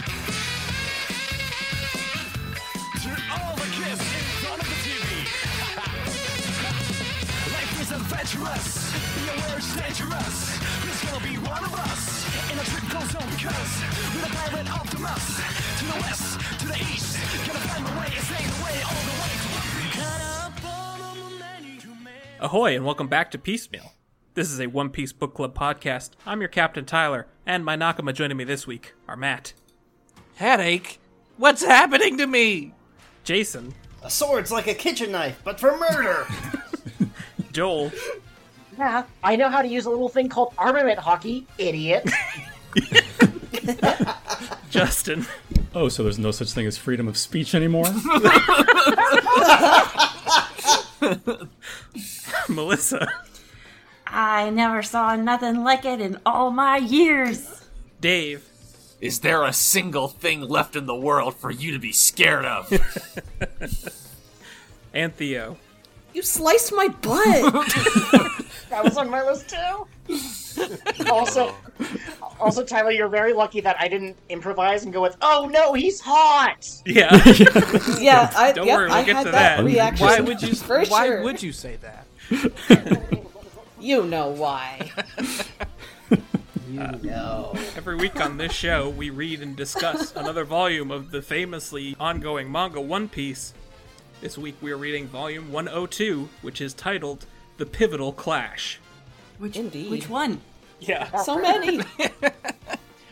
dangerous. Your marriage dangerous. There's gonna be one of us. And the trip goes on because we're the pirate Optimus. To the west, to the east. Gonna find my way and stay the way all the way to one piece. Ahoy, and welcome back to Piecemeal. This is a One Piece Book Club podcast. I'm your captain, Tyler, and my Nakama joining me this week are Matt, Headache? What's happening to me? Jason, A sword's like a kitchen knife, but for murder. Joel, Yeah, I know how to use a little thing called armament hockey, idiot. Justin, Oh, so there's no such thing as freedom of speech anymore? Melissa, I never saw nothing like it in all my years. Dave, Is there a single thing left in the world for you to be scared of? and Theo. You sliced my butt. that was on my list too. also, also Tyler, you're very lucky that I didn't improvise and go with, "Oh no, he's hot." Yeah, yeah, I, Don't yep, worry, we'll I get had to that, that. reaction. why would you? For why sure. would you say that? You know why. no. every week on this show, we read and discuss another volume of the famously ongoing manga One Piece. This week we are reading volume 102, which is titled The Pivotal Clash. Which Indeed. which one? Yeah. So many.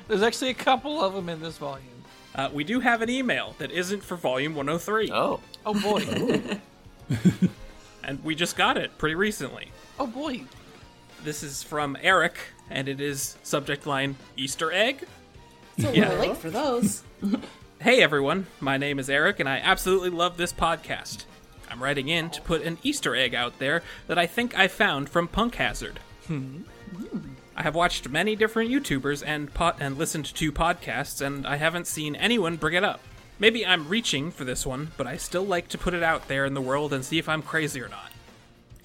There's actually a couple of them in this volume. Uh, we do have an email that isn't for volume 103, Oh, oh boy, and we just got it pretty recently. oh boy. This is from Eric, and it is subject line Easter egg. It's a Yeah. little late for those. Hey everyone, my name is Eric, and I absolutely love this podcast. I'm writing in to put an Easter egg out there that I think I found from Punk Hazard. Hmm. I have watched many different YouTubers and pot and listened to podcasts, and I haven't seen anyone bring it up. Maybe I'm reaching for this one, but I still like to put it out there in the world and see if I'm crazy or not.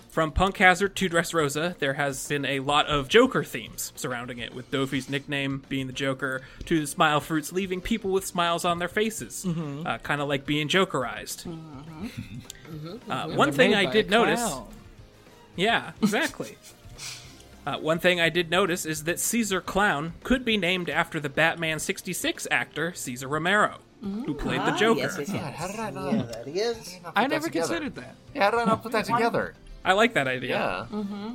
From Punk Hazard to Dressrosa, there has been a lot of Joker themes surrounding it, with Dofi's nickname being the Joker, to the smile fruits leaving people with smiles on their faces, uh, kind of like being Jokerized. Uh, one thing I Made by did a notice. clown. Yeah, exactly. uh, one thing I did notice is that Caesar Clown could be named after the Batman 66 actor Caesar Romero, who played the Joker. Ah, Yes, yes, yes. How did I know? Yeah, that is. I never considered that. Yeah, I don't know. Put that together. I like that idea. Yeah, Mm-hmm.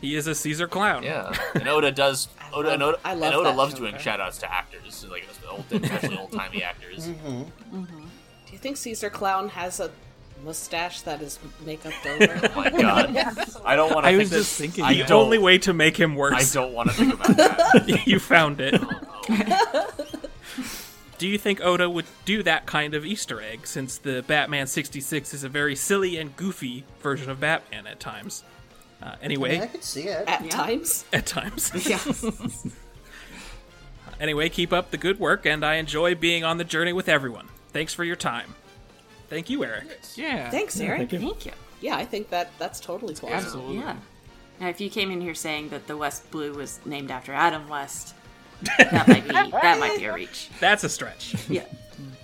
He is a Caesar Clown. yeah. And Oda does. Oda, and Oda, I love and Oda that loves Joker. doing shout outs to actors, like old, especially old timey actors. Mm-hmm. Mm-hmm. Do you think Caesar Clown has a mustache that is makeup over? Oh My God, I don't want to. I think was this- just thinking I The don't, only way to make him I worse. don't want to think about that. you found it. do you think Oda would do that kind of Easter egg since the Batman 66 is a very silly and goofy version of Batman at times? Uh, anyway, I could see it. At times? at times. anyway, keep up the good work, and I enjoy being on the journey with everyone. Thanks for your time. Thank you, Eric. Yeah, Thanks, Eric. Thank you. Thank you. Yeah, I think that that's totally cool. absolutely. Yeah. Now, if you came in here saying that the West Blue was named after Adam West, that might be that might be a reach. That's a stretch. Yeah.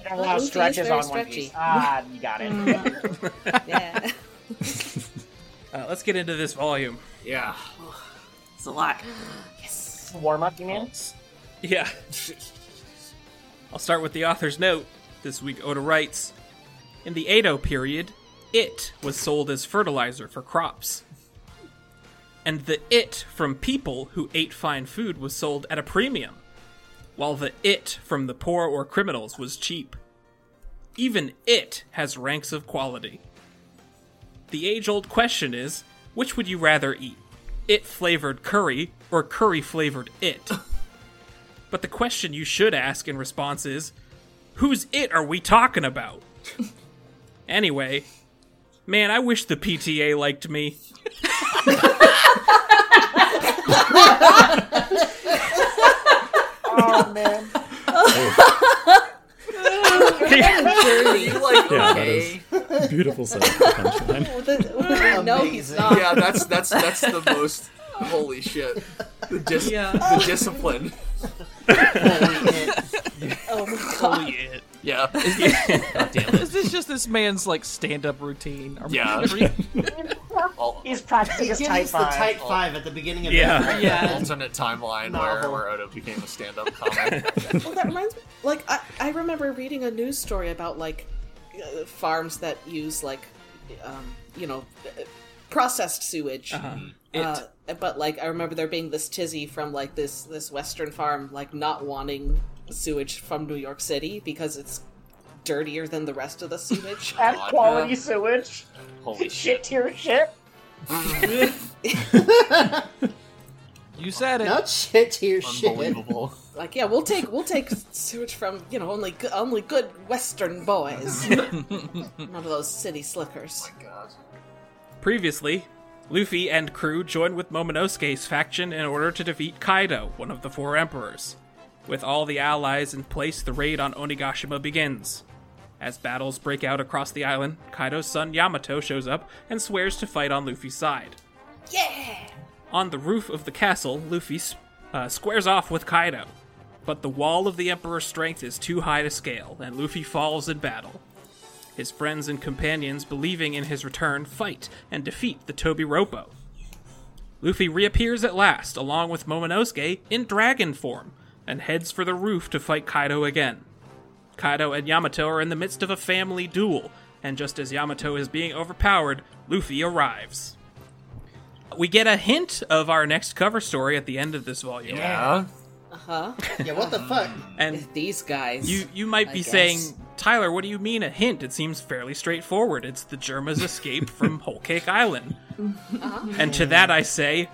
There are a lot of Luffy is stretches very on One stretchy. Mm. Piece. Ah, you got it. Mm. Yeah. Uh, let's get into this volume. Yeah, It's a lot. Warm up, you mean? Yeah. I'll start with the author's note. This week, Oda writes In the Edo period, it was sold as fertilizer for crops. And the it from people who ate fine food was sold at a premium, while the it from the poor or criminals was cheap. Even it has ranks of quality. The age old question is which would you rather eat? It flavored curry or curry flavored it? But the question you should ask in response is, whose it are we talking about? anyway, man, I wish the PTA liked me. Oh man. you like Yeah, that okay. Beautiful set of punchline. With a- with a- no, he's Amazing. not. Yeah, that's that's that's the most. Holy shit! The, dis- the discipline. Oh my god. Yeah, Is this just this man's like stand-up routine? Or Yeah. whatever he- all, He's practicing his He type gives the five. type five at the beginning of Yeah. every Yeah. alternate timeline where, Novel. where Odo became a stand-up comic. Well, that reminds me. Like, I, I remember reading a news story about like uh, farms that use like, um, you know, uh, processed sewage. It. Uh, but like, I remember there being this tizzy from like this this Western farm like not wanting sewage from New York City because it's dirtier than the rest of the sewage. Uh, and God, quality yeah. sewage. Holy Shit shit! tier shit. You said it. Not shit tier shit. Unbelievable. like, yeah, we'll take we'll take sewage from you know only go- only good Western boys. None of those city slickers. Oh God. Previously, Luffy and crew joined with Momonosuke's faction in order to defeat Kaido, one of the four emperors. With all the allies in place, the raid on Onigashima begins. As battles break out across the island, Kaido's son Yamato shows up and swears to fight on Luffy's side. Yeah. On the roof of the castle, Luffy s- uh, squares off with Kaido, but the wall of the Emperor's strength is too high to scale, and Luffy falls in battle. His friends and companions, believing in his return, fight and defeat the Tobiropo. Luffy reappears at last, along with Momonosuke, in dragon form, and heads for the roof to fight Kaido again. Kaido and Yamato are in the midst of a family duel, and just as Yamato is being overpowered, Luffy arrives. We get a hint of our next cover story at the end of this volume. Yeah. Uh huh. Yeah, what the fuck? Uh-huh. And These guys. you you might be guess. saying, Tyler, what do you mean a hint? It seems fairly straightforward. It's the Germa's escape from Whole Cake Island. And to that I say,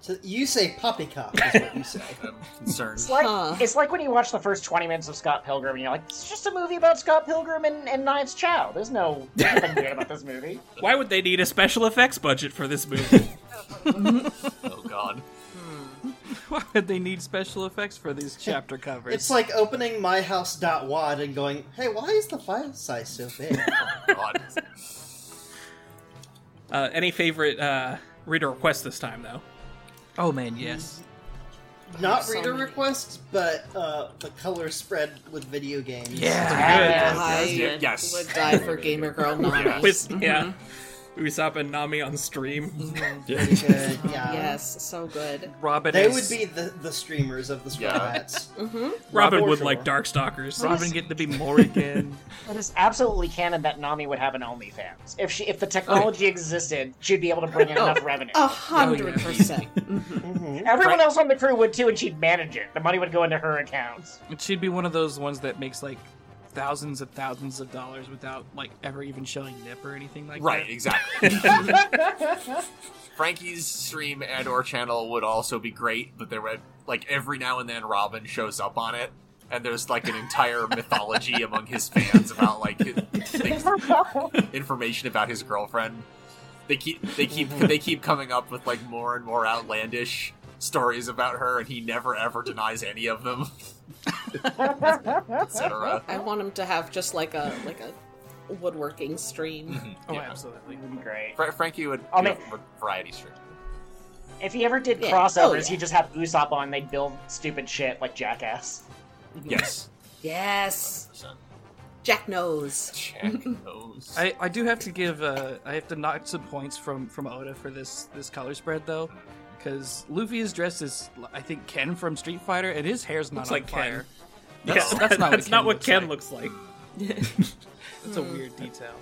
So you say poppycock is what you say. I'm concerned. It's like, Huh. it's like when you watch the first 20 minutes of Scott Pilgrim and you're like, it's just a movie about Scott Pilgrim and, and Knives Chow. There's no nothing weird about this movie. why would they need a special effects budget for this movie? Oh god. Why would Hmm. they need special effects for these chapter covers? It's like opening myhouse.wad and going, hey, why is the file size so big? God. Uh, any favorite uh, reader request this time, though? oh man, yes. Not reader requests, but uh, the color spread with video games. I Yes, yes. would die for gamer girl Nami. Mm-hmm. With, Mm-hmm. yeah. Usopp and Nami on stream. Yeah. Good, yeah. Yes, so good. Robin They is, would be the, the streamers of the Yeah. Scrubats. Mm-hmm. Robin Robin would Shaw. like Darkstalkers. Robin get to be Morrigan. It is absolutely canon that Nami would have an OnlyFans. If she, if the technology Oh. existed, she'd be able to bring in enough revenue. Oh, A hundred percent. Mm-hmm. Everyone else on the crew would too, and she'd manage it. The money would go into her accounts. She'd be one of those ones that makes like thousands of thousands of dollars without like ever even showing nip or anything like Right, that. exactly. Frankie's stream and or channel would also be great, but there would like every now and then Robin shows up on it. And there's like an entire mythology among his fans about like his- things, information about his girlfriend. They keep they keep they keep coming up with like more and more outlandish stories about her, and he never ever denies any of them, etc. I want him to have just like a like a woodworking stream. Mm-hmm. Oh, Yeah. absolutely. It'd be great. Fra- Frankie would I'll do a make- v- variety stream. If he ever did Yeah. crossovers, Oh, yeah. he'd just have Usopp on. They'd build stupid shit like Jackass. Yes. Yes, Jack knows. Check those. I, I do have to give uh, I have to knock some points from from Oda for this this color spread though, because Luffy is dressed as I think Ken from Street Fighter, and his hair's Looks not on like Ken. fire. That's, Yeah, that's not that's what not what Ken, looks, Ken like. looks like. That's a weird detail.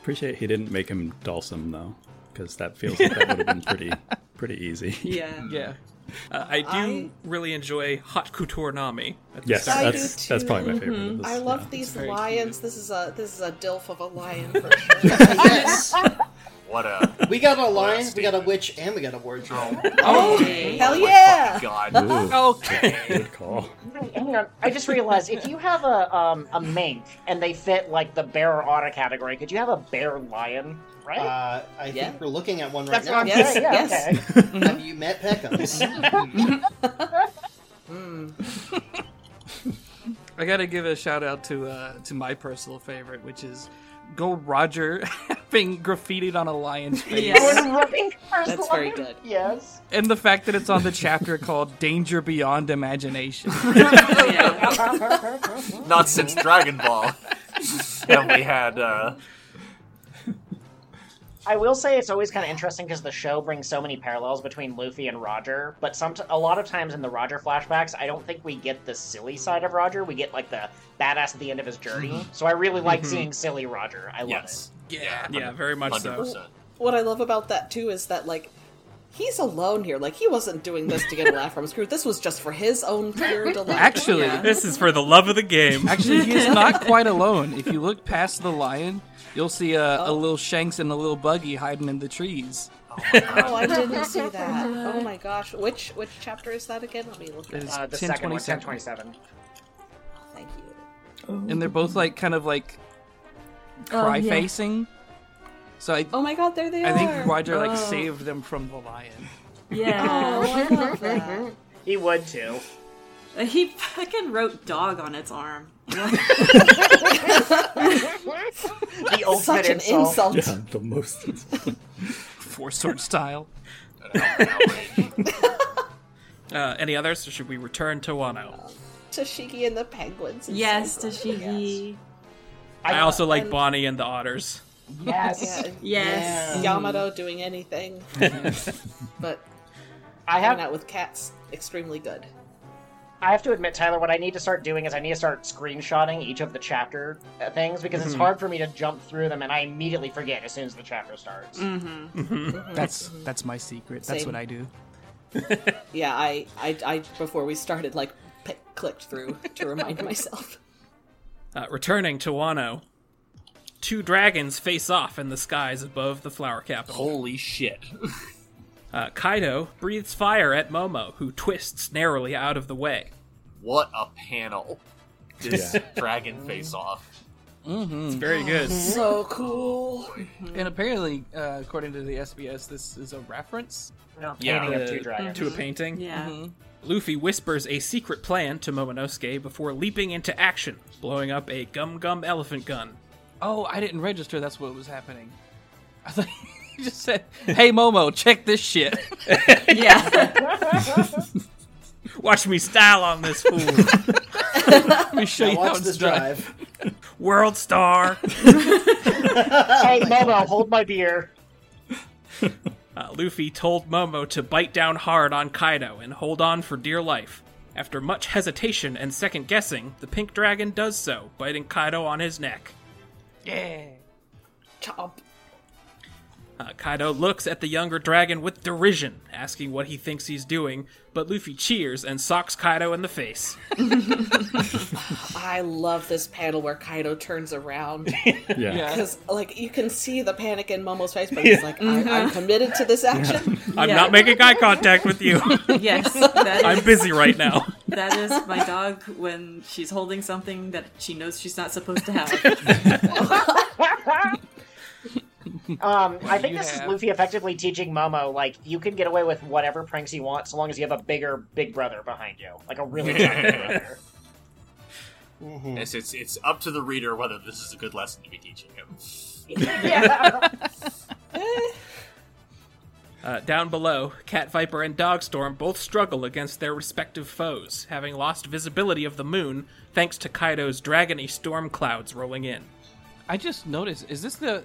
Appreciate he didn't make him Dalsum though, because that feels like that would have been pretty, pretty easy. Yeah. Yeah, Uh, I do really enjoy Hot Couture Nami. at the Yes, start. I do that's that's too. probably my favorite. of this, Mm, I love yeah. these very lions. cute. This is a this is a dilf of a lion. for sure. yes! What a Oh, We got a lion, we got a witch, and we got a wardrobe. Oh, Hell yeah! Oh, god. Ooh, Good call. Hang on, I just realized if you have a um, a mink and they fit like the bear or otter category, could you have a bear lion? Right. Uh, I Yeah. think we're looking at one right That's now. what I'm Yes, saying. Yeah, yes. okay. Have you met Peckhams? Mm. I gotta give a shout out to uh, to my personal favorite, which is Gold Roger being graffitied on a lion's face. That's very good. Yes. And the fact that it's on the chapter called Danger Beyond Imagination. Oh, Not since Dragon Ball have we had. Uh, I will say it's always kind of interesting because the show brings so many parallels between Luffy and Roger, but some a lot of times in the Roger flashbacks, I don't think we get the silly side of Roger. We get like the badass at the end of his Mm-hmm. journey. So I really like Mm-hmm. Mhm. seeing silly Roger. I love Yes. it. Yeah, yeah, very much so. What I love about that too is that like he's alone here. Like he wasn't doing this to get a laugh from his crew. This was just for his own pure delight. Actually, This is for the love of the game. Actually, he's not quite alone. If you look past the lion, you'll see a, Oh. a little Shanks and a little Buggy hiding in the trees. Oh, I didn't see that. Oh my gosh, which which chapter is that again? Let me look at It it. is Uh, the 10, second one, 27. 1027. Thank you. And they're both like kind of like Oh, cry yeah. facing. So I, Oh my god, there they I are. think Roger like Oh. saved them from the lion. Yeah. Oh, I love that. He would too. Uh, he fucking wrote dog on its arm. The ultimate Such an insult. insult. Yeah, the most. Four sword style. Uh, any others, or should we return to Wano? Toshiki and the penguins. is Yes, so good. Toshigi. I also like and- Bonnie and the otters. Yes. Yes. Yamato doing anything, but I have hanging out with cats extremely good. I have to admit, Tyler, what I need to start doing is I need to start screenshotting each of the chapter uh, things because it's hard for me to jump through them and I immediately forget as soon as the chapter starts. Mm-hmm. That's that's my secret. That's Same. what I do. Yeah, I, I, I before we started, like p- clicked through to remind myself. Uh, returning to Wano, two dragons face off in the skies above the flower capital. holy shit. Uh, Kaido breathes fire at Momo, who twists narrowly out of the way. What a panel. This dragon face off. It's very good. So cool. Mm-hmm. And apparently, uh, according to the SBS, this is a reference. Mm-hmm. Yeah. Mm-hmm. Painting of Uh, two dragons. To a painting. Mm-hmm. Yeah. Luffy whispers a secret plan to Momonosuke before leaping into action, blowing up a gum gum elephant gun. Oh, I didn't register. That's what was happening. I thought you just said, "Hey Momo, check this shit." Yeah. Watch me style on this fool, Let me show Now you how watch it's this done. drive. world star. hey, Momo, hold my beer. Uh, Luffy told Momo to bite down hard on Kaido and hold on for dear life. After much hesitation and second guessing, the pink dragon does so, biting Kaido on his neck. Yeah. Chop. Uh, Kaido looks at the younger dragon with derision, asking what he thinks he's doing, but Luffy cheers and socks Kaido in the face. I love this panel where Kaido turns around Yeah. Yeah. because, like, you can see the panic in Momo's face, but he's like, I, "I'm committed to this action." I'm Yeah. not making eye contact with you. yes. That is, I'm busy right now. that is my dog when she's holding something that she knows she's not supposed to have. Um, I think this is Yeah. Luffy effectively teaching Momo, like, you can get away with whatever pranks you want so long as you have a bigger big brother behind you. Like a really big brother. Yes, it's it's up to the reader whether this is a good lesson to be teaching him. Yeah. Uh, down below, Cat Viper and Dogstorm both struggle against their respective foes, having lost visibility of the moon thanks to Kaido's dragony storm clouds rolling in. I just noticed. Is this the?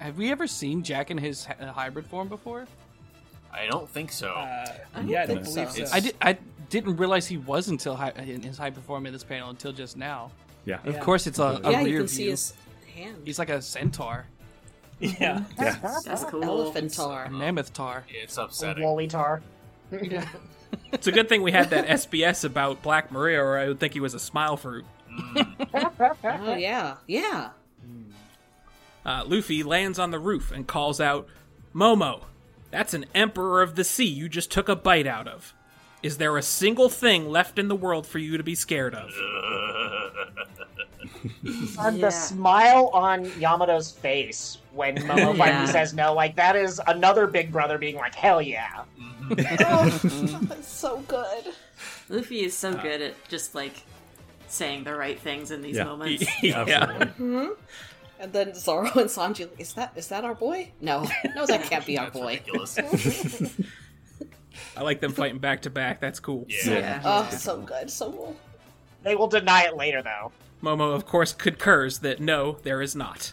Have we ever seen Jack in his hy- uh, hybrid form before? I don't think so. yeah, I Uh, don't think believe so. It's- I did. I didn't realize he was until hy- in his hybrid form in this panel until just now. Yeah. Of course, it's a, a yeah, you rear can view. see his hand. He's like a centaur, Yeah. That's cool. a Elephantar. mammoth tar. It's upsetting. Wally tar. It's a good thing we had that SBS about Black Maria, or I would think he was a smile fruit. Oh yeah, yeah. Uh, Luffy lands on the roof and calls out, Momo, that's an emperor of the sea you just took a bite out of. Is there a single thing left in the world for you to be scared of? And Yeah. the smile on Yamato's face when Momo Yeah. finally says no, like that is another big brother being like, hell yeah. That's so good. Luffy is Uh, so good at just like saying the right things in these Yeah. moments. yeah. And then Zoro and Sanji, like, is that is that our boy? No, no, that can't be our boy. I like them fighting back to back. That's cool. Oh, so good, so cool. They will deny it later, though. Momo, of course, concurs that no, there is not.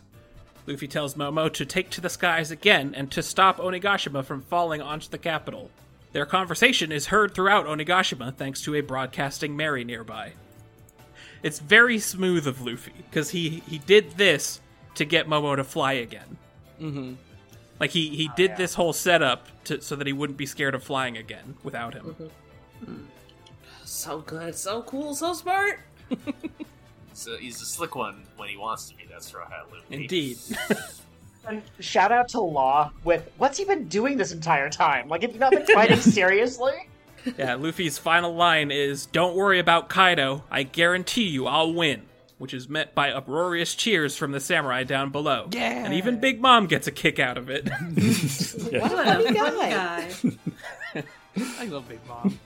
Luffy tells Momo to take to the skies again and to stop Onigashima from falling onto the capital. Their conversation is heard throughout Onigashima thanks to a broadcasting Mary nearby. It's very smooth of Luffy because he he did this to get Momo to fly again. Mm-hmm. Like he he did this whole setup to, so that he wouldn't be scared of flying again without him. Mm-hmm. Hmm. So good, so cool, so smart. So he's a slick one when he wants to be. That's Straw Hat Luffy. Indeed. And shout out to Law with what's he been doing this entire time? Like, have you not been fighting seriously? yeah, Luffy's final line is "Don't worry about Kaido. I guarantee you, I'll win." Which is met by uproarious cheers from the samurai down below. Yeah. And even Big Mom gets a kick out of it. What a funny guy. I love Big Mom.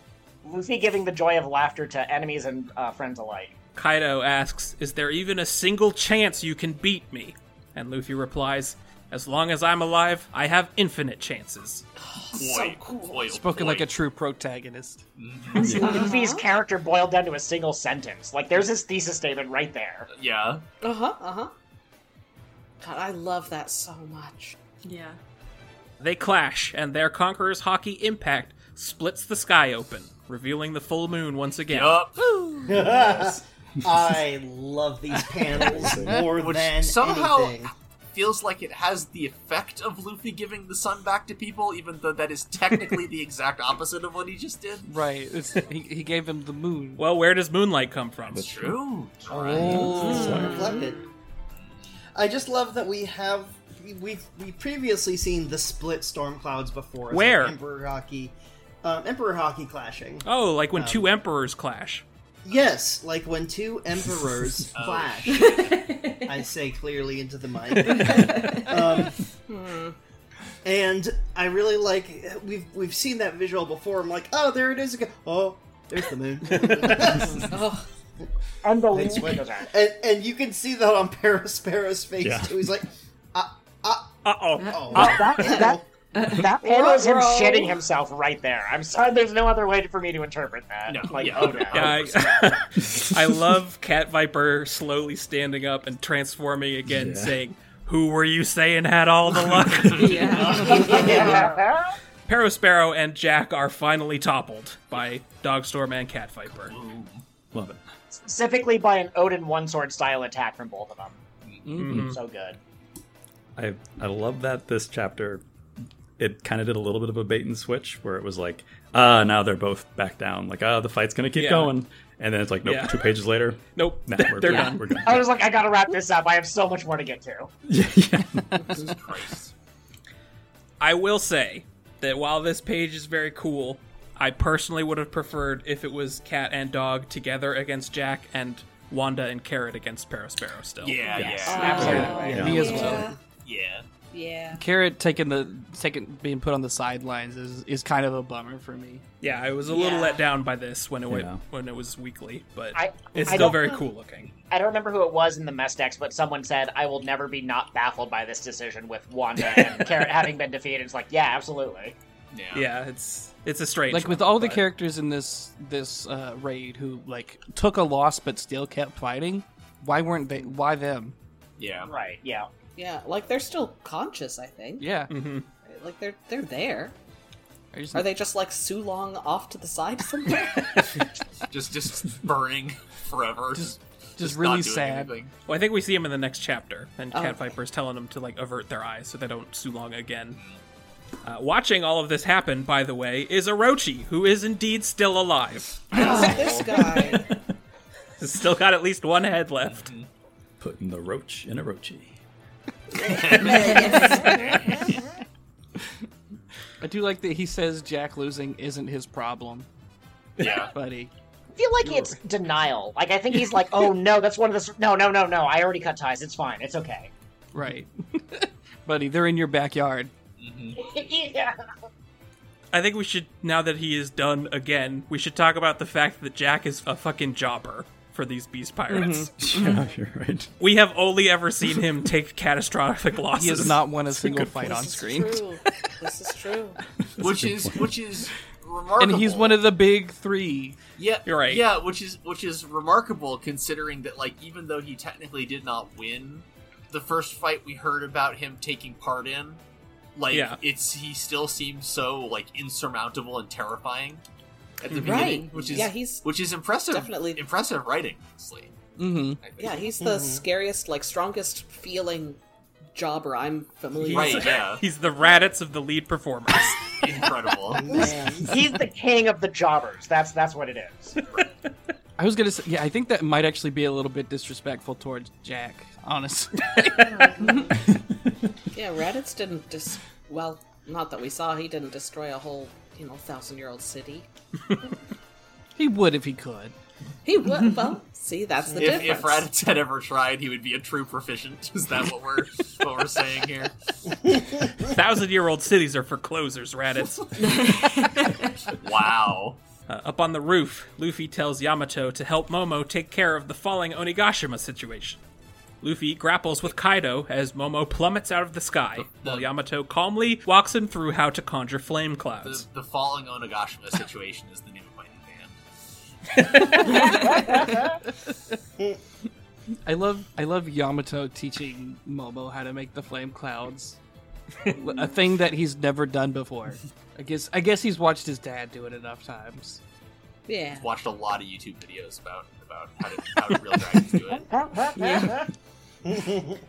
Luffy giving the joy of laughter to enemies and uh, friends alike. Kaido asks, Is there even a single chance you can beat me? And Luffy replies, As long as I'm alive, I have infinite chances. Oh, Boy, boy, Spoken boy. like a true protagonist. Luffy's character boiled down to a single sentence. Like, there's his thesis statement right there. Yeah. Uh huh. Uh huh. God, I love that so much. Yeah. They clash, and their conqueror's hockey impact splits the sky open, revealing the full moon once again. Yup. I love these panels more Which than somehow anything. feels like it has the effect of Luffy giving the sun back to people, even though that is technically the exact opposite of what he just did. Right. It's, he, he gave him the moon. Well, where does moonlight come from? Oh. True. reflected. I just love that we have we we've, we previously seen the split storm clouds before. It's Where? like Emperor Hockey, um, Emperor Hockey clashing. Oh, like when two emperors clash. Yes, like when two emperors Oh, clash. I say clearly into the mic. um, and I really like we've we've seen that visual before. I'm like, oh, there it is again. Oh, there's the moon. Oh, Unbelievable. design. and, and you can see that on Parasparo's face Yeah. too. He's like, ah, Uh oh. oh, Ah, That, that, that panel is him Bro. shitting himself right there. I'm sorry, there's no other way for me to interpret that. No, like, yeah. oh no. Yeah, I, I love Cat Viper slowly standing up and transforming again, Yeah. saying, Who were you saying had all the luck? Yeah. Yeah. Paro Sparrow and Jack are finally toppled by Dogstorm and Cat Viper. Love it. Specifically by an Odin one sword style attack from both of them. Mm-hmm. Mhm. So good. I I love that this chapter it kind of did a little bit of a bait and switch where it was like, ah, now they're both back down. Like, ah, the fight's gonna keep Yeah. going, and then it's like, nope, Yeah. two pages later, Nope, nah, they're we're they're good. done. We're good. I was like, I gotta wrap this up. I have so much more to get to. yeah, yeah. I will say that while this page is very cool, I personally would have preferred if it was Cat and Dog together against Jack and Wanda and Carrot against Paro Sparrow still. Yeah, Uh, yeah, absolutely. Me as well. yeah. Yeah. Carrot taking the taking being put on the sidelines is, is kind of a bummer for me. Yeah, I was a little Yeah. let down by this when it went, know. when it was weekly, but I- it's I still don't very know. cool looking. I don't remember who it was in the mess decks, but someone said, I will never be not baffled by this decision with Wanda and Carrot having been defeated. It's like, yeah, absolutely. Yeah. Yeah, it's it's a strange. Like with one, all the but- characters in this this uh, raid who like took a loss but still kept fighting, why weren't they? Why them? Yeah. Right, yeah. Yeah, like they're still conscious, I think. Yeah, Mm-hmm. Like they're they're there. I just- Are they just like Sulong off to the side somewhere? Just just burning forever. Just, just, just not really doing sad? anything. Well, I think we see him in the next chapter, and Oh, Cat okay. Viper's telling him to like avert their eyes so they don't Sulong again. Uh, watching all of this happen, by the way, is Orochi, who is indeed still alive. this guy. Has still got at least one head left. Putting the roach in a roachy. I do like that he says Jack losing isn't his problem, Yeah. buddy. I feel like it's denial. Like, I think he's like, oh no, that's one of the. s- No, no, no, no. I already cut ties. It's fine. It's okay. Right, buddy. They're in your backyard. yeah. I think we should, now that he is done again, we should talk about the fact that Jack is a fucking jobber. for these beast pirates. Mm-hmm. yeah, you're right. We have only ever seen him take catastrophic losses. He has not won a single fight This on is screen. true. This is true. which is which is remarkable. And he's one of the big three. yeah, You're right. Yeah, which is which is remarkable considering that like even though he technically did not win the first fight we heard about him taking part in, like Yeah. it's he still seems so like insurmountable and terrifying at the Mm. Right. beginning, which is Yeah, he's which is impressive. definitely- impressive writing, honestly. Mm-hmm. I think. Yeah, he's the scariest, like strongest feeling jobber I'm familiar right. with. Yeah, He's the Raditz of the lead performers. incredible. He's the king of the jobbers. That's that's what it is. I was gonna say, yeah, I think that might actually be a little bit disrespectful towards Jack, honestly. Yeah, Raditz didn't dis well, not that we saw, he didn't destroy a whole, you know, thousand year old city. he would if he could. He would well, see that's the If, difference. if Raditz had ever tried, he would be a true proficient. Is that what we're what we're saying here? Thousand year old cities are for closers, Raditz. Wow. Uh, up on the roof, Luffy tells Yamato to help Momo take care of the falling Onigashima situation. Luffy grapples with Kaido as Momo plummets out of the sky, while Yamato calmly walks him through how to conjure flame The, clouds. the falling Onagashima situation is the name of my new band. I love I love Yamato teaching Momo how to make the flame clouds. a thing that he's never done before. I guess I guess he's watched his dad do it enough times. yeah. Watched a lot of YouTube videos about about how, to, how real dragons do it.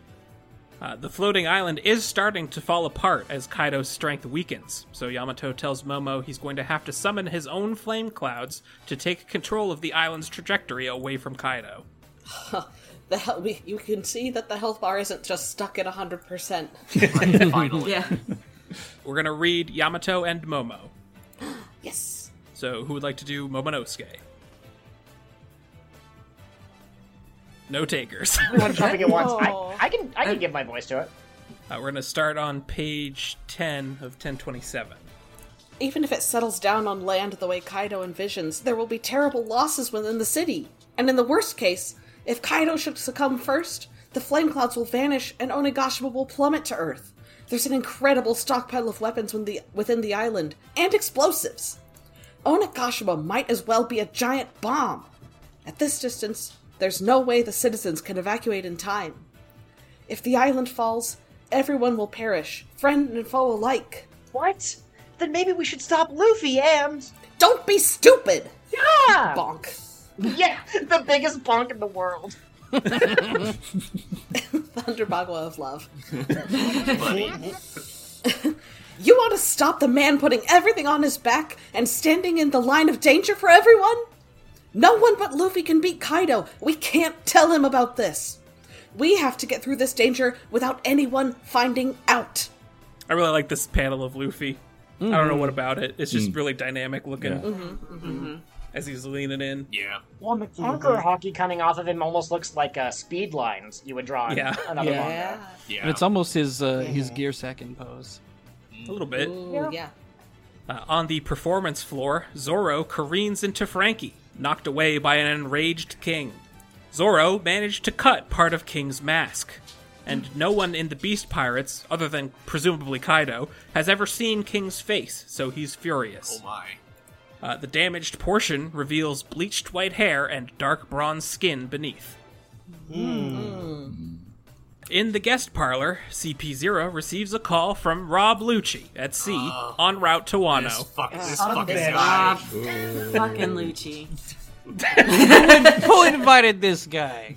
Uh, the floating island is starting to fall apart as Kaido's strength weakens, so Yamato tells Momo he's going to have to summon his own flame clouds to take control of the island's trajectory away from Kaido. The hell we, you can see that the health bar isn't just stuck at hundred percent. Right, finally, Yeah. We're gonna read Yamato and Momo. Yes. So, who would like to do Momonosuke? No takers. uh, Everyone's jumping at once. No. Oh. I, I can I can give my voice to it. Uh, we're gonna start on page 10 of 1027. Even if it settles down on land the way Kaido envisions, there will be terrible losses within the city. And in the worst case, if Kaido should succumb first, the flame clouds will vanish and Onigashima will plummet to earth. There's an incredible stockpile of weapons within the, within the island and explosives. Onigashima might as well be a giant bomb. At this distance, there's no way the citizens can evacuate in time. If the island falls, everyone will perish, friend and foe alike. What? Then maybe we should stop Luffy and Don't be stupid! yeah, Bonk. yeah, the biggest bonk in the world. Thunder Bagua of love. buddy. You want to stop the man putting everything on his back and standing in the line of danger for everyone? No one but Luffy can beat Kaido. We can't tell him about this. We have to get through this danger without anyone finding out. I really like this panel of Luffy. I don't know what about it. It's just really dynamic looking Yeah. Mm-hmm. as he's leaning in. Yeah, Mm-hmm, Well, the conqueror hockey coming off of him almost looks like uh, speed lines you would draw in Yeah. another Yeah. manga. yeah. And it's almost his uh, his gear second pose. A little bit. Ooh, yeah. Uh, on the performance floor, Zoro careens into Frankie, knocked away by an enraged King. Zoro managed to cut part of King's mask, and no one in the Beast Pirates, other than presumably Kaido, has ever seen King's face, so he's oh furious. my. Uh, the damaged portion reveals bleached white hair and dark bronze skin beneath. Hmm. In the guest parlor, CP0 receives a call from Rob Lucci at sea en route to Wano. Uh, This fuck. This Son of a fucking bitch. guy. Ah, fucking Lucci. Who invited this guy?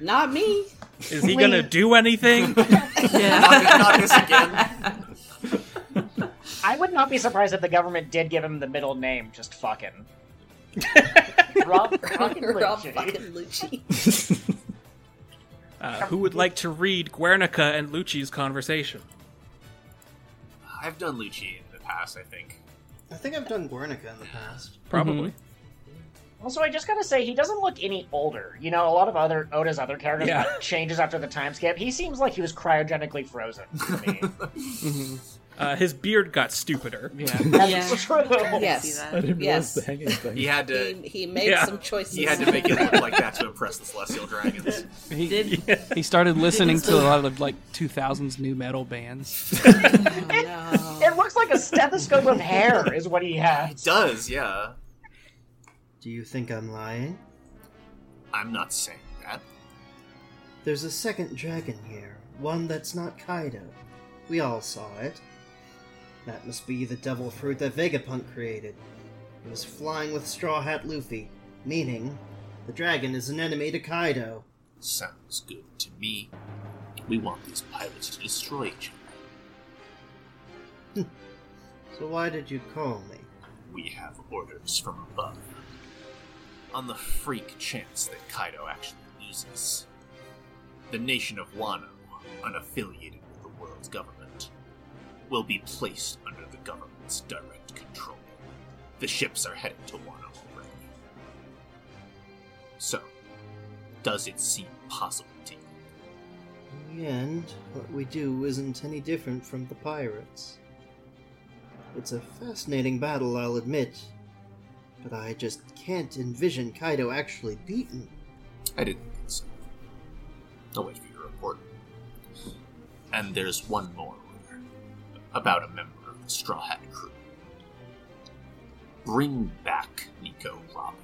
Not me. Is he gonna do anything? Not, not this again. I would not be surprised if the government did give him the middle name, just fucking. Rob, fucking Rob Lucci. fucking Lucci. Uh, who would like to read Guernica and Lucci's conversation? I've done Lucci in the past. I think. I think I've done Guernica in the past. Probably. Also, I just gotta say, he doesn't look any older. You know, a lot of other Oda's other characters Yeah. Mm-hmm. got changes after the time skip. He seems like he was cryogenically frozen. To me. Uh, his beard got stupider. Yeah. Yeah. That's true. Yes. I didn't realize Yes. the hanging thing. He had to. He, he made Yeah. some choices. He had to make it look like that to impress the celestial dragons. He, Did he started listening to a lot of like 2000s new metal bands. No. It looks like a stethoscope of hair is what he It has. does, yeah. Do you think I'm lying? I'm not saying that. There's a second dragon here, one that's not Kaido. We all saw it. That must be the devil fruit that Vegapunk created. It was flying with Straw Hat Luffy, meaning the dragon is an enemy to Kaido. Sounds good to me. We want these pirates to destroy each other. So why did you call me? We have orders from above. On the freak chance that Kaido actually loses, the nation of Wano, unaffiliated with the world's government, will be placed under the government's direct control. The ships are headed to Wano already. So, does it seem possible to you? In the end, what we do isn't any different from the pirates. It's a fascinating battle, I'll admit, but I just can't envision Kaido actually beaten. I didn't think so. I'll wait for your report. And there's one more rumor about a member of the Straw Hat crew. Bring back Nico Robin.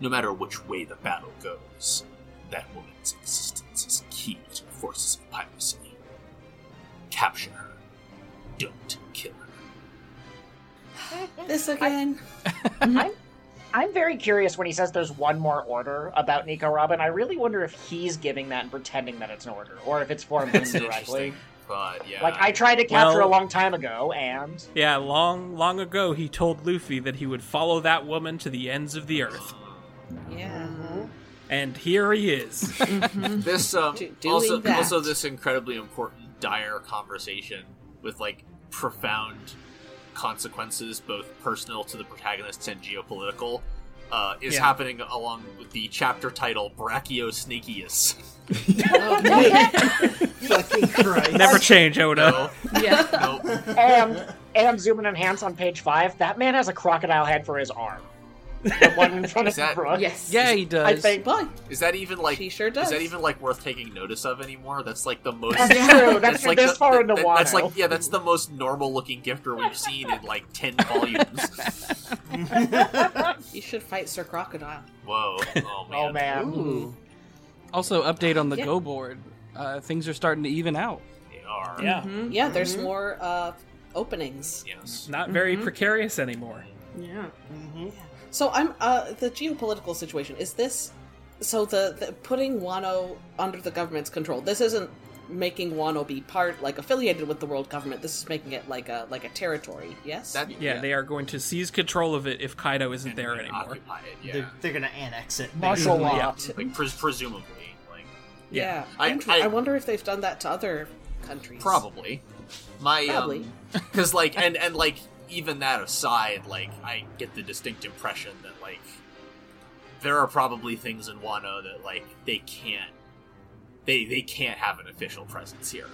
No matter which way the battle goes, that woman's existence is key to the forces of piracy. Capture her. Don't kill her. This again. I'm, I'm very curious when he says there's one more order about Nico Robin. I really wonder if he's giving that and pretending that it's an order, or if it's formed That's indirectly. interesting. But yeah. Like I tried to capture Well- a long time ago, and Yeah, long, long ago, he told Luffy that he would follow that woman to the ends of the earth. Yeah. And here he is. this um, Mm-hmm. Do- doing also that. also this incredibly important dire conversation with like profound consequences both personal to the protagonists and geopolitical uh, is Yeah. happening along with the chapter title Brachiosnakeus. Fucking Christ. Never change, Oda. No, Yeah. no, and and zoom and enhance on page five. That man has a crocodile head for his arm. The one in front of Is that- Brooke. Yes. Yeah, he I does. think Boy, is that even like She sure is does. that even like worth taking notice of anymore? That's like the most that's true. That's, like this the- far into that- Wano. That's like yeah, that's the most normal looking gifter we've seen in like ten volumes. you should fight Sir Crocodile. Whoa! Oh man! oh man. Ooh. Also, update on the Yeah. Go board. Uh, things are starting to even out. They are. Yeah, Mm-hmm. Yeah, there's more uh, openings. Mm-hmm. Yes. not very Mm-hmm. precarious anymore. Yeah. Mm-hmm. So I'm uh, the geopolitical situation is this. So the, the putting Wano under the government's control. This isn't making Wano be part like affiliated with the world government. This is making it like a like a territory. Yes. That, Yeah, they are going to seize control of it if Kaido isn't and there then anymore. Occupy it, yeah. They're, they're gonna annex it. Martial basically. law. Like pres- presumably, like yeah. I- Inter- I- I, wonder if they've done that to other countries. probably. My Probably. because like and and like even that aside, like I get the distinct impression that like there are probably things in Wano that like they can't they they can't have an official presence here.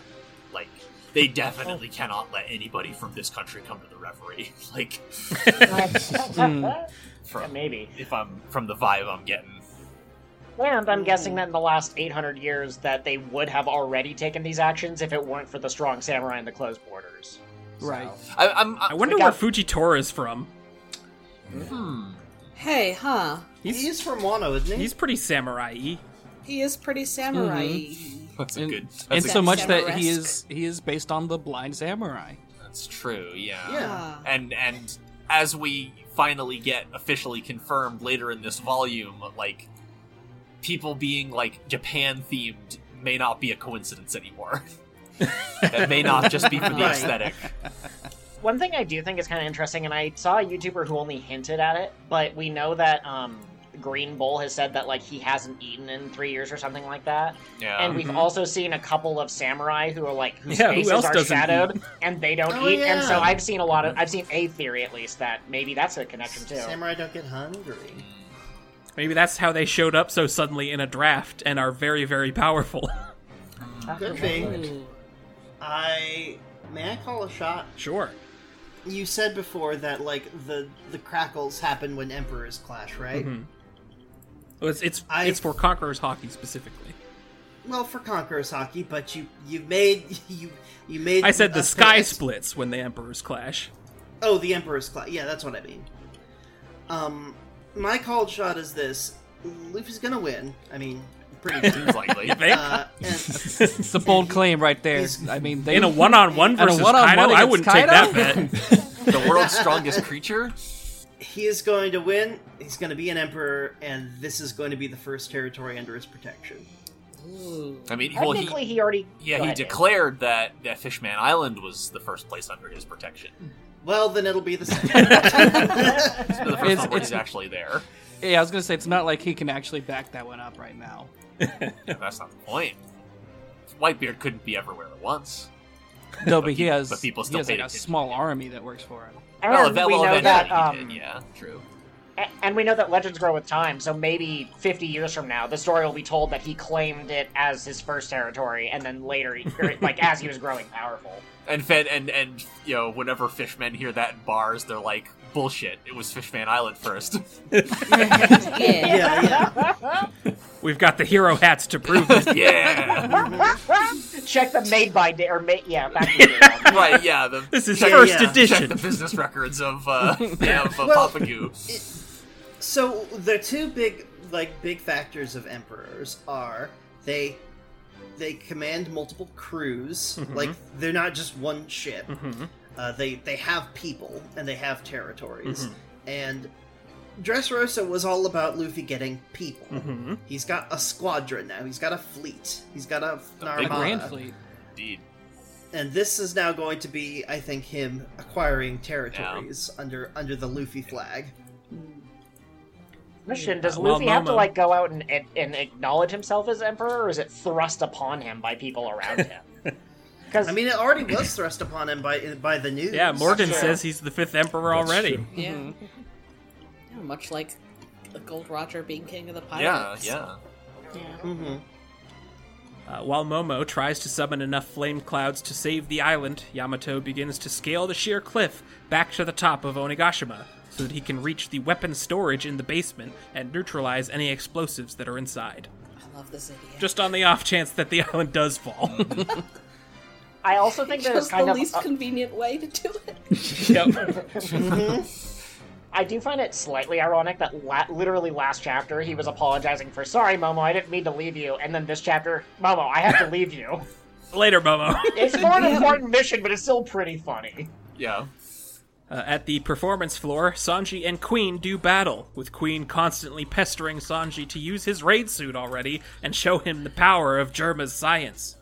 Like they definitely Oh. cannot let anybody from this country come to the referee. Like Yeah, from maybe. if I'm from the vibe I'm getting. And I'm Hmm. guessing that in the last 800 years that they would have already taken these actions if it weren't for the strong samurai and the closed borders. Right. I, I'm I wonder They where got- Fujitora is from. Hey, huh? He's, Hmm. He's from Wano, isn't he? He's pretty samurai y. He is pretty samurai. Mm-hmm. That's a And, good. That's, and a- so much that he Samurai-esque. is he is based on the Blind Samurai. that's true. Yeah. Yeah. And and as we finally get officially confirmed later in this volume, like people being like Japan themed may not be a coincidence anymore. that may not just be for the Right. aesthetic. One thing I do think is kind of interesting, and I saw a YouTuber who only hinted at it, but we know that um, Green Bull has said that like he hasn't eaten in three years or something like that. Yeah. And we've Mm-hmm. also seen a couple of samurai who are like whose Yeah, who faces else are doesn't shadowed and they don't Oh, eat. And so yeah. I've seen a lot of I've seen a theory at least that maybe that's a connection too. Samurai don't get hungry. Maybe that's how they showed up so suddenly in a draft and are very, very powerful. Could be. I May I call a shot? Sure. You said before that like the the crackles happen when emperors clash, right? Mhm. Well, It's it's, I- it's for Conqueror's hockey specifically. Mm-hmm. Well, for conquerors hockey, but you you made you you made. I said the us sky pay- splits when the emperors clash. Oh, the Emperor's Claw. Yeah, that's what I mean. Um, my called shot is this: Luffy's gonna win. I mean, pretty. Seems likely. Think? uh, and, It's a bold claim right there. I mean, they In a one-on-one In a versus one-on-one Kaido, I against wouldn't Kaido? take that bet. the world's strongest creature. he is going to win. He's going to be an emperor, and this is going to be the first territory under his protection. I mean, well, he, Technically, he already. yeah, Go he ahead, Dave. declared that that Fishman Island was the first place under his protection. Well, then it'll be the second. So the first It's- one where it's- he's actually there. Yeah, I was gonna say it's not like he can actually back that one up right now. Yeah, that's not the point. Whitebeard couldn't be everywhere at once. No, But but he pe- has. but people he still has paid like a attention. small army that works for him. And that- we well, know eventually that. he Um, did, yeah, true. a- And we know that legends grow with time, so maybe 50 years from now, the story will be told that he claimed it as his first territory, and then later, he, or, like as he was growing powerful. And Fed and and you know, whenever fishmen hear that in bars, they're like, "Bullshit! It was Fishman Island first. Yeah. yeah, yeah. We've got the hero hats to prove it. yeah, Check the made by day, or made, yeah, back to the right. Yeah, the, This is check- first yeah. check the edition. business records of uh, yeah, of uh, Well, Papagoo. So the two big like big factors of emperors are they they command multiple crews. Like they're not just one ship. Mm-hmm. Mm-hmm. Mhm. Uh, they they have people and they have territories. Mm-hmm. And Dressrosa was all about Luffy getting people. Mm-hmm. Mhm. He's got a squadron now. He's got a fleet. He's got a, an big The Grand armada. Fleet. Indeed. And this is now going to be, I think, him acquiring territories under under the Luffy flag. mission. Does Well, Luffy have to Momo- like go out and, and and acknowledge himself as emperor, or is it thrust upon him by people around him? Because I mean, it already was thrust upon him by by the news. Yeah, Morgan Sure. says he's the fifth emperor That's already. true. Mm-hmm. Yeah. Mm-hmm. yeah. Much like the Gold Roger being king of the Yeah, pirates. Uh, yeah. hmm Mm-hmm. Uh, while Momo tries to summon enough flame clouds to save the island, Yamato begins to scale the sheer cliff back to the top of Onigashima so that he can reach the weapon storage in the basement and neutralize any explosives that are inside. I love this idiot. Just on the off chance that the island does fall. I also think that it's Just kind the of least convenient way to do it. yep. Mm-hmm. I do find it slightly ironic that la- literally last chapter he was apologizing for sorry Momo I didn't mean to leave you and then this chapter Momo I have to leave you. Later, Momo. It's for an important mission but it's still pretty funny. Yeah. Uh, at the performance floor, Sanji and Queen do battle, with Queen constantly pestering Sanji to use his raid suit already and show him the power of Germa's science.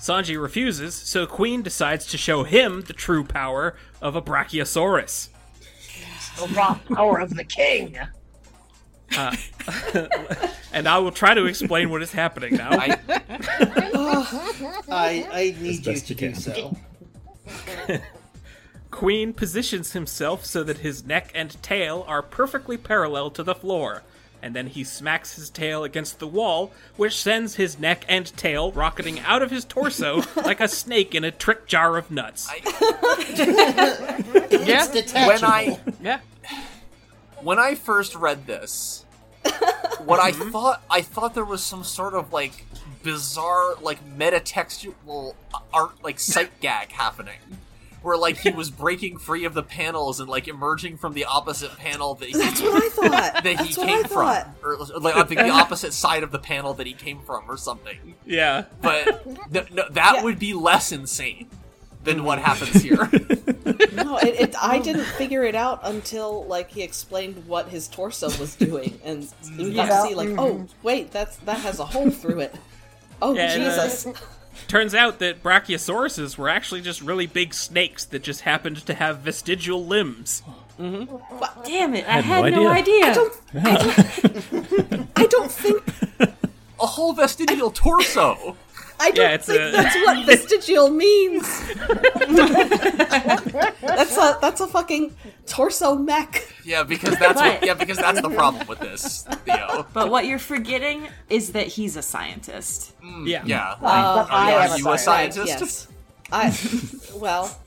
Sanji refuses, so Queen decides to show him the true power of a Brachiosaurus. The raw power of the king. Uh, And I will try to explain what is happening now. I, I I need you best to you do can. so. Queen positions himself so that his neck and tail are perfectly parallel to the floor, and then he smacks his tail against the wall, which sends his neck and tail rocketing out of his torso like a snake in a trick jar of nuts. Yeah, when I yeah. when I first read this, what I thought I thought there was some sort of like bizarre like metatextual uh, art like sight gag happening. Where like he was breaking free of the panels and like emerging from the opposite panel that he That's what I thought. that he That's what came I thought. from, or, or, like I think the opposite side of the panel that he came from, or something. Yeah. But th- no, that Yeah. would be less insane than what happens here. No, it, it, I didn't figure it out until like he explained what his torso was doing, and we got to see like, oh wait, that's that has a hole through it. Oh Yeah, and, uh, Jesus! Turns out that brachiosauruses were actually just really big snakes that just happened to have vestigial limbs. Damn it! I, had had, no no idea. I don't, I don't, I don't think, A whole vestigial torso. I don't it's think a- that's what vestigial means. that's a that's a fucking torso mech. Yeah, because that's what, But- yeah, because that's the problem with this, Theo. But what you're forgetting is that he's a scientist. Yeah. Yeah. Uh, Are I you- am are a you a scientist. scientist? Yes. I well.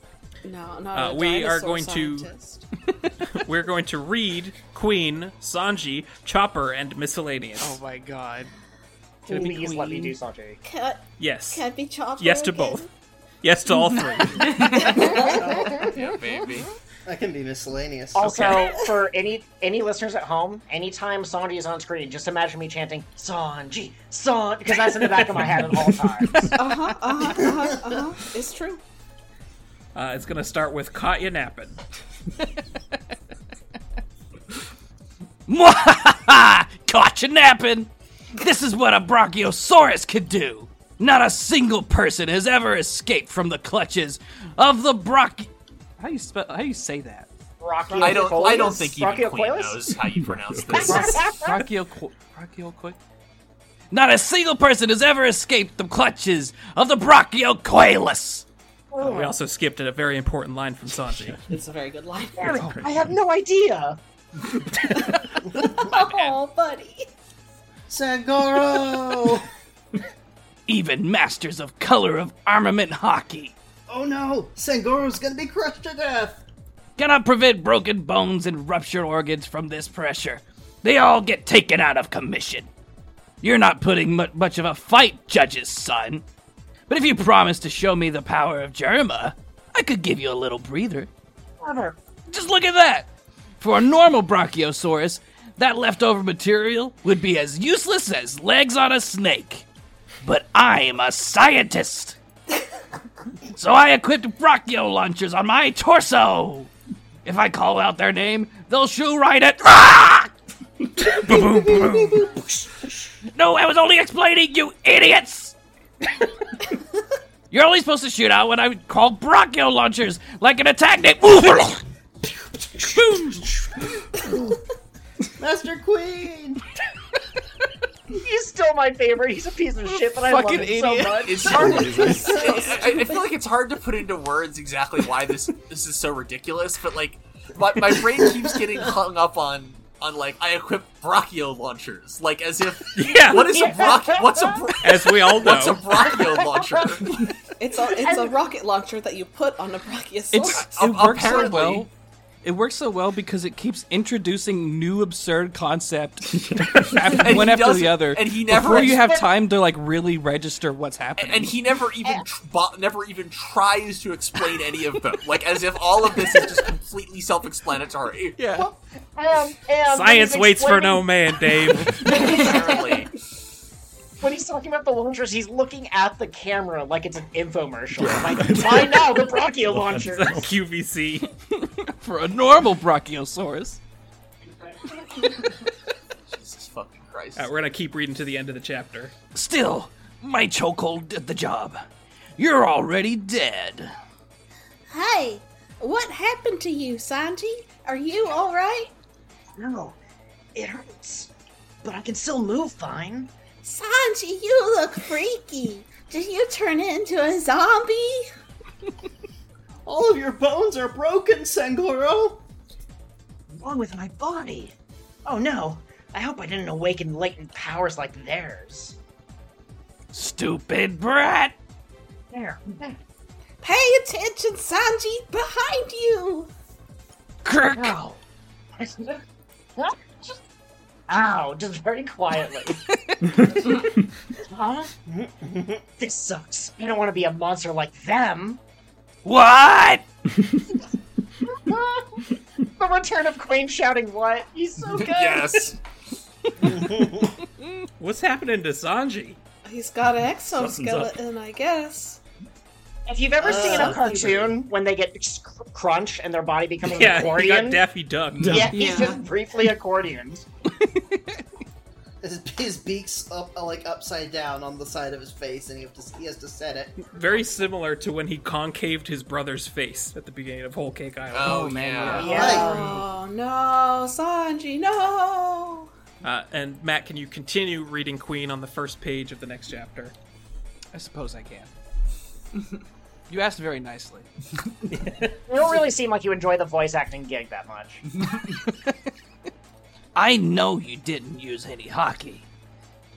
No, not Uh, a we are dinosaur going to- scientist. We're going to read Queen, Sanji, Chopper, and Miscellaneous. Oh my god. Can it be Please let me Queen? do Sanji. Can I, yes. can I be chopped? yes to both. Yes to all three. Yeah, baby. I can be miscellaneous. Also, for any any listeners at home, anytime Sanji is on screen, just imagine me chanting Sanji, Sanji, because that's in the back of my head at all times. Uh huh. Uh huh. Uh huh. Uh-huh. It's true. Uh, it's going to start with Caught Ya Nappin'. Caught you napping! This is what a Brachiosaurus could do! Not a single person has ever escaped from the clutches of the Brach. How you spell? How you say that? Rocky I don't. I don't think even Queen knows how you pronounce this. Brachio, brachio quick. Not a single person has ever escaped the clutches of the Brachiocoelus. We also skipped a very important line from Sanji. It's a very good line. Oh, I have no idea. oh, buddy. Sangoro! Even masters of color of armament hockey oh no! Sangoro's gonna be crushed to death! cannot prevent broken bones and ruptured organs from this pressure. They all get taken out of commission. You're not putting mu- much of a fight, judge's son. But if you promise to show me the power of Germa, I could give you a little breather. Brother, Just look at that! For a normal Brachiosaurus, that leftover material would be as useless as legs on a snake. But I'm a scientist! so I equipped Brachio launchers on my torso! If I call out their name, they'll shoot right at. Ah! Ba-boom, ba-boom. no, I was only explaining, you idiots! You're only supposed to shoot out when I call Brachio launchers, like an attack name. Master Queen! he's still my favorite. He's a piece of shit, but I love Fucking him so idiot. much. It's hard. I, I feel like it's hard to put into words exactly why this this is so ridiculous, but like my, my brain keeps getting hung up on on like I equip brachio launchers, like as if Yeah. what is a brach what's a bra- As we all know, what's a brachio launcher? It's a it's a rocket launcher that you put on a brachiosaurus. It's, A- it works so apparently. well. It works so well because it keeps introducing new absurd concept after, And one he after doesn't- the other. and he never before you have expect- time to like really register what's happening. And he never even tr- bo- never even tries to explain any of them, like as if all of this is just completely self-explanatory. yeah, And- and when science he's waits for no explaining- man, Dave. Apparently, When he's talking about the launchers, he's looking at the camera like it's an infomercial. Like, buy now the Brachio launchers. QVC. for a normal Brachiosaurus. Jesus fucking Christ! Uh, we're going to keep reading to the end of the chapter. Still, my chokehold did the job. You're already dead. Hey, what happened to you, Sanji? Are you all right? No, it hurts, but I can still move fine. Sanji, you look freaky. Did you turn into a zombie? All of your bones are broken, Sangoro! Wrong with my body? Oh no! I hope I didn't awaken latent powers like theirs. Stupid brat. There. Pay attention, Sanji, behind you. Kirk. Ow. Ow, just very quietly. huh? This sucks. I don't want to be a monster like them. What? the return of Queen shouting what? He's so good. yes. What's happening to Sanji? He's got an exoskeleton, exoskeleton, I guess. If you've ever seen a Uh, cartoon when they get cr- crunch and their body becomes Yeah, an he accordion, got Daffy Duck. yeah, he's Yeah. just briefly accordioned. His, his beak's up, uh, like upside down on the side of his face, and he, have to, he has to set it. Very similar to when he concaved his brother's face at the beginning of Whole Cake Island. Oh, man. Yeah. Oh no, Sanji, no. Uh, and Matt, can you continue reading Queen on the first page of the next chapter? I suppose I can. you asked very nicely. You don't really seem like you enjoy the voice acting gig that much. I know you didn't use any hockey.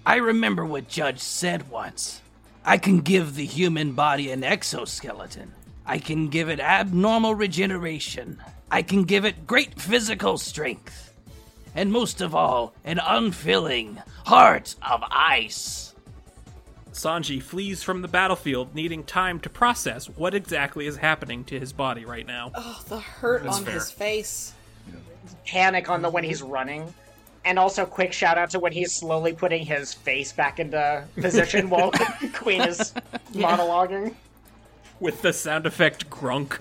I remember what Judge said once. I can give the human body an exoskeleton. I can give it abnormal regeneration. I can give it great physical strength. And most of all, an unfilling heart of ice. Sanji flees from the battlefield, needing time to process what exactly is happening to his body right now. Oh, the hurt That's on fair. his face. Panic on the when he's running. And also, quick shout out to when he's slowly putting his face back into position while Queen is monologuing. With the sound effect grunk.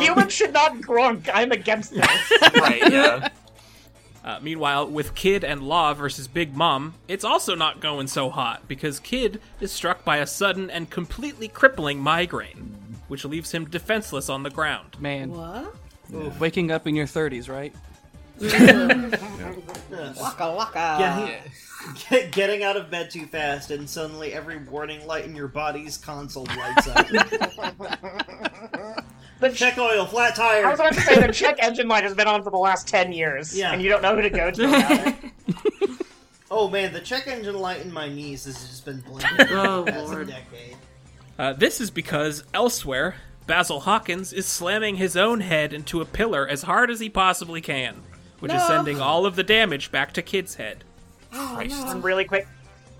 Humans should not grunk. I'm against this. right, yeah. Uh, meanwhile, with Kid and Law versus Big Mom, it's also not going so hot because Kid is struck by a sudden and completely crippling migraine, which leaves him defenseless on the ground. Man, What? waking up in your 30s, right? Waka waka. Yeah, he- Get, getting out of bed too fast, and suddenly every warning light in your body's console lights up. The Check oil, flat I tire. was about to say the check engine light has been on for the last ten years, Yeah. and you don't know who to go to. About it. Oh man, the check engine light in my knees has just been blinking. for Oh, the past Lord. Decade. Uh, this is because elsewhere, Basil Hawkins is slamming his own head into a pillar as hard as he possibly can, which is No. sending all of the damage back to Kid's head. One really quick,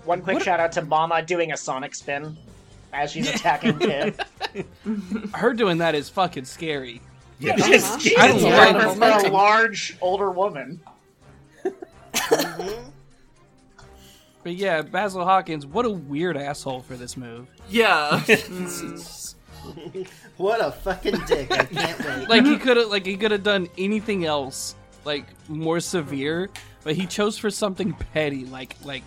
one quick shout out to Mama doing a sonic spin as she's attacking Kid. Her doing that is fucking scary. She's I don't doing like it for a large older woman. But yeah, Basil Hawkins, what a weird asshole for this move. Yeah. What a fucking dick! I can't wait. Like he could have like he could have done anything else like more severe, but he chose for something petty like like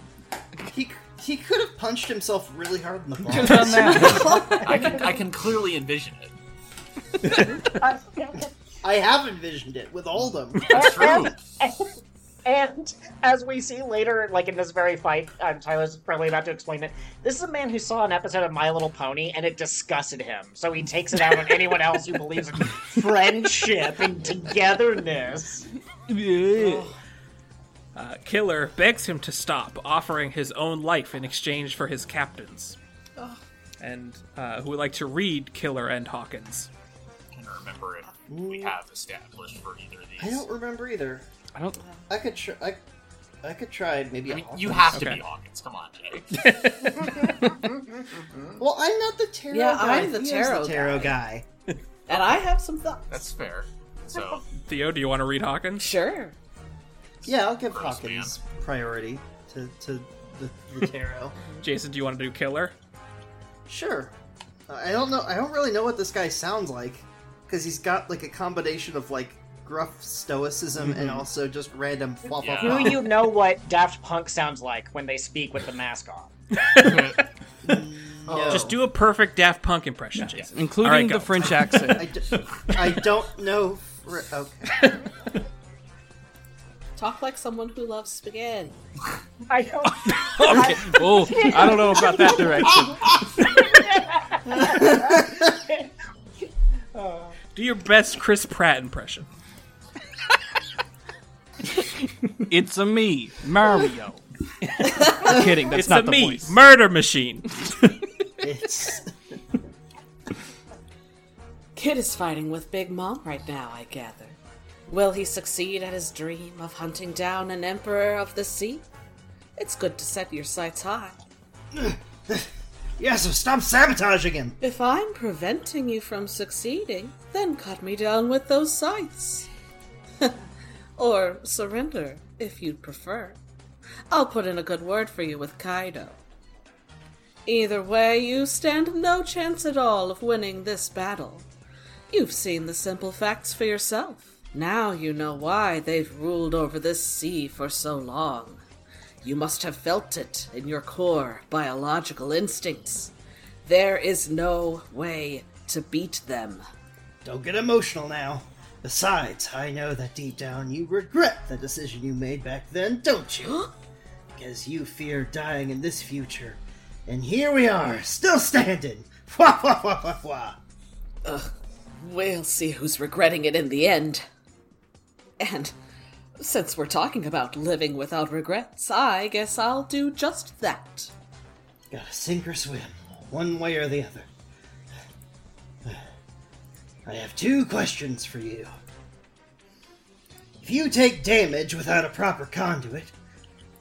He he could have punched himself really hard in the could've balls. done that. I can I can clearly envision it. I have envisioned it with all them. True. And as we see later, like in this very fight, um, Tyler's probably about to explain it. This is a man who saw an episode of My Little Pony and it disgusted him, so he takes it out on anyone else who believes in friendship and togetherness. Uh, Killer begs him to stop, offering his own life in exchange for his captain's. And uh, who would like to read Killer and Hawkins? I don't remember if we have established for either of I these. don't remember either. I don't I could try. I, I could try. and Maybe I mean, I'll- you have to Okay. be Hawkins. Come on, Jay. Well, I'm not the tarot. Yeah, guy. I'm the He is tarot the tarot guy. And I have some thoughts. That's fair. So Theo, do you want to read Hawkins? Sure. Yeah, I'll give Gross, Hawkins priority to to the, the tarot. Jason, do you want to do Killer? Sure. Uh, I don't know. I don't really know what this guy sounds like because he's got like a combination of like gruff stoicism and Mm-hmm. also just random fluff. Yeah. Do you know what Daft Punk sounds like when they speak with the mask on? Just do a perfect Daft Punk impression, Jason. including All right, go. the French I, accent. d- I don't know. fr- okay. Talk like someone who loves spaghetti. I don't. oh, I don't know about that direction. Oh. Do your best Chris Pratt impression. It's a me, Mario. I'm kidding, that's it's not a the me, voice. murder machine. It's Kid is fighting with Big Mom right now, I gather. Will he succeed at his dream of hunting down an emperor of the sea? It's good to set your sights high. yeah. So stop sabotaging him. If I'm preventing you from succeeding, then cut me down with those scythes. or surrender, if you'd prefer. I'll put in a good word for you with Kaido. Either way, you stand no chance at all of winning this battle. You've seen the simple facts for yourself. Now you know why they've ruled over this sea for so long. You must have felt it in your core biological instincts. There is no way to beat them. Don't get emotional now. Besides, I know that deep down you regret the decision you made back then, don't you? Because you fear dying in this future. And here we are, still standing. Fwa, fwa, fwa, fwa, fwa. uh, We'll see who's regretting it in the end. And since we're talking about living without regrets, I guess I'll do just that. Gotta sink or swim, one way or the other. I have two questions for you. If you take damage without a proper conduit,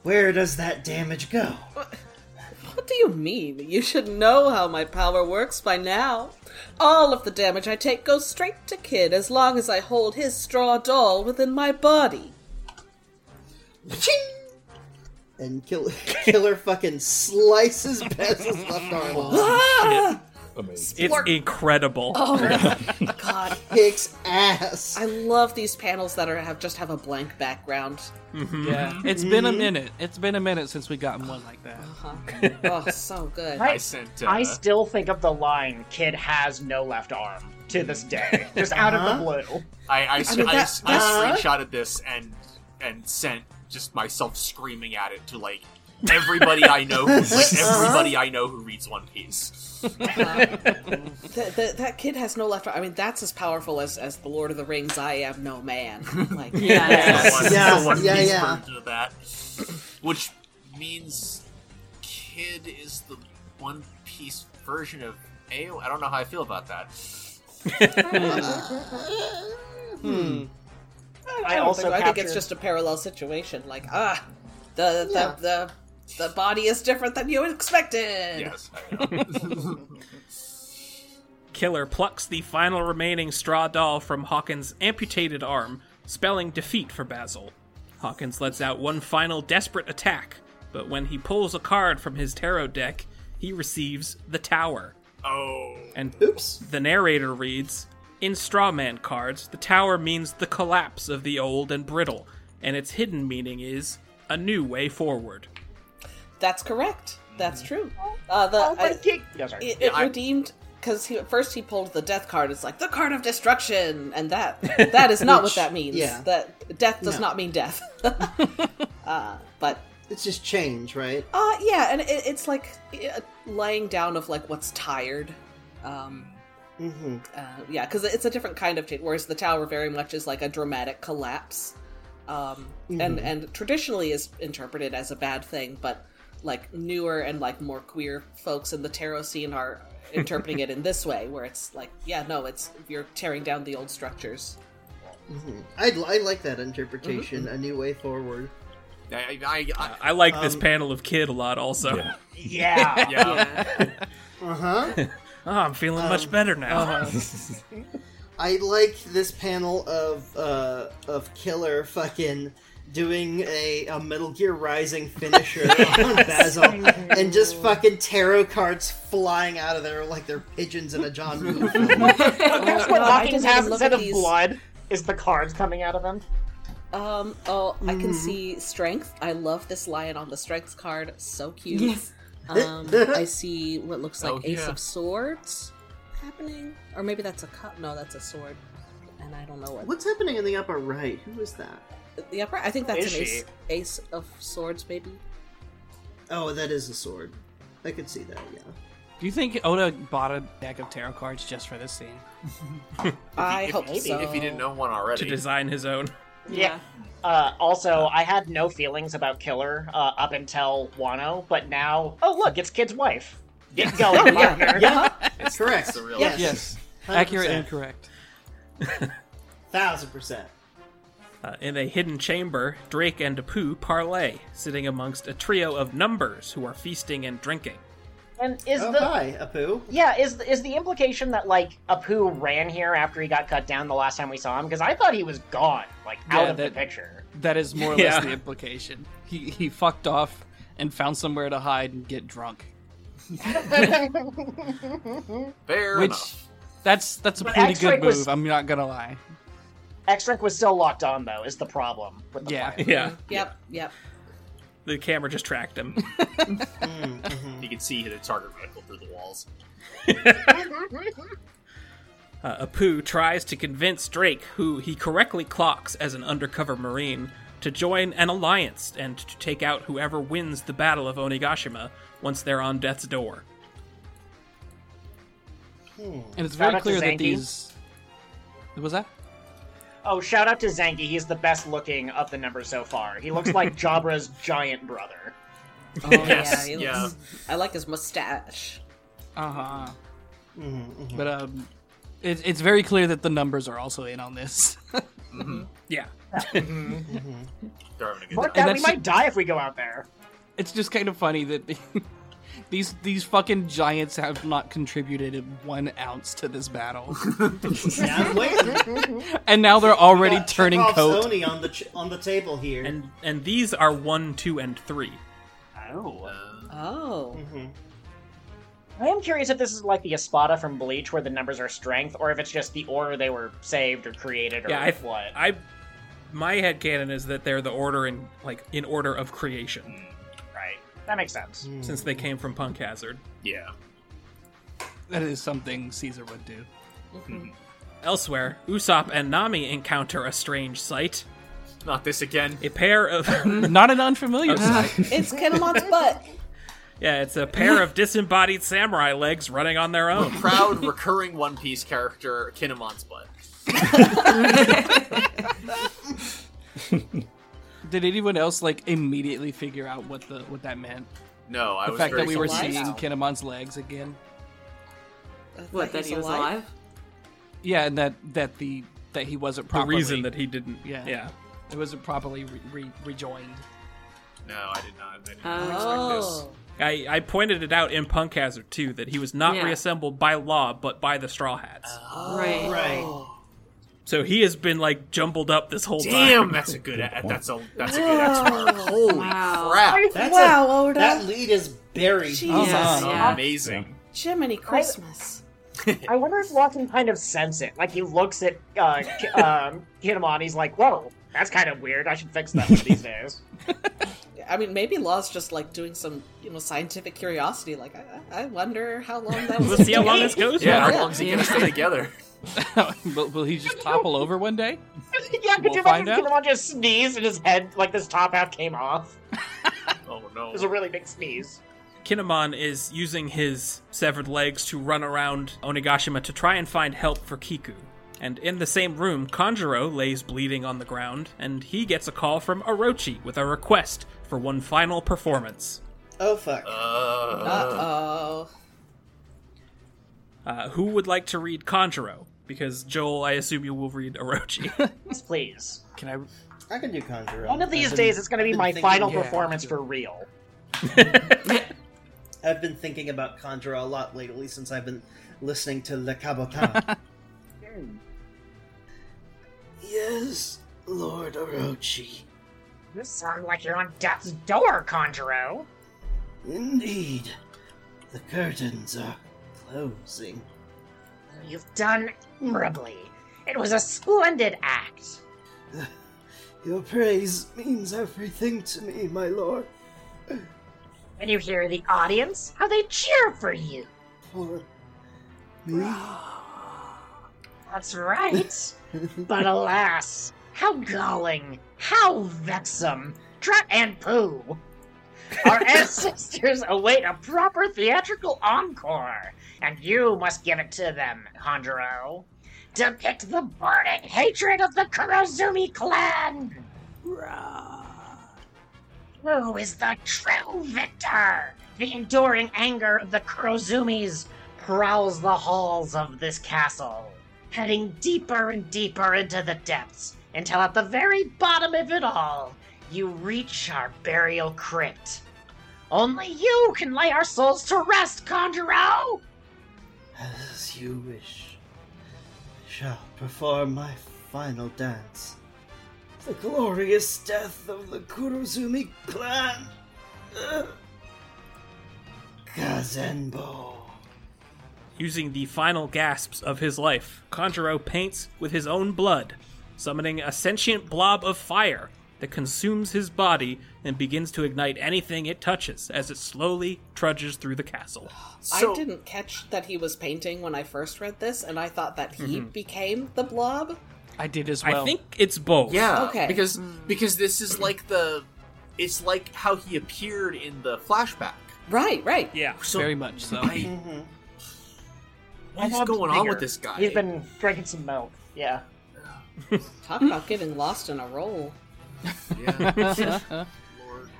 where does that damage go? What do you mean? You should know how my power works by now. All of the damage I take goes straight to Kid as long as I hold his straw doll within my body. And kill, Killer fucking slices Bez's left arm off, Ah! Amazing. It's incredible. Oh. God, kicks ass. I love these panels that are have just have a blank background. Yeah, it's been a minute. It's been a minute since we gotten one like that. Oh, so good. I sent. Uh, I still think of the line "Kid has no left arm" to this day, just out of the blue. Uh-huh. I I, mean, I- that- I that's- screenshotted this and and sent just myself screaming at it to like everybody I know, who, like everybody I know who reads One Piece. Th th that kid has no left arm. I mean, that's as powerful as, as the Lord of the Rings. I am no man. Like, Yeah. One- Yeah, the One yeah, Piece yeah. version of that, which means Kid is the One Piece version of Ao. I don't know how I feel about that. uh, I I also also I think captured. it's just a parallel situation. Like, ah, the the Yeah. the. The body is different than you expected. Yes, I know. Killer plucks the final remaining straw doll from Hawkins' amputated arm, spelling defeat for Basil. Hawkins lets out one final desperate attack, but when he pulls a card from his tarot deck, he receives the tower. oh, And Oops. the narrator reads In strawman cards, the tower means the collapse of the old and brittle, and its hidden meaning is a new way forward. That's correct. That's true. Mm-hmm. Uh, the Oh, I- but Kid, no, sorry. it, it I- redeemed because he, at first he pulled the death card. It's like the card of destruction, and that that is not Which- what that means. yeah. That death does No. not mean death. uh, but It's just change, right? Uh, yeah, and it, it's like uh, laying down of like what's tired. Um, Mm-hmm. uh, yeah, because it's a different kind of change. Whereas the tower very much is like a dramatic collapse, um, and and traditionally is interpreted as a bad thing, but like newer and like more queer folks in the tarot scene are interpreting it in this way, where it's like, yeah, no, it's you're tearing down the old structures. Mm-hmm. I, I like that interpretation. A new way forward. I, I, I, I like this Um, panel of Kid a lot also. Yeah. yeah. yeah. Uh huh. Oh, I'm feeling much Um, better now. I like this panel of uh of killer fucking doing a, a Metal Gear Rising finisher on Basil and just fucking tarot cards flying out of there like they're pigeons in a John Woo film. That's what God, I didn't even Hawkins has look at instead of these. blood is the cards coming out of him. Um, oh, I Mm-hmm. can see strength. I love this lion on the strength card. So cute. Yes. Um, I see what looks like Oh, Ace yeah. of Swords happening, or maybe that's a cup. No, that's a sword, and I don't know what What's happening in the upper right? Who is that? the upper. I think that's Is an she? ace, ace of Swords, maybe. Oh, that is a sword. I could see that, yeah. Do you think Oda bought a deck of tarot cards just for this scene? I hope maybe. so. If you didn't know one to already, design his own. Yeah. Uh, also, I had no feelings about Killer uh, up until Wano, but now, oh look, it's Kid's wife. Get going, Oh, partner. Correct. the real- Yes. Yes. 100%. Accurate and correct. Thousand percent. Uh, in a hidden chamber, Drake and Apu parley, sitting amongst a trio of numbers who are feasting and drinking. And is Oh, the hi, Apu. yeah is is the implication that like Apu ran here after he got cut down the last time we saw him? Because I thought he was gone, like out Yeah, of that- the picture. That is more or less Yeah. the implication. He he fucked off and found somewhere to hide and get drunk. fair Which enough. that's that's a But pretty X-Drake good move. was- I'm not gonna lie. X-Rank was still locked on though. Is the problem with the Yeah. plan. Yeah, Yep, yep. the camera just tracked him. Mm-hmm. You can see the target rifle through the walls. Uh, Apu tries to convince Drake, who he correctly clocks as an undercover marine, to join an alliance and to take out whoever wins the Battle of Onigashima once they're on death's door. And it's very Shout out to clear that Zangief. these was that? Oh, shout out to Zangi. He's the best looking of the number so far. He looks like Jabra's giant brother. Oh Yes, yeah, he yeah. Uh-huh. looks- I like his mustache. Uh huh. But um, It's, it's very clear that the numbers are also in on this. Mm-hmm. Yeah. Hmm. They're having a good Fuck time. that, we that's- might die if we go out there. it's just kind of funny that these these fucking giants have not contributed one ounce to this battle, Yeah, I'm waiting. and now they're already Got turning Chekhov's coat. Oni on the ch- on the table here. And and these are one, two, and three. Oh. Oh. Mm-hmm. I am curious if this is like the Espada from Bleach, where the numbers are strength, or if it's just the order they were saved or created or Yeah, I, what. I my headcanon is that they're the order in like in order of creation right. That makes sense. Hmm. since they came from Punk Hazard. Yeah. That is something Caesar would do. Mm-hmm. Elsewhere, Usopp and Nami encounter a strange sight. Not this again. A pair of Not an unfamiliar. It's Kinemon's butt. Yeah, it's a pair of disembodied samurai legs running on their own. Proud recurring One Piece character Kinemon's butt. Did anyone else like immediately figure out what the what that meant? No, I The was fact very that we were confused. seeing Kinemon's legs again. What, that he was alive? Yeah, and that that the that he wasn't The properly reason that he didn't. Yeah. Yeah. it wasn't properly re- re- rejoined. No, I did not. I did not Oh. I, I pointed it out in Punk Hazard too that he was not Yeah. reassembled by law but by the Straw Hats. Right. right. so he has been like jumbled up this whole Damn, time. that's a good. That's a that's a good expert. Holy Wow. crap! That's wow, a, Oda. that lead is buried. Jesus. deep. Oh, Oh, Yes, That's yeah. Amazing. Jiminy Christmas. I wonder if Lawson kind of sense it. Like he looks at uh, K- um, Kinemon, he's like, "Whoa, that's kind of weird. I should fix that one of these days." I mean, maybe Law's just like doing some, you know, scientific curiosity. Like, I, I wonder how long that was. We'll see how long this goes. Yeah, for. how long's he gonna stay together? will, will he just topple over one day? yeah, could We'll you find imagine if Kinemon just sneezed and his head, like this top half, came off? Oh It was a no! really big sneeze. Kinemon is using his severed legs to run around Onigashima to try and find help for Kiku. And in the same room, Kanjuro lays bleeding on the ground, and he gets a call from Orochi with a request for one final performance. Oh fuck. Uh oh. Uh, who would like to read Kanjuro? Because Joel, I assume you will read Orochi. Yes, please. Can I? I can do conjure. One of these I've been- days, it's going to be I've my been final thinking- performance for real. I've been thinking about conjure a lot lately since I've been listening to Le Cabotin. yes, Lord Orochi. You sound like you're on death's door, Conjuro. Indeed, the curtains are closing. You've done admirably. It was a splendid act. Your praise means everything to me, my lord. And you hear the audience, how they cheer for you. For me, That's right. but alas, how galling, how vexum, trot and poo. Our ancestors await a proper theatrical encore, and you must give it to them, Conjuro. Depict the burning hatred of the Kurozumi clan. Who is the true victor? The enduring anger of the Kurozumis prowls the halls of this castle, heading deeper and deeper into the depths, until at the very bottom of it all, you reach our burial crypt. Only you can lay our souls to rest, Conjuro! as you wish, I shall perform my final dance. The glorious death of the Kurozumi clan. Ugh. Kazenbo. Using the final gasps of his life, Kanjuro paints with his own blood, summoning a sentient blob of fire that consumes his body and begins to ignite anything it touches as it slowly trudges through the castle. I So- didn't catch that he was painting when I first read this, and I thought that he Mm-hmm. became the blob. I did as well. I think it's both. Yeah. Okay. Because Mm. because this is like the, it's like how he appeared in the flashback. Right, right. Yeah. So very much so. I, Mm-hmm. what is Bob's going on bigger. with this guy? He's been drinking some milk. Yeah. Talk about getting lost in a role. Yeah.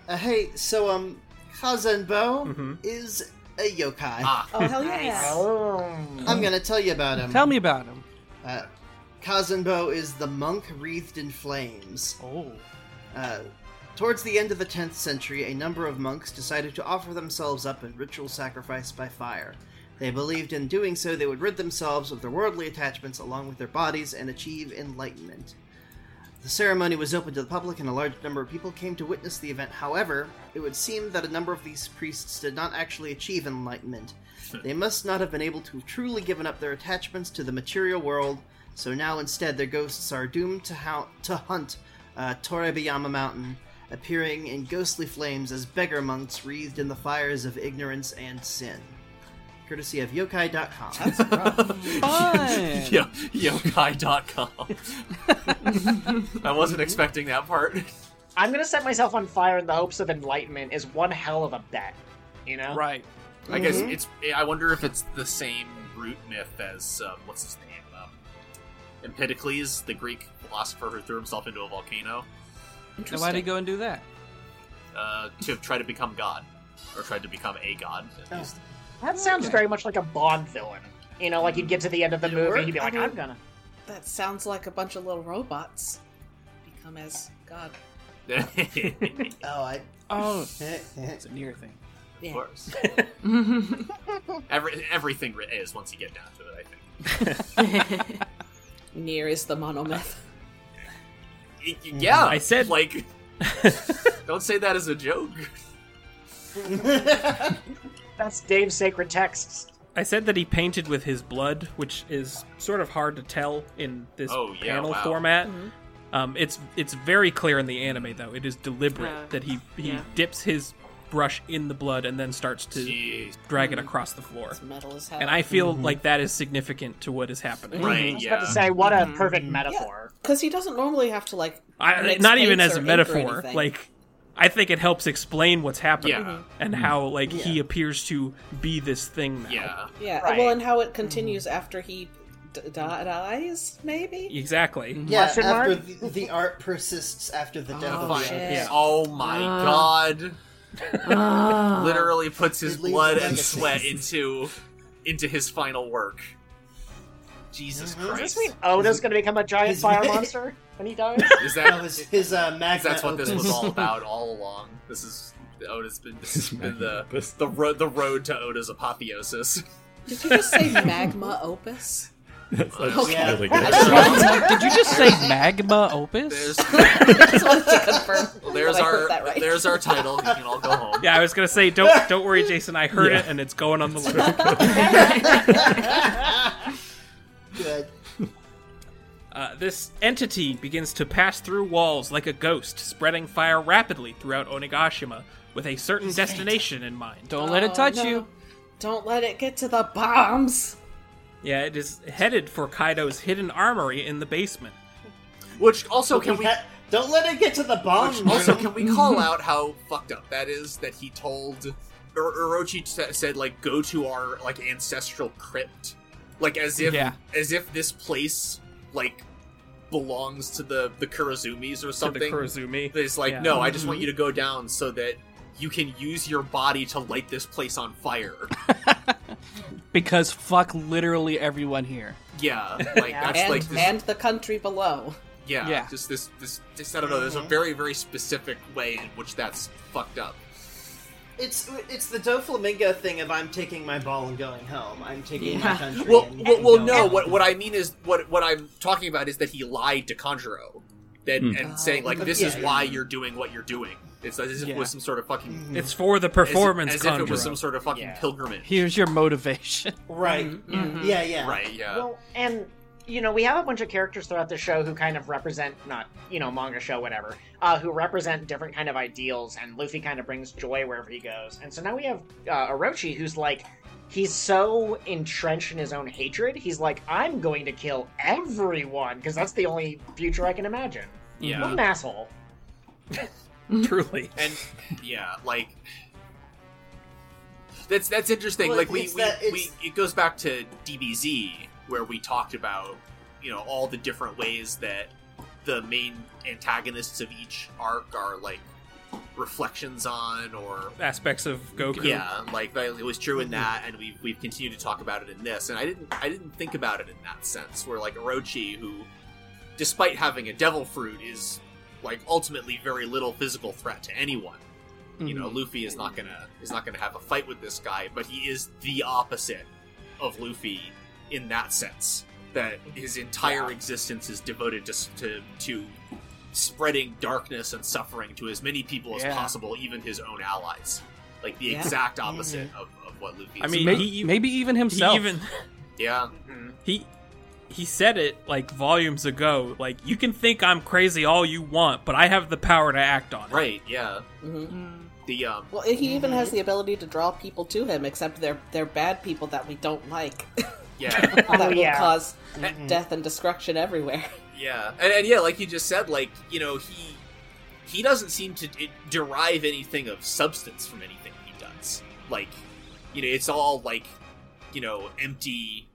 Uh, hey, so um, Kazenbo is a yokai. Ah. Oh hell yeah! Oh. I'm gonna tell you about him. Tell me about him. Uh, Kazenbo is the monk wreathed in flames. Oh. Uh, towards the end of the 10th century, a number of monks decided to offer themselves up in ritual sacrifice by fire. They believed in doing so they would rid themselves of their worldly attachments along with their bodies and achieve enlightenment. The ceremony was open to the public and a large number of people came to witness the event. However, it would seem that a number of these priests did not actually achieve enlightenment. They must not have been able to have truly given up their attachments to the material world, so now instead their ghosts are doomed to, hou- to hunt uh, Torebayama Mountain, appearing in ghostly flames as beggar monks wreathed in the fires of ignorance and sin. Courtesy of yokai.com. Fine. Yo- yokai.com. I wasn't expecting that part. I'm gonna set myself on fire in the hopes of enlightenment is one hell of a bet. You know? Right. I guess Mm-hmm. it's. I wonder if it's the same root myth as um, what's his name, um, Empedocles, the Greek philosopher who threw himself into a volcano And why'd he go and do that? uh, to try to become god, or tried to become a god. At least. That sounds very much like a Bond villain. You know, like you'd get to the end of the movie, he'd be like, I'm gonna. That sounds like a bunch of little robots become as God. of Oh, I. Oh, it's a near thing. course. Oh. Every, everything re- is once you get down to it. I think. Near is the monomyth. Y- y- Yeah, I Mm, said- like. don't say that as a joke. That's Dave's sacred texts. I said that he painted with his blood, which is sort of hard to tell in this Oh, yeah, panel wow. format. Mm-hmm. Mm-hmm. Um, it's it's very clear in the anime though. It is deliberate Yeah. that he he Yeah. dips his brush in the blood and then starts to Jeez. drag it across the floor. Mm-hmm. It's metal as hell. Mm-hmm. And I feel like that is significant to what is happening. Uh, Right? I was about Yeah. to say, what a perfect metaphor. Because he doesn't normally have to, like. I, mix not even paints as or a ink or metaphor. anything. Like, I think it helps explain what's happening Yeah. and how like he appears to be this thing now. Yeah. Yeah, Right. well, and how it continues after he d- d- dies, maybe? Mm-hmm. Exactly. Yeah, Question after mark? the, the art persists after the death of Fine. the shit. Yeah. Oh my Ah. god. Literally puts his It leaves blood a and legacy. sweat into into his final work. Jesus Mm-hmm. Does Christ. this mean Oda's gonna become a giant His fire ma- monster when he dies? Is That that was is his uh, magma. that's what this opus. was all about all along. This is Oda's been this has been the Opus. the road the road to Oda's apotheosis. Did you just say magma opus? That's Yeah. really good. Did you just say magma opus? There's just wanted to confirm. there's that I heard our that right. there's our title. You can all go home. Yeah, I was gonna say, don't don't worry, Jason. I heard it, Yeah. and it's going on the list. Good. Uh, this entity begins to pass through walls like a ghost, spreading fire rapidly throughout Onigashima with a certain destination in mind. Don't let it touch Oh, no. you. Don't let it get to the bombs! Yeah, it is headed for Kaido's hidden armory in the basement. Which also can we Ha- Don't let it get to the bomb Which room. also, can we call out how fucked up that is that he told or Orochi sa- said like go to our like ancestral crypt, like as if Yeah. as if this place like belongs to the the Kurozumis or something. To the Kurozumi. It's like Yeah. Mm-hmm. no, I just want you to go down so that you can use your body to light this place on fire. Because fuck literally everyone here. Oh yeah, like that's And, like this, and the country below. yeah, Yeah. just this this just I don't know. There's Mm-hmm. a very very specific way in which that's fucked up. It's it's the Doflamingo thing of I'm taking my ball and going home. I'm taking my Yeah. country. Well, and, well, and well going no. home. What what I mean is what what I'm talking about is that he lied to Conjuro, that Hmm. and saying like this Yeah, is Oh, yeah. why you're doing what you're doing. It's as if Yeah. it was some sort of fucking It's for the as if- performance as, if it was Conjuro. some sort of fucking Yeah. pilgrimage. Here's your motivation. right? Yeah, yeah. right? Yeah. Well, and you know, we have a bunch of characters throughout the show who kind of represent not, you know, manga show whatever, uh, who represent different kind of ideals, and Luffy kind of brings joy wherever he goes. And so now we have uh, Orochi, who's like, he's so entrenched in his own hatred, he's like, I'm going to kill everyone because that's the only future I can imagine. yeah. What an asshole! Truly. and yeah, like that's that's interesting. Well, like we it's we, that- we it's- it goes back to DBZ where we talked about you know all the different ways that the main antagonists of each arc are like reflections on or aspects of Goku. yeah, like that- it was true in that, and we've we've continued to talk about it in this. And I didn't I didn't think about it in that sense, where like Orochi, who, despite having a devil fruit, is like ultimately very little physical threat to anyone. You know, Mm-hmm. Luffy is not gonna is not gonna have a fight with this guy, but he is the opposite of Luffy in that sense. That his entire existence is devoted to s- to, to spreading darkness and suffering to as many people as Yeah. possible, even his own allies like the Yeah. exact Mm-hmm. opposite of, of what Luffy. I is mean, about. he e- Maybe, maybe even He himself. even yeah, hmm. he he said it like volumes ago. Like you can think I'm crazy all you want, but I have the power to act on it. right, yeah. The um, Well, he even has the ability to draw people to him, except they're they're bad people that we don't like. yeah, that will yeah. cause death and destruction everywhere. yeah, and, and yeah, like you just said, like you know, he he doesn't seem to d- derive anything of substance from anything he does. Like, you know, it's all like, you know, empty.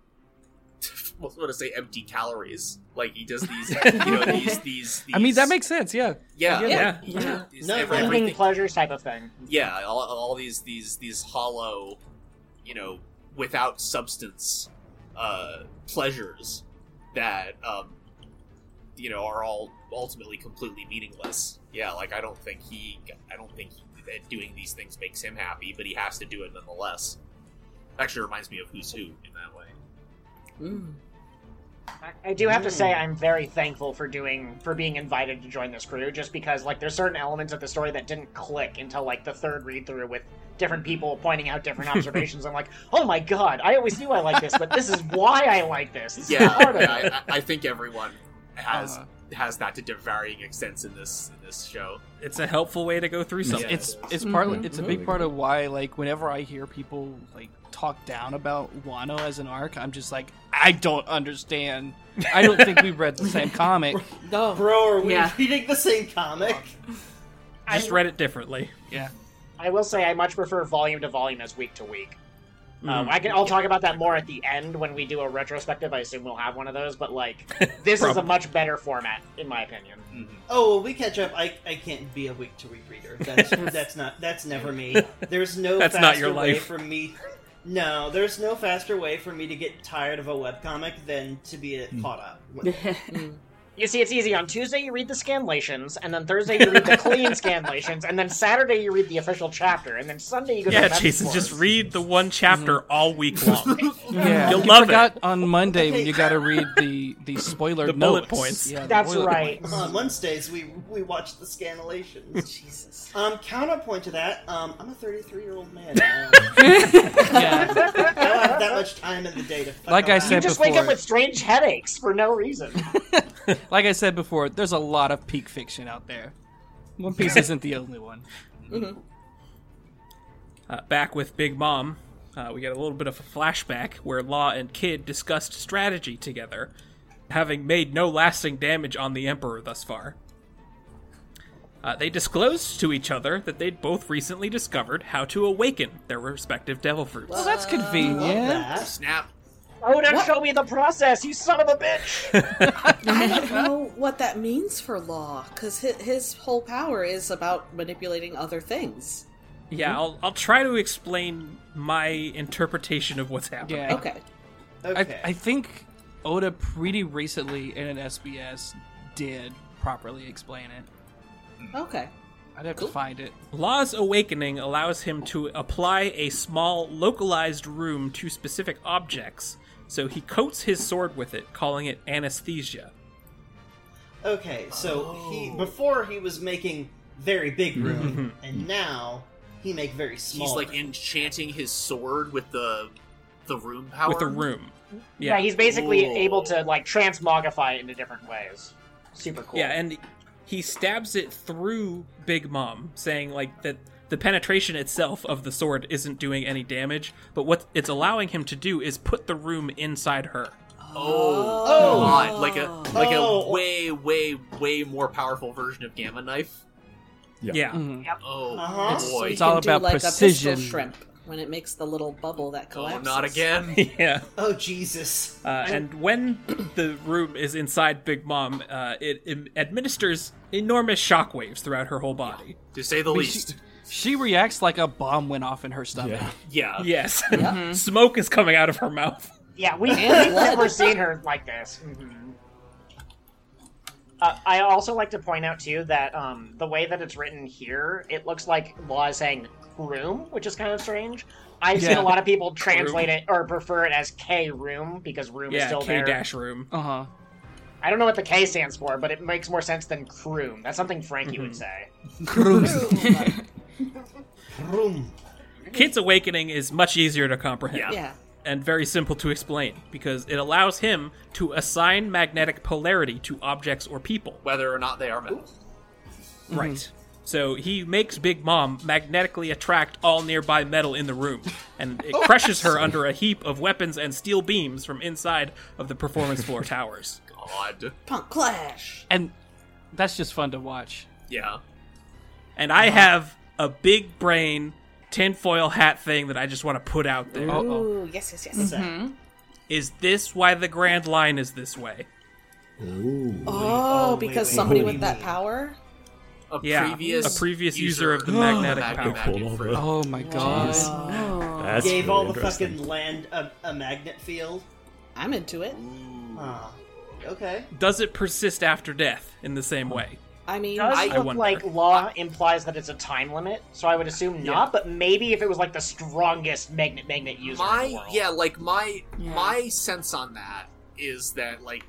What want to say? Empty calories. Like he does these, you know, these, these, these. I mean, that makes sense. Yeah. yeah, Yeah. yeah. These- No, every- Evening everything- pleasures type of thing. yeah all, all these these these hollow you know without substance uh pleasures that um you know are all ultimately completely meaningless yeah like i don't think he i don't think that doing these things makes him happy but he has to do it nonetheless actually reminds me of who's who in that way Mm. I- I do have to say I'm very thankful for doing for being invited to join this crew just because like there's certain elements of the story that didn't click until like the third read through with different people pointing out different observations. I'm like, oh my god, I always knew I like this, but this is why I like this. This is yeah, part of it. yeah, I, I think everyone has Uh. has that to varying extents in this in this show It's a helpful way to go through something. it's it it's partly it's a Really big part good. of why like whenever I hear people like talk down about Wano as an arc, I'm just like I don't understand. I don't think we read the same comic. Oh, No, Bro, are we Yeah. reading the same comic? Just read it differently. Yeah, I will say I much prefer volume to volume as week to week. Um, Mm. I can. I'll talk about that more at the end when we do a retrospective. I assume we'll have one of those, but like, this is a Probably. much better format, in my opinion. Oh, well, we catch up. I, I can't be a week to week reader. That's that's not that's never me. There's no That's faster not your way life. for me. No, there's no faster way for me to get tired of a webcomic than to be caught up. with- You see, it's easy. On Tuesday, you read the scanlations, and then Thursday, you read the clean scanlations, and then Saturday, you read the official chapter, and then Sunday, you go. Yeah, to the Jason, metaphors. just read the one chapter all week long. Mm-hmm. yeah. You'll You love it. forgot on Monday when you got to read the the spoiler The bullet notes. points. Yeah, the That's bullet right. points. On Wednesdays, we we watch the scanlations. Jesus. Um, counterpoint to that, um, I'm a 33 year old man. I Yeah, don't have that much time in the day to. fuck Like I around. said- Just wake up before. with strange headaches for no reason. like I said before, there's a lot of peak fiction out there. One Piece isn't the only one. Uh, back with Big Mom, uh, we get a little bit of a flashback where Law and Kid discussed strategy together, having made no lasting damage on the Emperor thus far. Uh, they disclosed to each other that they'd both recently discovered how to awaken their respective devil fruits. Well, that's Love convenient. that. snap Oh, don't show me the process, you son of a bitch! I don't know what that means for law, because his, whole power is about manipulating other things. yeah, I'll, I'll try to explain my interpretation of what's happening. Yeah. Okay. I, Okay. I think Oda pretty recently in an SBS did properly explain it. Mm. Okay. I'd have to find it. Law's awakening allows him to apply a small, localized room to specific objects, so he coats his sword with it, calling it anesthesia. Okay, so he before he was making very big room, and now he make very small. he's like room. enchanting his sword with the the room power With a room. Yeah, Yeah. he's basically Ooh. able to like transmogify into different ways. Super cool. Yeah, and he stabs it through Big Mom, saying, like, that the penetration itself of the sword isn't doing any damage, but what it's allowing him to do is put the room inside her. Oh, Oh. god! Like a like Oh. a way way way more powerful version of Gamma Knife. Yeah. Yeah. Mm-hmm. Mhm. Oh Uh-huh. So boy! you It's all can do, about like A precision. pistol shrimp when it makes the little bubble that oh, collapses. not again! yeah. oh Jesus! Uh, and when the room is inside Big Mom, uh, it, im- administers enormous shockwaves throughout her whole body. to say the mean, least. She reacts like a bomb went off in her stomach. Yeah. Yes. Smoke is coming out of her mouth. Yeah, we, we've never seen her like this. Mhm. Uh, I also like to point out too that um, the way that it's written here, it looks like Law is saying "room," which is kind of strange. I've seen Yeah. a lot of people translate it or prefer it as "K room" because "room" is Yeah, still K there. dash room. Uh huh. I don't know what the K stands for, but it makes more sense than "croom." That's something Frankie would say. Mm-hmm. Vroom. Kid's awakening is much easier to comprehend. Yeah. and very simple to explain because it allows him to assign magnetic polarity to objects or people. Whether or not they are metal. Mm-hmm. Right. So he makes Big Mom magnetically attract all nearby metal in the room, and Oh. it crushes her under a heap of weapons and steel beams from inside of the performance floor towers. God. Punk Clash. And that's just fun to watch. Yeah. And I have a big brain tinfoil hat thing that I just want to put out there. Is Uh-oh. Ooh, yes, yes, yes. Mm-hmm. this why the Grand Line is this way? Ooh. Oh, Oh, wait, because wait, somebody wait, with wait, that wait. power? A Yeah, previous a previous user of the magnetic power. Pulled all the- Oh my god. Oh. That's Gave really all the interesting. fucking land a, a magnet field. I'm into it. Huh. Okay. Does it persist after death in the same way? I mean, does I look wonder. like law implies that it's a time limit, so I would assume not. But maybe if it was like the strongest magnet magnet user, in the my world. yeah like my Yeah. my sense on that is that like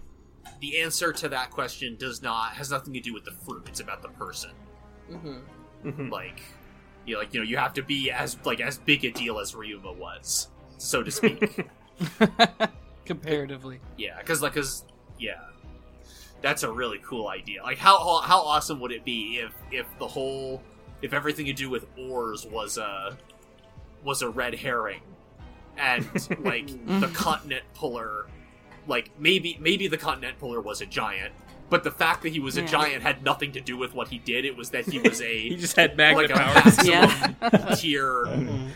the answer to that question does not has nothing to do with the fruit it's about the person Mm-hmm. mhm. like you know, like you know you have to be as like as big a deal as ryuma was so to speak Comparatively. yeah because like because yeah that's a really cool idea like how how awesome would it be if if the whole if everything to do with ores was a was a red herring and like the continent puller like maybe maybe the continent puller was a giant but the fact that he was a Yeah. giant had nothing to do with what he did it was that he was He a just had magnet like a powers. Yeah. maximum tier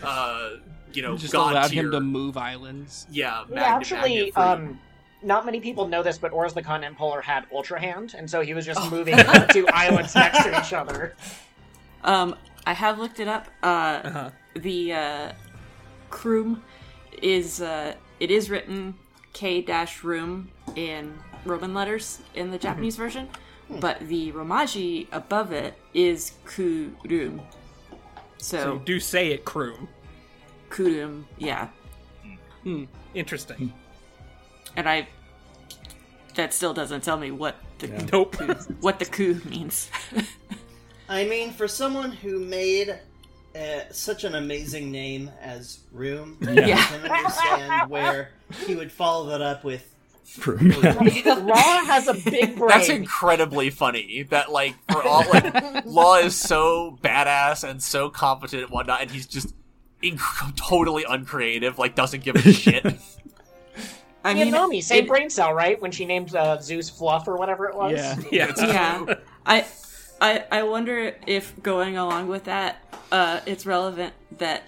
uh you know just god allowed tier him to move islands. yeah, magnet, yeah, actually, magnet fruit. um, not many people know this, but Ors the Continent Polar had Ultra Hand, and so he was Oh. just moving the two islands next to each other. Um, I have looked it up. Uh, Uh-huh. The uh, Kroom is uh, it is written K dash room in Roman letters in Mm-hmm. the Japanese version, Hmm. but the Romaji above it is Kurum. So So, do say it, Kroom. Kurum, yeah. Hmm, Interesting. And I that still doesn't tell me what the Nope. what the ku means. I mean, for someone who made uh, such an amazing name as Room, I Yeah. can understand where he would follow that up with Vroom. Law has a big brain. That's incredibly funny. That like for all like Law is so badass and so competent and whatnot, and he's just inc- totally uncreative. Like doesn't give a shit. I Me mean, and Nomi, same it- brain cell, right? When she named uh, Zeus Fluff or whatever it was. Yeah. yeah. yeah I, I i wonder if going along with that uh it's relevant that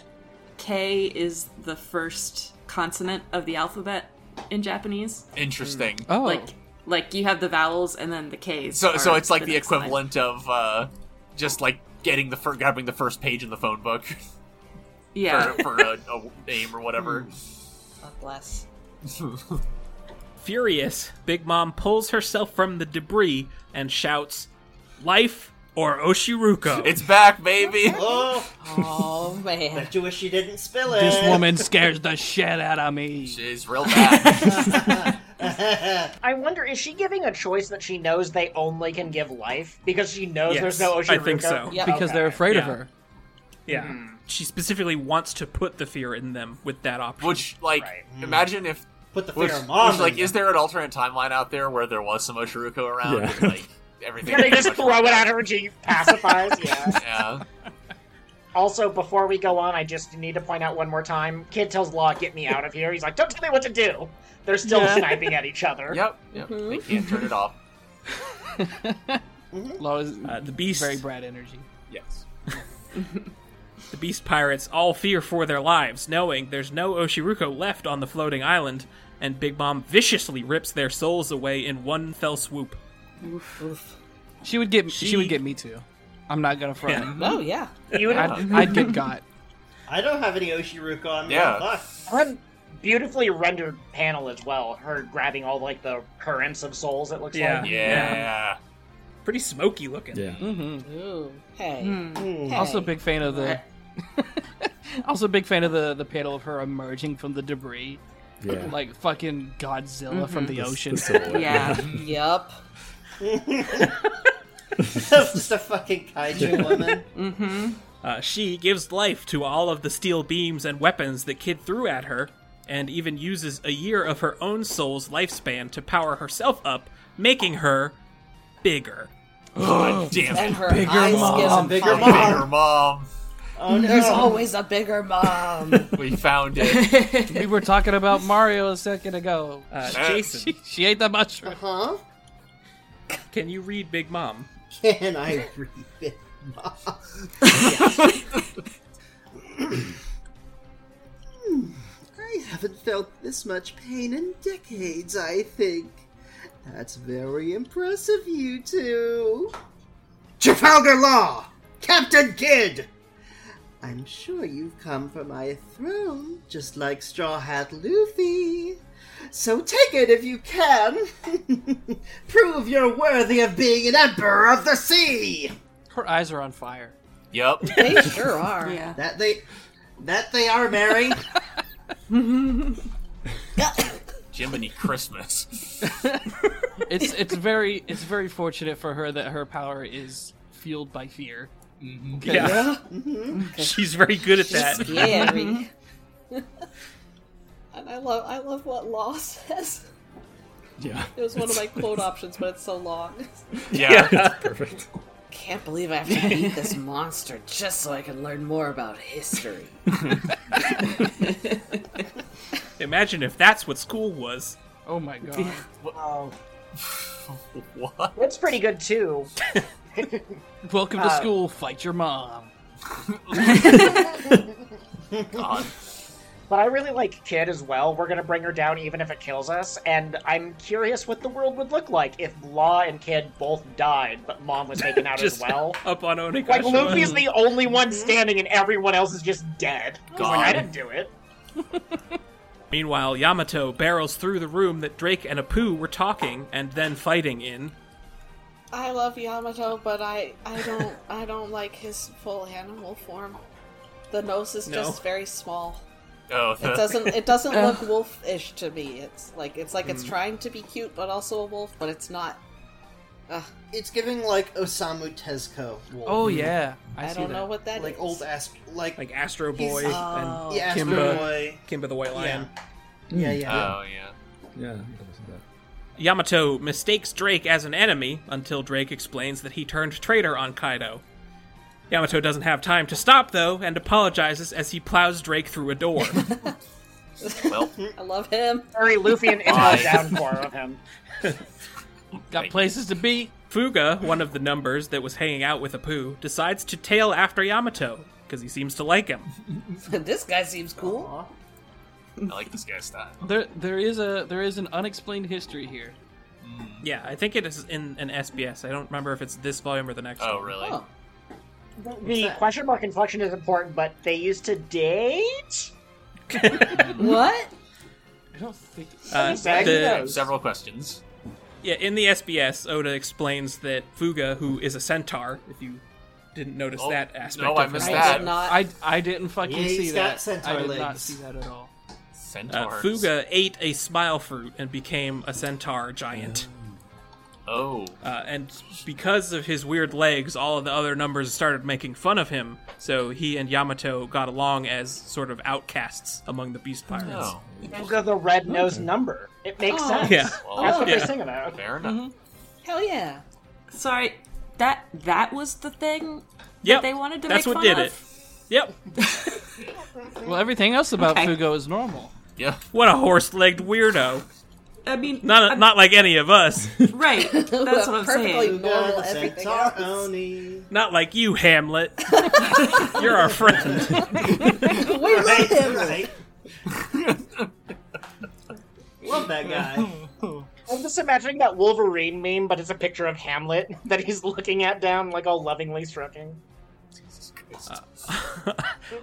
k is the first consonant of the alphabet in japanese Interesting. Mm. Oh. like like you have the vowels and then the k's So so are it's like the, next line. equivalent of uh, just like getting the fir- grabbing the first page in the phone book yeah for, for a, a name or whatever. God bless. Furious, Big Mom pulls herself from the debris and shouts, "Life or Oshiruko!" It's back, baby. "Oh, Oh, man. bet you wish you didn't spill it." This woman scares the shit out of me. She's real bad. I wonder, is she giving a choice that she knows they only can give life because she knows Yes, Oh, there's no I ocean? think so. Yep. Because they're afraid of Yeah. her. yeah. She specifically wants to put the fear in them with that option. Which like Right. Mm. imagine if Hmm. Put the Which, fear of mom. which, in like, you. is there an alternate timeline out there where there was some Oshiruko around? Yeah. and, like, everything. They just throw it at her and she pacifies. Yeah. Yeah. Also, before we go on, I just need to point out one more time. Kid tells Law, get me out of here. He's like, don't tell me what to do. They're still sniping at each other. Yep. Yep. They can't turn it off. Mm-hmm. Law is uh, the beast, very Brad energy. Yes. the beast pirates all fear for their lives, knowing there's no Oshiruko left on the floating island, and Big Mom viciously rips their souls away in one fell swoop. She would get. She, She- would get me too. I'm not gonna front. Oh yeah. You would I'd, I'd get got. I don't have any Oshiruk on. Yeah. Fuck. Her beautifully rendered panel as well. Her grabbing all like the currents of souls. It looks Yeah. like. Yeah. Pretty smoky looking. Yeah. hmm Ooh. Hey. Hmm. Hey. Also, a big fan of the. also, a big fan of the the panel of her emerging from the debris, Yeah. like fucking Godzilla from the ocean. The silhouette. Yeah. Yup. Mm-hmm. That's just a fucking kaiju woman. Mm-hmm. Uh, she gives life to all of the steel beams and weapons that Kid threw at her, and even uses a year of her own soul's lifespan to power herself up, making her bigger. God damn it. And her eyes mom. give Bigger pop. mom. Bigger mom. Oh no. There's always a bigger mom. We found it. we were talking about Mario a second ago. Uh, Uh, Jason, She, she ate the mushroom. huh? Uh-huh. can you read Big Mom? Can I read it? Mom? Hmm, I haven't felt this much pain in decades, I think. That's very impressive, you two. Trafalgar Law! Captain Kidd! I'm sure you've come for my throne, just like Straw Hat Luffy. So take it if you can! Prove you're worthy of being an Emperor of the Sea! Her eyes are on fire. Yep. they sure are. Yeah. That they. That they are, Mary. Jiminy Christmas. It's it's very it's very fortunate for her that her power is fueled by fear. Yeah. Mm-hmm. Mm-hmm. She's very good at that. Mm-hmm. Scary. and I love I love what Law says. Yeah. It was one of my quote options, but it's so long. Yeah. Perfect. Can't believe I have to beat this monster just so I can learn more about history. Imagine if that's what school was. Oh my god. Oh, What? it's pretty good too. Uh, Welcome to school. Fight your mom. God. But I really like Kid as well. We're gonna bring her down even if it kills us. And I'm curious what the world would look like if Law and Kid both died, but Mom was taken out as Just well. up on Onigashima. Like Luffy's the only one standing, and everyone else is just dead. He's like, I God. didn't do it. Meanwhile, Yamato barrels through the room that Drake and Apu were talking and then fighting in. I love Yamato, but I I don't I don't like his full animal form. The nose is No. just very small. Oh, It doesn't it doesn't look wolf-ish to me. It's like it's like it's trying to be cute but also a wolf, but it's not. it's giving like Osamu Tezuko. wolf. Oh yeah. I, I, see don't that. know what that is. like old ass, like, Like Astro Boy He's- and yeah, Astro Kimba. Boy. Kimba the White Lion. Yeah, yeah, yeah. Oh, yeah. Yeah. I think that was that. Yamato mistakes Drake as an enemy until Drake explains that he turned traitor on Kaido. Yamato doesn't have time to stop, though, and apologizes as he plows Drake through a door. Well, I love him. Sorry, Luffy and Why? Intel down for of him. Got places to be. Fuga, one of the numbers that was hanging out with Apu, decides to tail after Yamato, because he seems to like him. this guy seems cool. I like this guy's style. There there is a there is an unexplained history here. Yeah, I think it is in an SBS. I don't remember if it's this volume or the next Oh, one. really? Oh. The question mark inflection is important, but they used to date. What? I don't think. Uh, Exactly the- those. Several questions. Yeah, in the SBS, Oda explains that Fuga, who is a centaur, if you didn't notice Oh, that aspect no, of I her- missed I that. did not. I I didn't fucking Yeah, he's see got that. centaur I did not legs. see that at all. Uh, Centaurs. Fuga ate a smile fruit and became a centaur giant. Oh. Uh, and because of his weird legs, all of the other numbers started making fun of him. So he and Yamato got along as sort of outcasts among the beast pirates. No. Fuga the red nosed number. It makes Oh. sense. Yeah. Well, That's what Yeah. they sing about. fair enough. Hell yeah. Sorry. That that was the thing Yep, they wanted to that's make fun what did it. of? Yep, Well, everything else about Okay. Fugo is normal. Yeah. what a horse-legged weirdo! I mean, Not I'm- not like any of us. right. That's what I'm Perfectly saying. normal. Fuga the Everything Centaur else. Oni. Not like you, Hamlet. You're our friend. We love him. Right. Love that guy. Oh, Oh, I'm just imagining that Wolverine meme, but it's a picture of Hamlet that he's looking at down, like all lovingly stroking. Uh,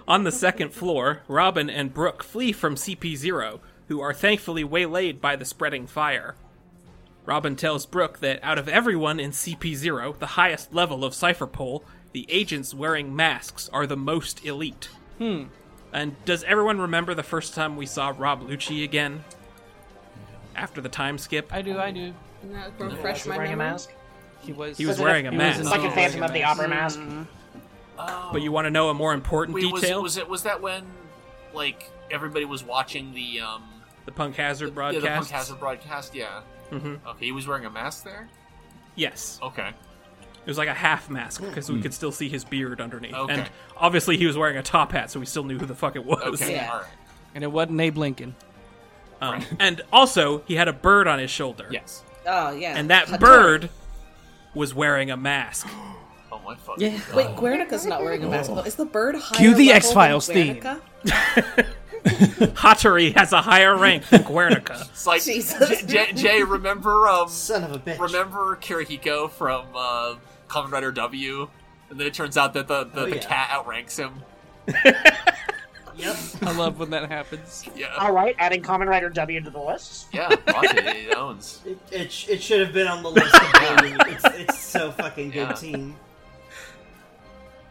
On the second floor, Robin and Brooke flee from CP0, who are thankfully waylaid by the spreading fire. Robin tells Brooke that out of everyone in CP0, the highest level of Cypherpole, the agents wearing masks are the most elite. Hmm. And does everyone remember the first time we saw Rob Lucci again? After the time skip? I do, I do. And that refresh my Wearing a memory. mask, He was. He was wearing a he mask. was Hmm. like Oh, a Phantom of the yes. Opera mask. But you want to know a more important Wait, was, detail? was it was that when like everybody was watching the um the Punk Hazard yeah, broadcast? the punk hazard broadcast? Yeah. Mhm. Okay, he was wearing a mask there. Yes. Okay. It was like a half mask because Hmm. we could still see his beard underneath. Okay. And obviously he was wearing a top hat, so we still knew who the fuck it was. Okay. Yeah. All right. And it wasn't Abe Lincoln. Um, and also, he had a bird on his shoulder. Yes. Oh yeah. And that bird was wearing a mask. Oh my fuck. Wait, Guernica's not wearing a mask. though. Is the bird higher? Cue level the than X-Files theme. Guernica? Hattori has a higher rank than Guernica. It's like Jesus. J- J- Jay, remember um Son of a bitch. remember Kirihiko from uh, Kamen Rider W, and then it turns out that the the, the yeah. cat outranks him. Yep. I love when that happens. Yeah. All right, adding Common Rider W to the list. Yeah, watch it, it owns. It, it, sh- it should have been on the list. Of Bambi. it's, it's so fucking good Yeah. team.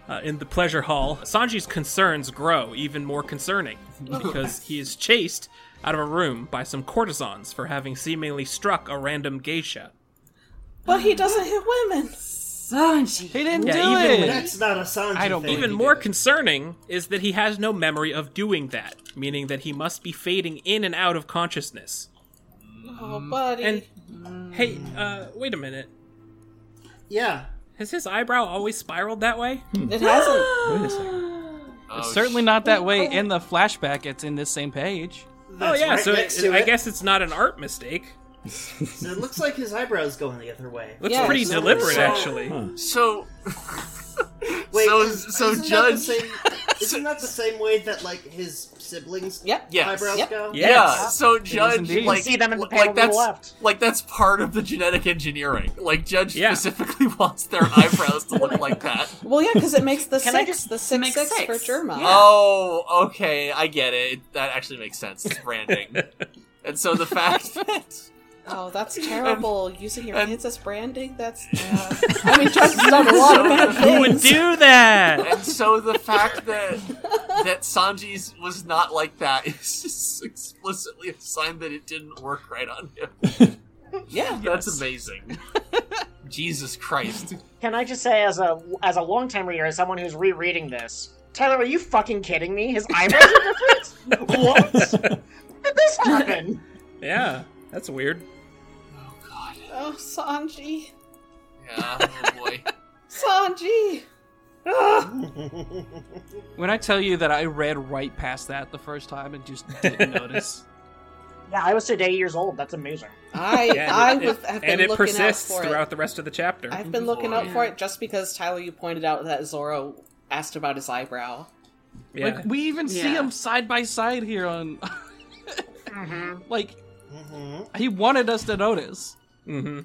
Uh, in the pleasure hall, Sanji's concerns grow even more concerning because he is chased out of a room by some courtesans for having seemingly struck a random geisha. But he doesn't hit women. He Sanji. didn't Yeah, do even it. That's not a Sanji I don't thing. believe Even he more did. concerning is that he has no memory of doing that, meaning that he must be fading in and out of consciousness. Oh, Um, buddy. And hey, uh, wait a minute. Yeah. Has his eyebrow always spiraled that way? it uh, hasn't. Wait a second. Oh, It's certainly sh- not that way in the flashback. It's in this same page. oh That's yeah, right so next it- to I it. guess it's not an art mistake. So it looks like his eyebrows going the other way. Looks Yeah, pretty it's- deliberate, so- actually. So Wait, So- is- so isn't that the Judge- same- isn't that the same way that like his siblings? Yep. Yes. Eyebrows Yep. go. Yes. yeah, so Judge indeed. like You see them in the like panel to the that's left. like that's part of the genetic engineering. Like Judge Yeah. specifically wants their eyebrows to look like that. Well, yeah, because it makes the Can I six, just- the it six makes six, six. for Germa. Yeah. Oh, okay, I get it. That actually makes sense. It's branding. and so the fact that Oh, that's terrible. Using your and- kids as branding. That's. Uh, I mean, Justin's done a lot of bad Who would things. do that? and so the fact that that Sanji's was not like that is just explicitly a sign that it didn't work right on him. Yeah. That's amazing. Jesus Christ. Can I just say, as a as a longtime reader, as someone who's rereading this, Tyler, are you fucking kidding me? His eyebrows are different. what? Did this happen? yeah, that's weird. Oh, Sanji. Yeah, oh boy. Sanji. When I tell you that I read right past that the first time and just didn't notice. Yeah, I was today years old. That's amazing. I Yeah, I and it- was, have been and it looking persists out for throughout it. the rest of the chapter. I've been looking out Yeah. for it just because Tyler, you pointed out that Zoro asked about his eyebrow. yeah. Like we even see Yeah. him side by side here on Mm-hmm. like hmm he wanted us to notice. hmm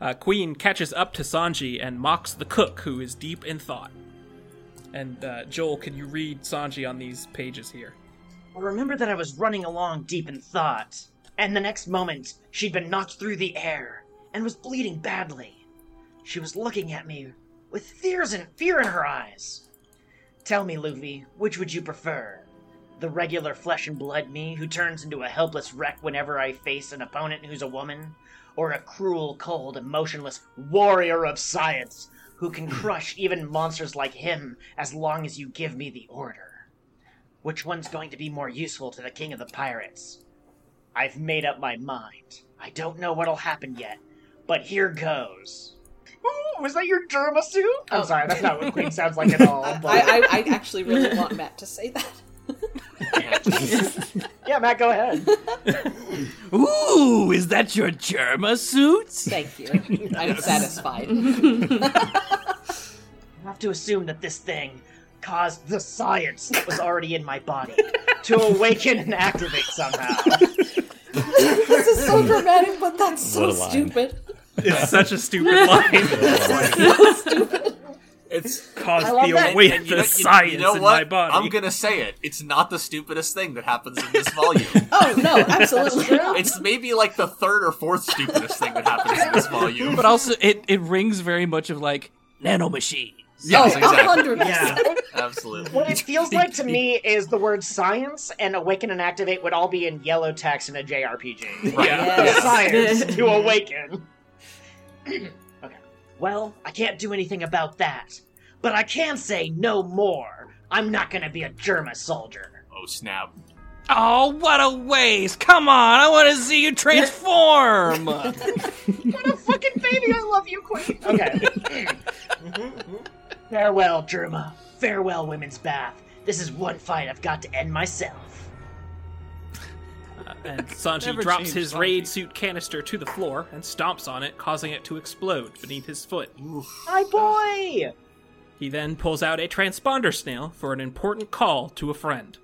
Uh, Queen catches up to Sanji and mocks the cook, who is deep in thought. And uh, Joel, can you read Sanji on these pages here? I remember that I was running along deep in thought, and the next moment she'd been knocked through the air and was bleeding badly. She was looking at me with fears and fear in her eyes. Tell me, Luffy, which would you prefer? The regular flesh and blood me who turns into a helpless wreck whenever I face an opponent who's a woman, or a cruel, cold, emotionless warrior of science who can crush even monsters like him as long as you give me the order? Which one's going to be more useful to the king of the pirates? I've made up my mind. I don't know what'll happen yet, but here goes. Ooh, was that your Germa suit? I'm Oh. sorry, that's not what Queen sounds like at all. I, But... I, I actually really want Matt to say that. Yeah, Matt, go ahead. Ooh, is that your Germa suit? Thank you. I'm satisfied. I have to assume that this thing caused the science that was already in my body to awaken and activate somehow. is so dramatic, but that's so What a line. stupid. It's such a stupid line. It's Caused I love the that. weight and of you know- the you- you science know in what? my body. I'm gonna say it. It's not the stupidest thing that happens in this volume. Oh no, absolutely. it's maybe like the third or fourth stupidest thing that happens in this volume. But also, it, it rings very much of like nanomachines. yes, oh, exactly. 100%. Yeah. Absolutely. What it feels like to me is the word science and awaken and activate would all be in yellow text in a JRPG. Right. Yes. Science to awaken. okay. Well, I can't do anything about that, but I can say no more. I'm not gonna be a Germa soldier. Oh snap. Oh, what a waste! Come on, I want to see you transform. What a Oh, fucking baby! I love you, Queen. Okay. Farewell, Germa. Farewell, women's bath. This is one fight I've got to end myself. and Sanji Never drops change, his Sanji. raid suit canister to the floor and stomps on it, causing it to explode beneath his foot. My boy. He then pulls out a transponder snail for an important call to a friend.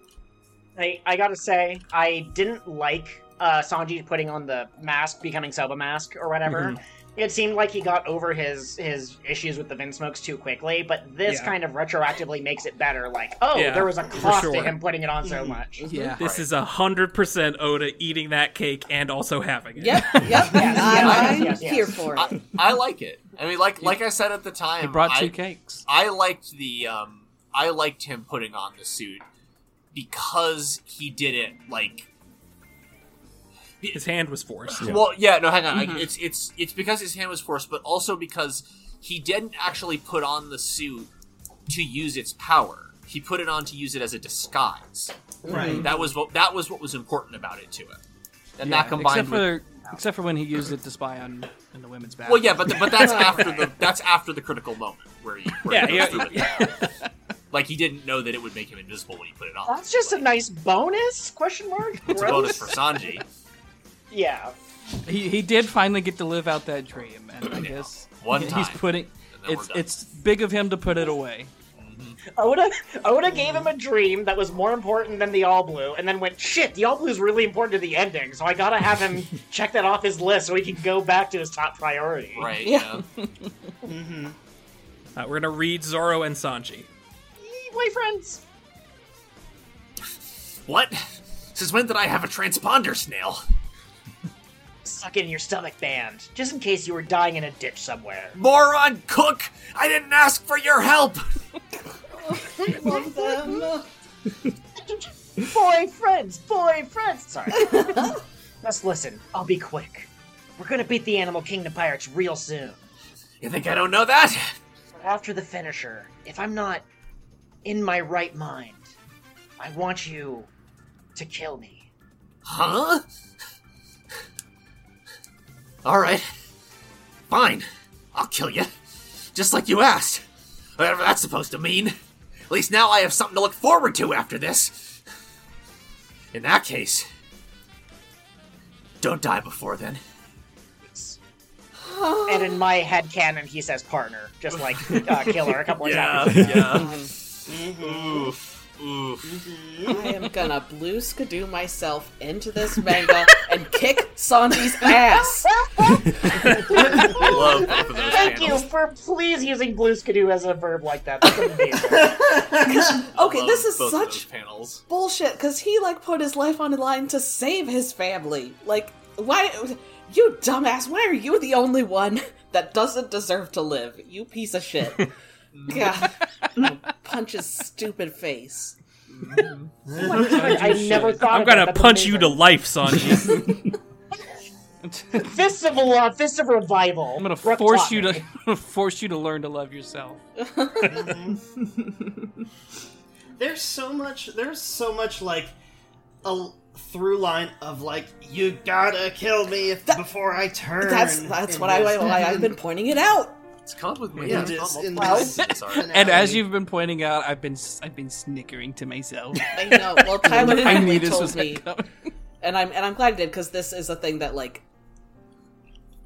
I, I gotta say, I didn't like uh, Sanji putting on the mask, becoming Soba mask or whatever. It seemed like he got over his his issues with the Vinsmokes too quickly, but this Yeah. kind of retroactively makes it better. Like, oh, Yeah, there was a cost sure. to him putting it on Mm-hmm. so much. Mm-hmm. yeah. This is a hundred percent Oda eating that cake and also having it. Yep, yep. I'm yes, yes. here for it. I, I like it. I mean, like like I said at the time, He brought I, two cakes. I liked the um I liked him putting on the suit because he did it like His hand was forced. well yeah no hang on Mm-hmm. I, it's it's it's because his hand was forced but also because he didn't actually put on the suit to use its power he put it on to use it as a disguise Right. that was what that was what was important about it to him and Yeah, that combined except with for except for when he used it to spy on in the women's bathroom. well yeah but the, but that's after the that's after the critical moment where he where Yeah, he yeah, goes through with it. like he didn't know that it would make him invisible when he put it on That's just a nice bonus? Question mark. it's a bonus for Sanji. Yeah. he he did finally get to live out that dream, and I guess One he- time. he's putting. then we're It's done. it's big of him to put it away. Mm-hmm. Oda Oda gave him a dream that was more important than the All Blue, and then went, shit, the All Blue's really important to the ending, so I gotta have him check that off his list so he can go back to his top priority. Right. Yeah. Yeah. Mm-hmm. Uh, we're gonna read Zoro and Sanji. Yee, Boyfriends! What? Since when did I have a transponder snail? Suck it in your stomach band, just in case you were dying in a ditch somewhere. Moron cook! I didn't ask for your help! Love them. boyfriends! Boyfriends! Sorry. Just listen, I'll be quick. We're gonna beat the Animal Kingdom Pirates real soon. You think I don't know that? after the finisher, if I'm not in my right mind, I want you to kill me. Huh? Alright. Fine. I'll kill you. Just like you asked. Whatever that's supposed to mean. At least now I have something to look forward to after this. In that case, don't die before then. And in my head canon, he says partner, just like uh, killer a couple of times. yeah. Mm-hmm. Oof. Oof. I am gonna blue skidoo myself into this manga and kick Sanji's ass. Love both of those Thank you panels. for please using blue skidoo as a verb like that. That's amazing. Okay, Love this is both of those such panels. bullshit because he like put his life on the line to save his family. Like, why, you dumbass? Why are you the only one that doesn't deserve to live? You piece of shit. God, punch his stupid face. Mm-hmm. I never thought. I'm of that. gonna That's punch you to amazing. life, Sanji. fists of love, fists of revival. I'm gonna force you to force you to learn to love yourself. there's so much there's so much like a l- through line of like you gotta kill me if, before I turn. That's that's in what I this- why I've been pointing it out. It's come with me. Yeah, It's just not in Oh. multiple this- times. Sorry. And as finale. you've been pointing out, I've been s- I've been snickering to myself. I know. Well, Tyler I knew finally this was told me, coming. and I'm and I'm glad he did because this is a thing that like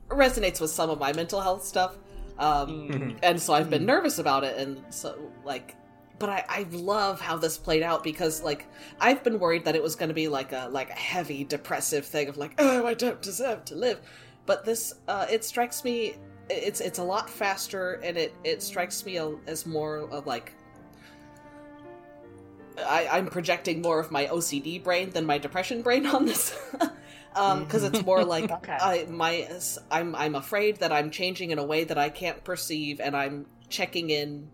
resonates with some of my mental health stuff, um, and so I've been nervous about it, and so like but I, I love how this played out because like I've been worried that it was going to be like a like a heavy depressive thing of like oh I don't deserve to live, but this uh, it strikes me it's it's a lot faster and it it strikes me a- as more of like I, I'm projecting more of my OCD brain than my depression brain on this. Because Um, it's more like Okay. I, my I'm I'm afraid that I'm changing in a way that I can't perceive, and I'm checking in,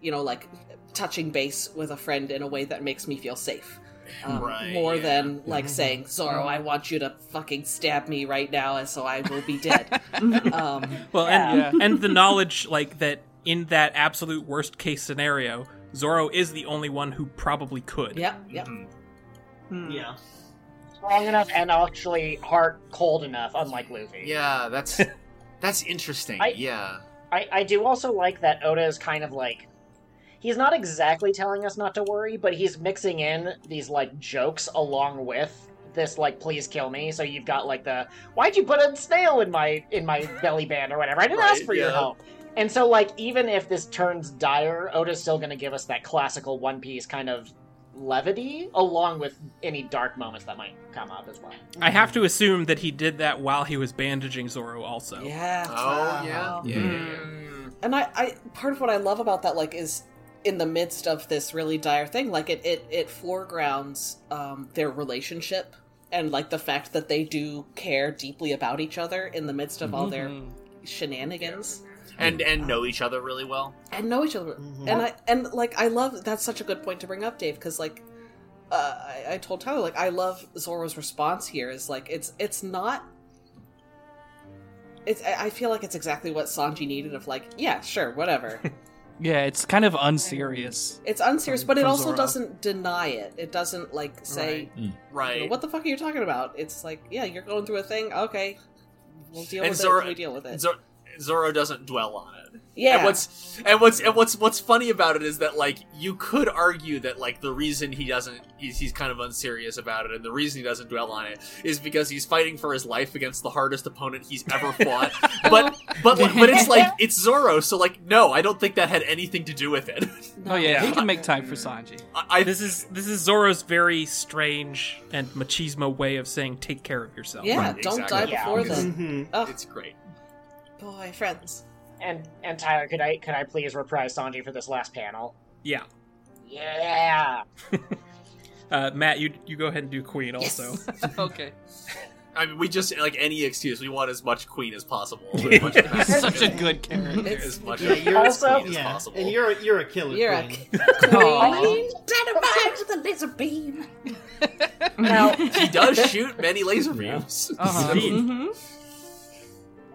you know, like touching base with a friend in a way that makes me feel safe. Um, Right, more yeah. than like saying, Zorro, I want you to fucking stab me right now, and so I will be dead. um, Well, and and the knowledge like that in that absolute worst case scenario, Zoro is the only one who probably could. yep, yep. Hmm. Yeah. Strong enough and actually heart cold enough, unlike Luffy. Yeah, that's that's interesting. I- yeah. I, I do also like that Oda is kind of like he's not exactly telling us not to worry, but he's mixing in these like jokes along with this like please kill me. So you've got like the why'd you put a snail in my in my belly band or whatever? I didn't ask Right, for your yeah. help. And so like even if this turns dire, Oda's still gonna give us that classical one piece kind of levity along with any dark moments that might come up as well. I have to assume that he did that while he was bandaging Zoro also. Yeah. Oh yeah. Yeah. and I, I part of what I love about that like is in the midst of this really dire thing like it it, it foregrounds um, their relationship and like the fact that they do care deeply about each other in the midst of all their shenanigans And and know each other really well. and know each other Mm-hmm. and i and like i love that's such a good point to bring up dave because like uh, I, I told tyler like i love zoro's response here is like it's it's not it's i I feel like it's exactly what sanji needed of like yeah sure whatever Yeah, it's kind of unserious. It's unserious, but it from also Zorro. doesn't deny it. It doesn't like say, Mm. you know, Right. "What the fuck are you talking about?" It's like, "Yeah, you're going through a thing. Okay, we'll deal And with Zorro- it. when We deal with it." Zor- Zoro doesn't dwell on it. yeah, And what's and what's and what's what's funny about it is that like you could argue that like the reason he doesn't he's, he's kind of unserious about it and the reason he doesn't dwell on it is because he's fighting for his life against the hardest opponent he's ever fought. but but like, but it's like it's Zoro, so like no, I don't think that had anything to do with it. Oh yeah, he Yeah. can make time for Sanji. I, I This is this is Zoro's very strange and machismo way of saying take care of yourself. yeah, Right, don't exactly. die Yeah. before It's- then. Mm-hmm. Oh, it's great. boy, friends. And and Tyler, could I could I please reprise Sanji for this last panel? Yeah. Yeah. Uh, Matt, you you go ahead and do Queen also. okay. I mean, we just like any excuse. We want as much queen as possible. He's such a good character. as much Yeah, you're- Also- queen as yeah. possible. And you're a, you're a killer You're a queen. Aw. Dynamite with a laser beam. Now he does shoot many laser beams. Uh-huh. Indeed.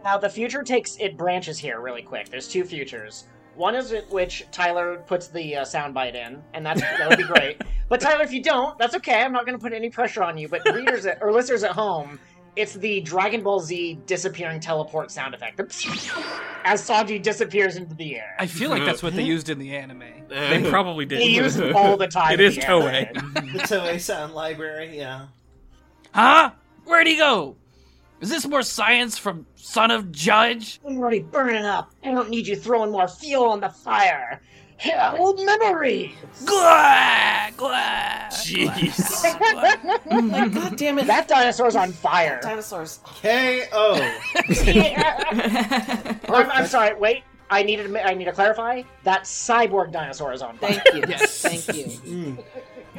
Now the future takes it branches here really quick. There's two futures. One is in which Tyler puts the uh, soundbite in, and that's that would be great. But Tyler, if you don't, that's okay. I'm not going to put any pressure on you. But readers at, or listeners at home, it's the Dragon Ball Z disappearing teleport sound effect as Sanji disappears into the air. I feel like that's what they used in the anime. They probably did. He used all the time. It in is the Toei. anime. The Toei Sound Library, yeah. Huh? Where'd he go? Is this more science from Son of Judge? I'm already burning up. I don't need you throwing more fuel on the fire. Yeah, old memory. Glah, glah, Jeez. glah. Like, god damn it, That dinosaur's on fire. dinosaurs. K.O. I'm, I'm sorry. Wait, I need to. I need to clarify. That cyborg dinosaur is on fire. Thank you. Thank you.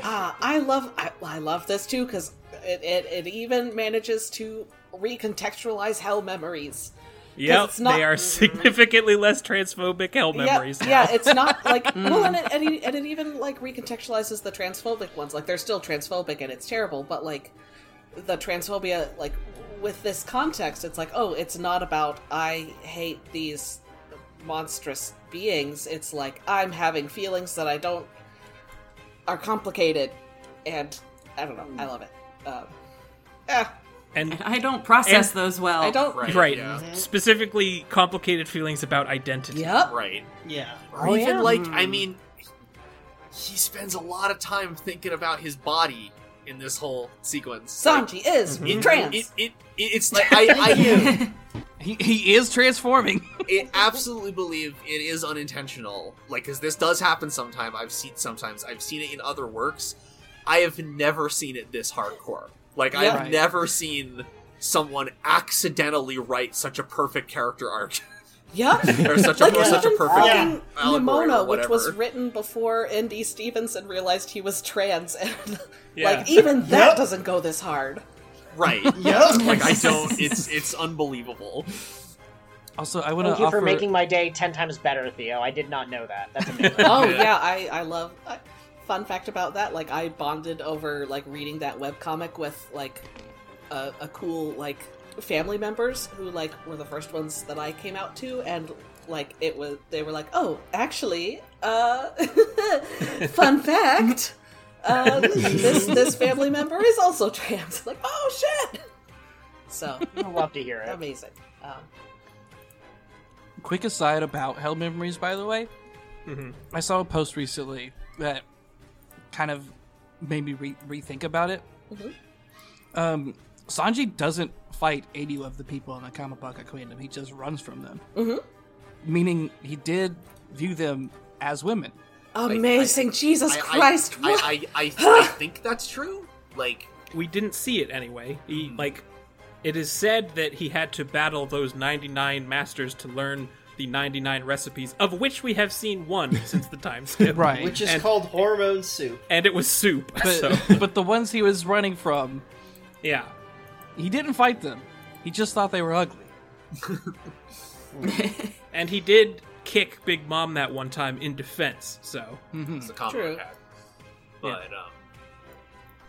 Ah, I love I, I love this too because it, it it even manages to recontextualize hell memories. Yep, it's not- they are significantly less transphobic hell memories. Yeah, now. yeah it's not like well, and it, and, it, and it even like recontextualizes the transphobic ones. Like they're still transphobic and it's terrible, but like the transphobia, like with this context, it's like oh, it's not about I hate these monstrous beings. It's like I'm having feelings that I don't are complicated, and I don't know. I love it. Um, eh, And I don't process those well. I don't. Right. right, Yeah. specifically complicated feelings about identity. Yep. Oh, Right. Yeah. Or even like, I mean, he spends a lot of time thinking about his body in this whole sequence. Sanji is Like, it, trans. it, it, it- it's like I, I He, he is transforming. I absolutely believe it is unintentional. Like, because this does happen sometime. I've seen sometimes. I've seen it in other works. I have never seen it this hardcore. Like, I've Right. never seen someone accidentally write such a perfect character arc Yup. or such a, Like or such a even perfect fucking allegory or Nimona, which whatever. was written before N.D. Stevenson realized he was trans, and Yeah. like even that Yep. doesn't go this hard. right. Yep. Like, I don't. It's it's unbelievable. Also, I want to Thank you offer for making my day ten times better, Theo. I did not know that. That's amazing. Oh yeah, I I love. I, fun fact about that, like I bonded over like reading that webcomic with like a, a cool like family members who like were the first ones that I came out to, and like it was they were like, oh, actually, uh, fun fact. Uh, this this family member is also trans. Like, oh shit! So I love to hear it. amazing. Um, quick aside about Hell Memories, by the way. Mm-hmm. I saw a post recently that kind of made me re- rethink about it. Mm-hmm. Um, Sanji doesn't fight 80 of the people in the Kamabaka Kingdom, he just runs from them. Mm-hmm. Meaning he did view them as women. amazing, Jesus I, I- Christ! I, what? I, I, Hmm. I, think that's true. Like, we didn't see it anyway. He like it is said that he had to battle those 99 masters to learn the 99 recipes of which we have seen one since the time skip. Right. Which is And- called hormone soup. And it was soup. But, So, but the ones he was running from, yeah. he didn't fight them. He just thought they were ugly. And he did kick Big Mom that one time in defense. So, it's a common True. attack. But um,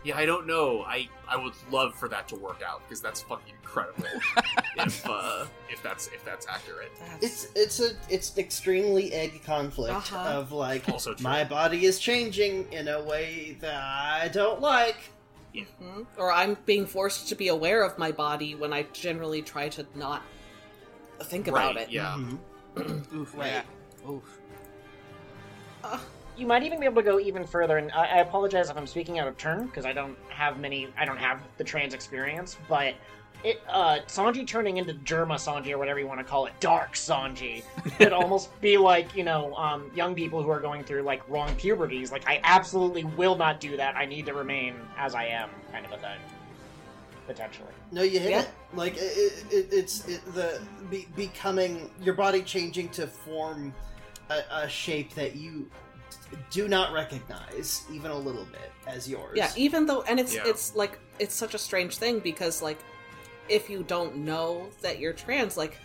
yeah, I don't know. I I would love for that to work out because that's fucking incredible. if uh, if that's if that's accurate. It's it's a it's an extremely egg conflict Uh-huh. of like Also true. my body is changing in a way that I don't like. or I'm being forced to be aware of my body when I generally try to not think about right, it. Yeah. Mm-hmm. Mm-hmm. Oof, Right. yeah. Oof. You might even be able to go even further, and I, I apologize if I'm speaking out of turn because I don't have many. I don't have the trans experience, but it uh, Sanji turning into Germa Sanji or whatever you want to call it, Dark Sanji, could almost be like you know um, young people who are going through like wrong puberties. Like I absolutely will not do that. I need to remain as I am, kind of a thing, potentially. No, you hit Yeah. it. Like it, it, it's it, the be, becoming your body changing to form a, a shape that you do not recognize even a little bit as yours. Yeah, even though and it's Yeah. it's like it's such a strange thing because like if you don't know that you're trans, like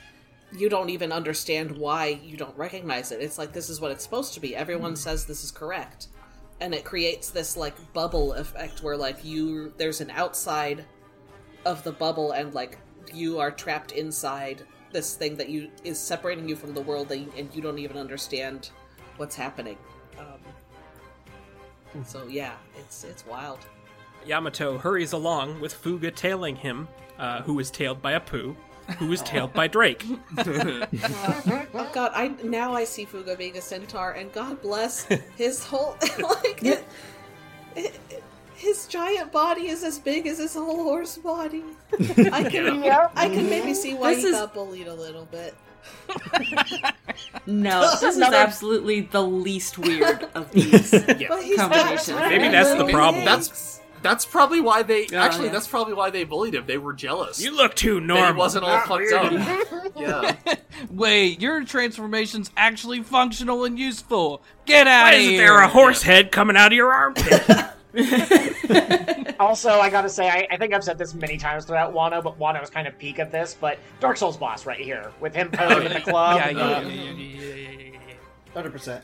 you don't even understand why you don't recognize it. It's like this is what it's supposed to be. Everyone says this is correct. And it creates this like bubble effect where like you there's an outside of the bubble and like you are trapped inside this thing that you is separating you from the world that you, and you don't even understand what's happening. Um, so yeah, it's it's wild. Yamato hurries along with Fuga tailing him, uh, who is tailed by Apu, who is tailed by Drake. Oh god, I now I see Fuga being a centaur, and God bless his whole like it, it- his giant body is as big as his whole horse body. I can I can maybe see why This he is- got bullied a little bit. No, this is Another- absolutely the least weird of these. But he's Combination. got Maybe that's the little problem. Oh, legs. That's- That's probably why they actually. yeah. That's probably why they bullied him. They were jealous. You look too that he normal. wasn't all fucked up. yeah. Wait, your transformation's actually functional and useful. Get out Why of isn't here. there a horse head coming out of your armpit? Also, I gotta say, I, I think I've said this many times throughout Wano, but Wano's kind of peak of this. But Dark Souls boss right here with him posing at the club. yeah, yeah, Uh, um, yeah, yeah, yeah, yeah, yeah, yeah. hundred percent.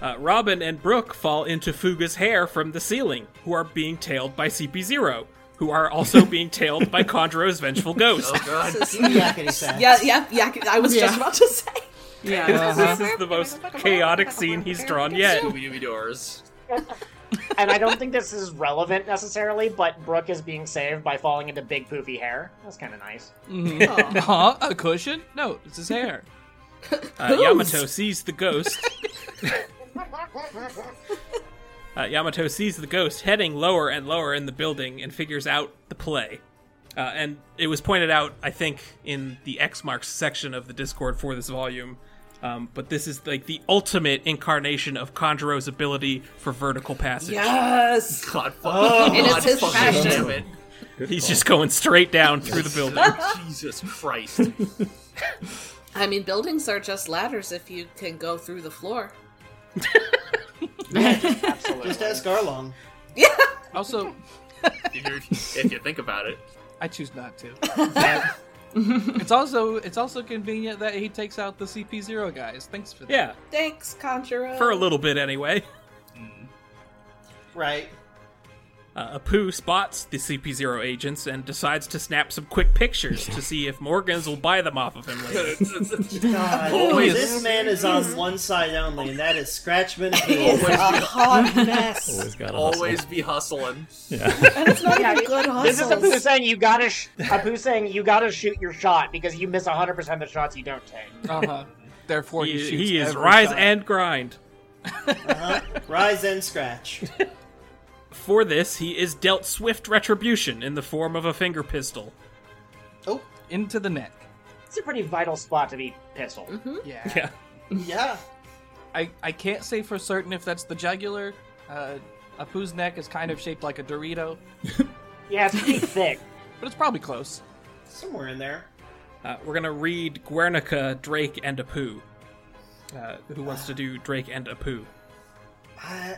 Uh, Robin and Brooke fall into Fuga's hair from the ceiling, who are being tailed by CP0, who are also being tailed by Conjuro's vengeful ghost. God. Yeah, yeah, yeah. I was just about to say. yeah. This is the most chaotic scene he's drawn yet. Scooby-Dooby doors. and I don't think this is relevant necessarily, but Brooke is being saved by falling into big poofy hair. That's kind of nice. Mm-hmm. Oh. Oh. Huh? A cushion? No, it's his hair. Uh, Yamato sees the ghost. Uh, Yamato sees the ghost heading lower and lower in the building and figures out the play. Uh, and it was pointed out, I think, in the X marks section of the Discord for this volume. Um, but this is like the ultimate incarnation of Conjuro's ability for vertical passage. Yes. God, And it's his damn passion. it. He's just going straight down through the building. Jesus Christ. I mean, buildings are just ladders if you can go through the floor. Absolutely. Just ask Arlong. Also, If you, if you think about it. I choose not to. it's also it's also convenient that he takes out the CP zero guys. Thanks for that. Yeah, Thanks, Conjuro. for a little bit anyway. Right. Uh, Apu spots the CP0 agents and decides to snap some quick pictures to see if Morgans will buy them off of him later. God, Always. this man is on one side only, and that is Scratchman. Hill. It's Mhm. a hot mess. Always got Always be hustling. Yeah. and it's not Yeah, even good This is Apu hustles. saying you gotta. Sh- Apu saying you gotta shoot your shot because you miss 100 percent of the shots you don't take. Uh-huh. Therefore, he, He, shoots he is every rise shot. and grind. Uh-huh. Rise and scratch. For this, he is dealt swift retribution in the form of a finger pistol. Oh, into the neck. It's a pretty vital spot to be pistol. Yeah. Yeah. yeah. Mm-hmm. I, I can't say for certain if that's the jugular. Uh, Apu's neck is kind of shaped like a Dorito, Yeah, it's pretty thick. but it's probably close. Somewhere in there. Uh, we're gonna read Guernica, Drake, and Apu. Uh, who wants to do Drake and Apu? Uh,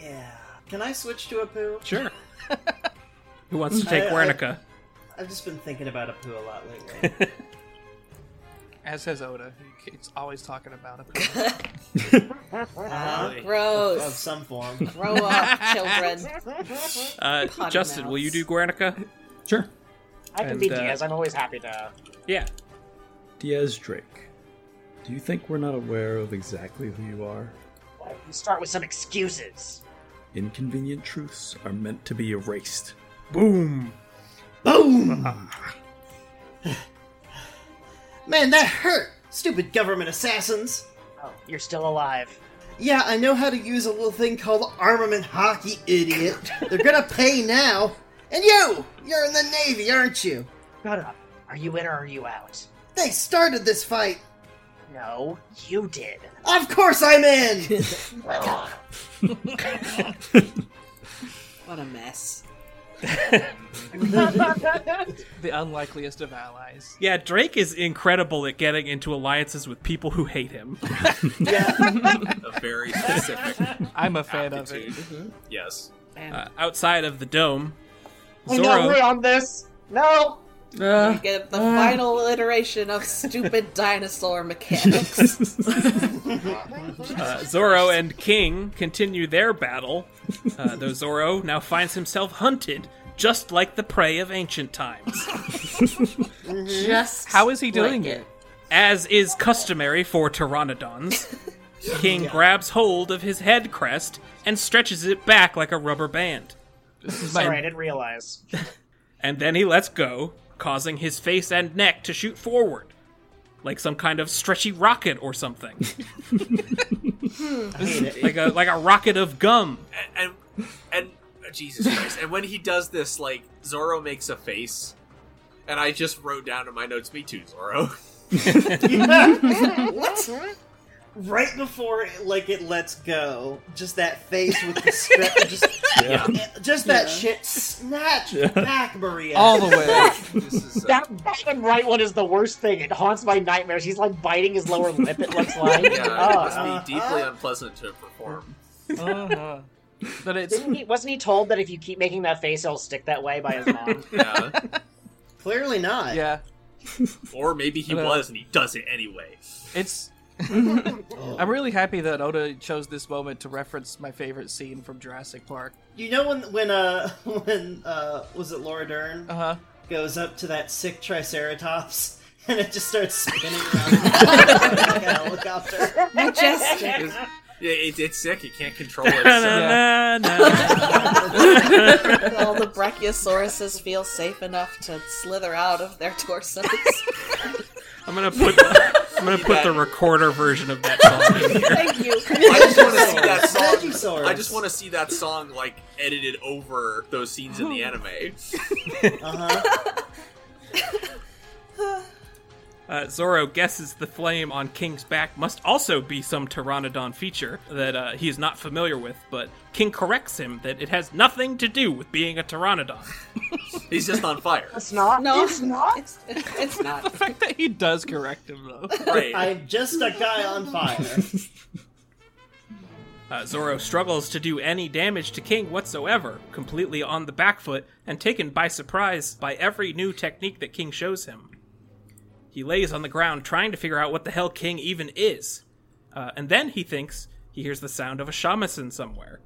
yeah. Can I switch to a poo? Sure. who wants to take Mm. I- I- Guernica? I've just been thinking about a poo a lot lately. As has Oda. He- He's always talking about Apu. uh-huh. Of Gross. some form. Grow up, children. Uh, Potty Justin, will you do Guernica? Sure. I can And, be uh, Diaz. I'm always happy to. Yeah. Diaz Drake. Do you think we're not aware of exactly who you are? uh, You start with some excuses. Inconvenient truths are meant to be erased. Boom. Boom! Man, that hurt! Stupid government assassins! Oh, you're still alive. Yeah, I know how to use a little thing called armament hockey, idiot. They're gonna pay now. And you! You're in the Navy, aren't you? Shut up. Are you in or are you out? They started this fight. No, you did. Of course I'm in! What a mess. the unlikeliest of allies. Yeah, Drake is incredible at getting into alliances with people who hate him. A very specific I'm a fan of it. Mm-hmm. attitude. Yes. Uh, outside of the dome, We know we're Zoro. on this. No. Uh, Get the final iteration of stupid dinosaur mechanics. uh, Zoro and King continue their battle, uh, though Zoro now finds himself hunted, just like the prey of ancient times, Mm-hmm. Just How is he doing like it? as is customary for pteranodons. King grabs hold of his head crest and stretches it back like a rubber band, This is Sorry, I my, didn't realize. and then he lets go, causing his face and neck to shoot forward, like some kind of stretchy rocket or something, Hmm. like a like a rocket of gum. and and uh, Jesus Christ. And when he does this, like Zoro makes a face, and I just wrote down in my notes, "Me too, Zoro." right before like it lets go, just that face with the spe- just Yeah. just that shit snatched back, Maria. all the way. this is uh, That bottom right one is the worst thing. It haunts my nightmares. He's like biting his lower lip. It looks like. yeah, it Oh. must be deeply unpleasant to perform. Uh-huh. But it's Didn't he, wasn't he told that if you keep making that face, it'll stick that way by his mom? Yeah. Clearly not. yeah, or maybe he But, uh, was and he does it anyway. it's. I'm really happy that Oda chose this moment to reference my favorite scene from Jurassic Park. You know when when uh when uh was it Laura Dern Uh huh. goes up to that sick Triceratops and it just starts spinning around like a helicopter. Majestic. It's, it, it's sick. He can't control it. so- Yeah. Na-na-na. All the brachiosauruses feel safe enough to slither out of their torsos. I'm gonna put I'm gonna put the recorder version of that song in here. Thank you. I just want to see that song. Vegisaurus. I just want to see that song like edited over those scenes in the anime. Uh-huh. Uh, Zoro guesses the flame on King's back must also be some pteranodon feature that uh, he is not familiar with, but King corrects him that it has nothing to do with being a pteranodon. He's just on fire. It's not. No, it's not. It's, it's not. The fact that he does correct him though. Right. I'm just a guy on fire. Uh, Zoro struggles to do any damage to King whatsoever, completely on the back foot and taken by surprise by every new technique that King shows him. He lays on the ground trying to figure out what the hell King even is. Uh, and then he thinks he hears the sound of a shamisen somewhere.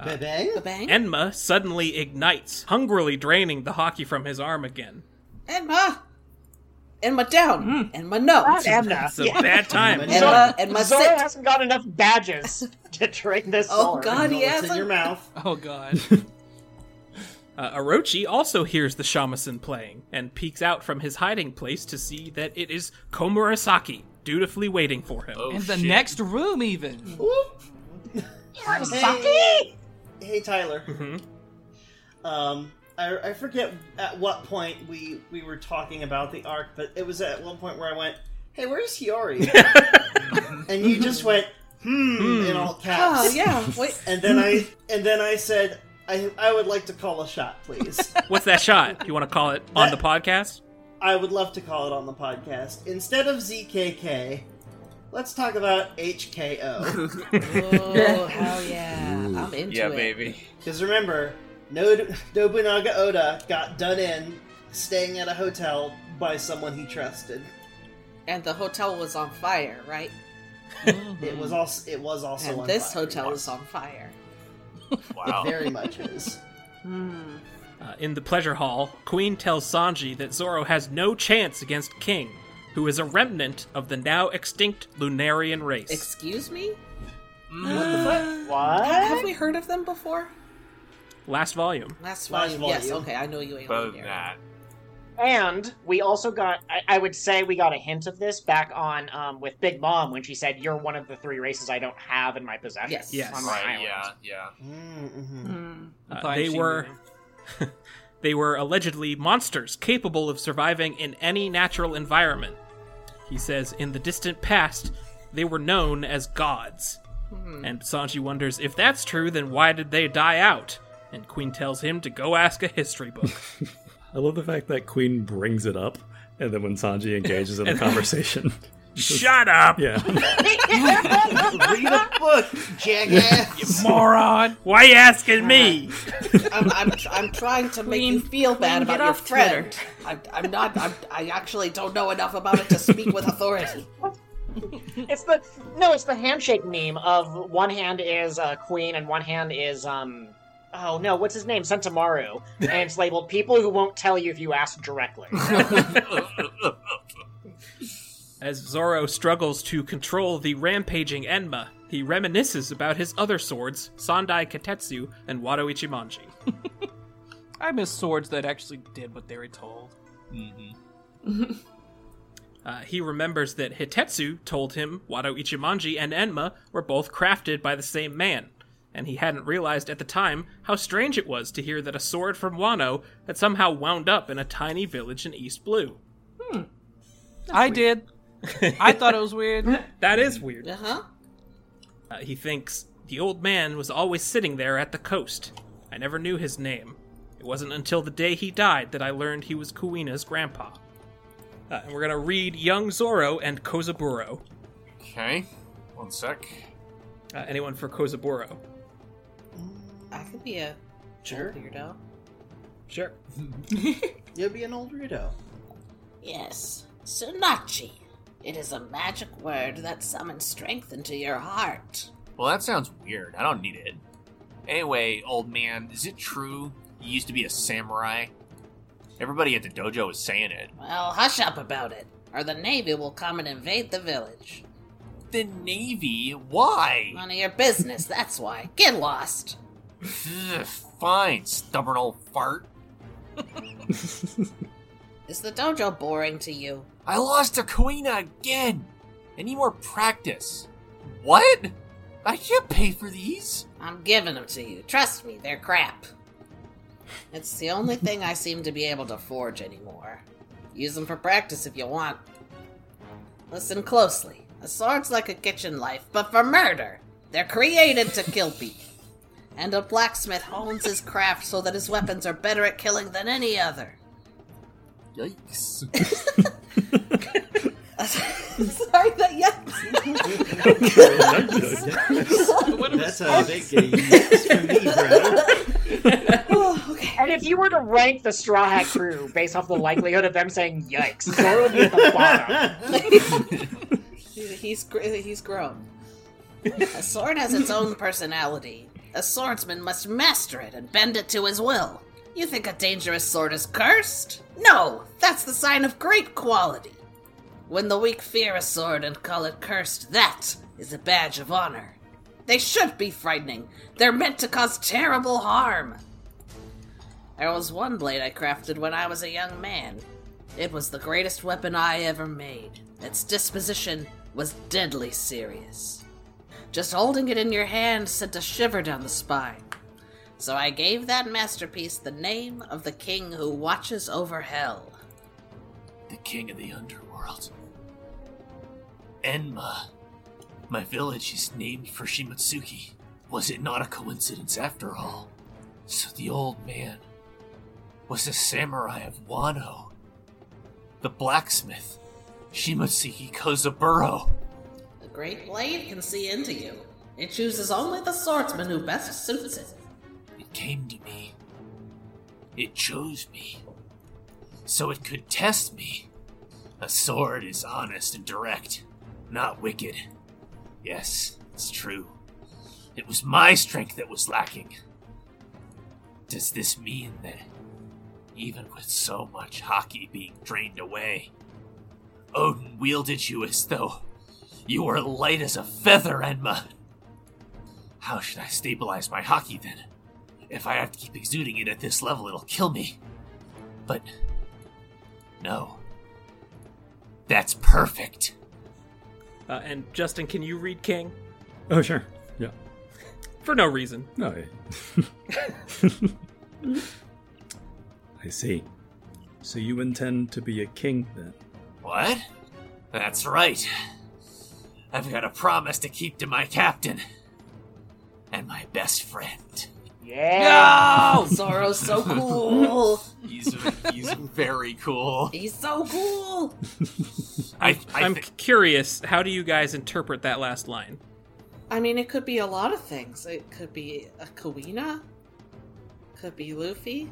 Uh, Bebe? Bang. Enma suddenly ignites, hungrily draining the hockey from his arm again. Enma! Enma down! Enma no! Emma. It's Hmm. a bad time. Enma, Enma. Enma Zoro sit! hasn't got enough badges to train this. Oh sword. god, he It's in hasn't! your mouth. Oh god. Uh, Orochi also hears the shamisen playing and peeks out from his hiding place to see that it is Komurasaki, dutifully waiting for him. Oh, In the shit. next room even. Hey, hey Tyler. Mhm. Um, I, I forget at what point we we were talking about the arc, but it was at one point where I went, "Hey, where's Hiyori?" and you just went, "Hmm," in all caps. Oh yeah, wait. And then I and then I said, "I I would like to call a shot, please. What's that shot? You want to call it on the podcast? I would love to call it on the podcast instead of ZKK. Let's talk about HKO Oh, hell yeah. I'm into Yeah, it. baby. because remember, Nod- Nobunaga Oda got done in staying at a hotel by someone he trusted. And the hotel was on fire, right? It was also it was also Mm-hmm. and on this fire. hotel is on fire. Wow. Very much is. Hmm. Uh, in the pleasure hall, Queen tells Sanji that Zoro has no chance against King, who is a remnant of the now extinct Lunarian race. Excuse me? What? Have we heard of them before? Last volume. Last Last volume. Yes, volume. okay, I know you ain't Other on than there. that, And we also got, I, I would say we got a hint of this back on um, with Big Mom when she said, You're one of the three races I don't have in my possession. Yes. Yes. On my right? island. Yeah, yeah. Mm-hmm. Uh, Fine, they she were knew. they were allegedly monsters capable of surviving in any natural environment. He says in the distant past they were known as gods. And Sanji wonders if that's true then why did they die out? And Queen tells him to go ask a history book. I love the fact that Queen brings it up, and then when Sanji engages in the conversation, Shut up. yeah, Read a book, jackass. Moron. Why you asking me? I'm, I'm, I'm trying to make you Queen- feel bad Queen, about get your off Twitter. friend. I'm, I'm not. I'm, I actually don't know enough about it to speak with authority. It's the, no, it's the handshake meme of one hand is uh, Queen and one hand is, um, oh no, what's his name? Sentamaru. And it's labeled People Who Won't Tell You If You Ask Directly. As Zoro struggles to control the rampaging Enma, he reminisces about his other swords, Sandai Katetsu and Wado Ichimonji. I miss swords that actually did what they were told. Uh, he remembers that Hitetsu told him Wado Ichimonji and Enma were both crafted by the same man, and he hadn't realized at the time how strange it was to hear that a sword from Wano had somehow wound up in a tiny village in East Blue. I did. I thought it was weird. That is weird. Uh huh. Uh, he thinks the old man was always sitting there at the coast. I never knew his name. It wasn't until the day he died that I learned he was Kuina's grandpa. Uh, and we're gonna read Young Zoro and Kozaburo. Okay. One sec. Uh, anyone for Kozaburo? I could be a Sure. weirdo. Sure. You'll be an old weirdo. Yes, Sunachi. It is a magic word that summons strength into your heart. Well, that sounds weird. I don't need it. Anyway, old man, is it true you used to be a samurai? Everybody at the dojo is saying it. Well, hush up about it, or the Navy will come and invade the village. The Navy? Why? None of your business, that's why. Get lost. Ugh, Fine, stubborn old fart. Is the dojo boring to you? I lost to Kuina again. I need more practice. What? I can't pay for these. I'm giving them to you. Trust me, they're crap. It's the only thing I seem to be able to forge anymore. Use them for practice if you want. Listen closely. A sword's like a kitchen knife, but for murder. They're created to kill people. And a blacksmith hones his craft so that his weapons are better at killing than any other. Yikes. Sorry, that That's a big game for me, bro. And if you were to rank the Straw Hat crew based off the likelihood of them saying "yikes," Zoro would be at the bottom. he's gr- he's grown. A sword has its own personality. A swordsman must master it and bend it to his will. You think a dangerous sword is cursed? No, that's the sign of great quality. When the weak fear a sword and call it cursed, that is a badge of honor. They should be frightening. They're meant to cause terrible harm. There was one blade I crafted when I was a young man. It was the greatest weapon I ever made. Its disposition was deadly serious. Just holding it in your hand sent a shiver down the spine. So I gave that masterpiece the name of the king who watches over hell. the king of the underworld. Enma. My village is named for Shimatsuki. Was it not a coincidence after all? So the old man was a samurai of Wano. The blacksmith, Shimatsuki Kozaburo. The great blade can see into you. It chooses only the swordsman who best suits it. It came to me. It chose me. So it could test me. A sword is honest and direct, not wicked. Yes, it's true. It was my strength that was lacking. Does this mean that even with so much hockey being drained away, Odin wielded you as though you were light as a feather, Enma? How should I stabilize my hockey then? If I have to keep exuding it at this level, it'll kill me. But. No. That's perfect. Uh, and Justin, can you read King? Oh, sure. Yeah. For no reason. No. I- I see. So you intend to be a king then? What? That's right. I've got a promise to keep to my captain. And my best friend. Yeah. Zoro's so cool. He's, he's very cool. He's so cool. I, I I'm thi- curious, how do you guys interpret that last line? I mean, it could be a lot of things. It could be a Kuina. Could be Luffy.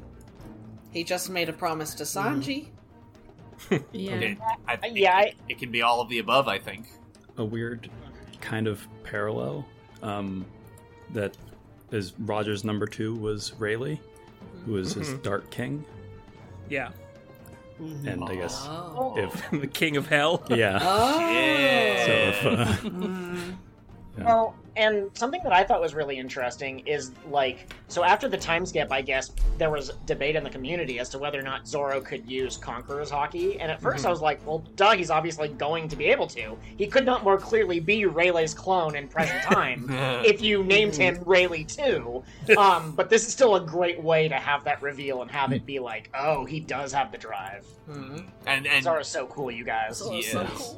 He just made a promise to Sanji. Yeah. it, I think Yeah, I- it can be all of the above, I think. a weird kind of parallel um, that is Roger's number two was Rayleigh, who is his Mm-hmm. Dark King, Yeah. and I guess Oh. if the king of hell? yeah, so if, uh, Mm-hmm. Well, and something that I thought was really interesting is like, so after the time skip, I guess there was debate in the community as to whether or not Zoro could use Conqueror's hockey. And at 1st Mm-hmm. I was like, well, duh, he's obviously going to be able to. He could not more clearly be Rayleigh's clone in present time if you named him Rayleigh too. Um, but this is still a great way to have that reveal and have it be like, oh, he does have the drive. Mm. And and Zoro's so cool, you guys. Yes.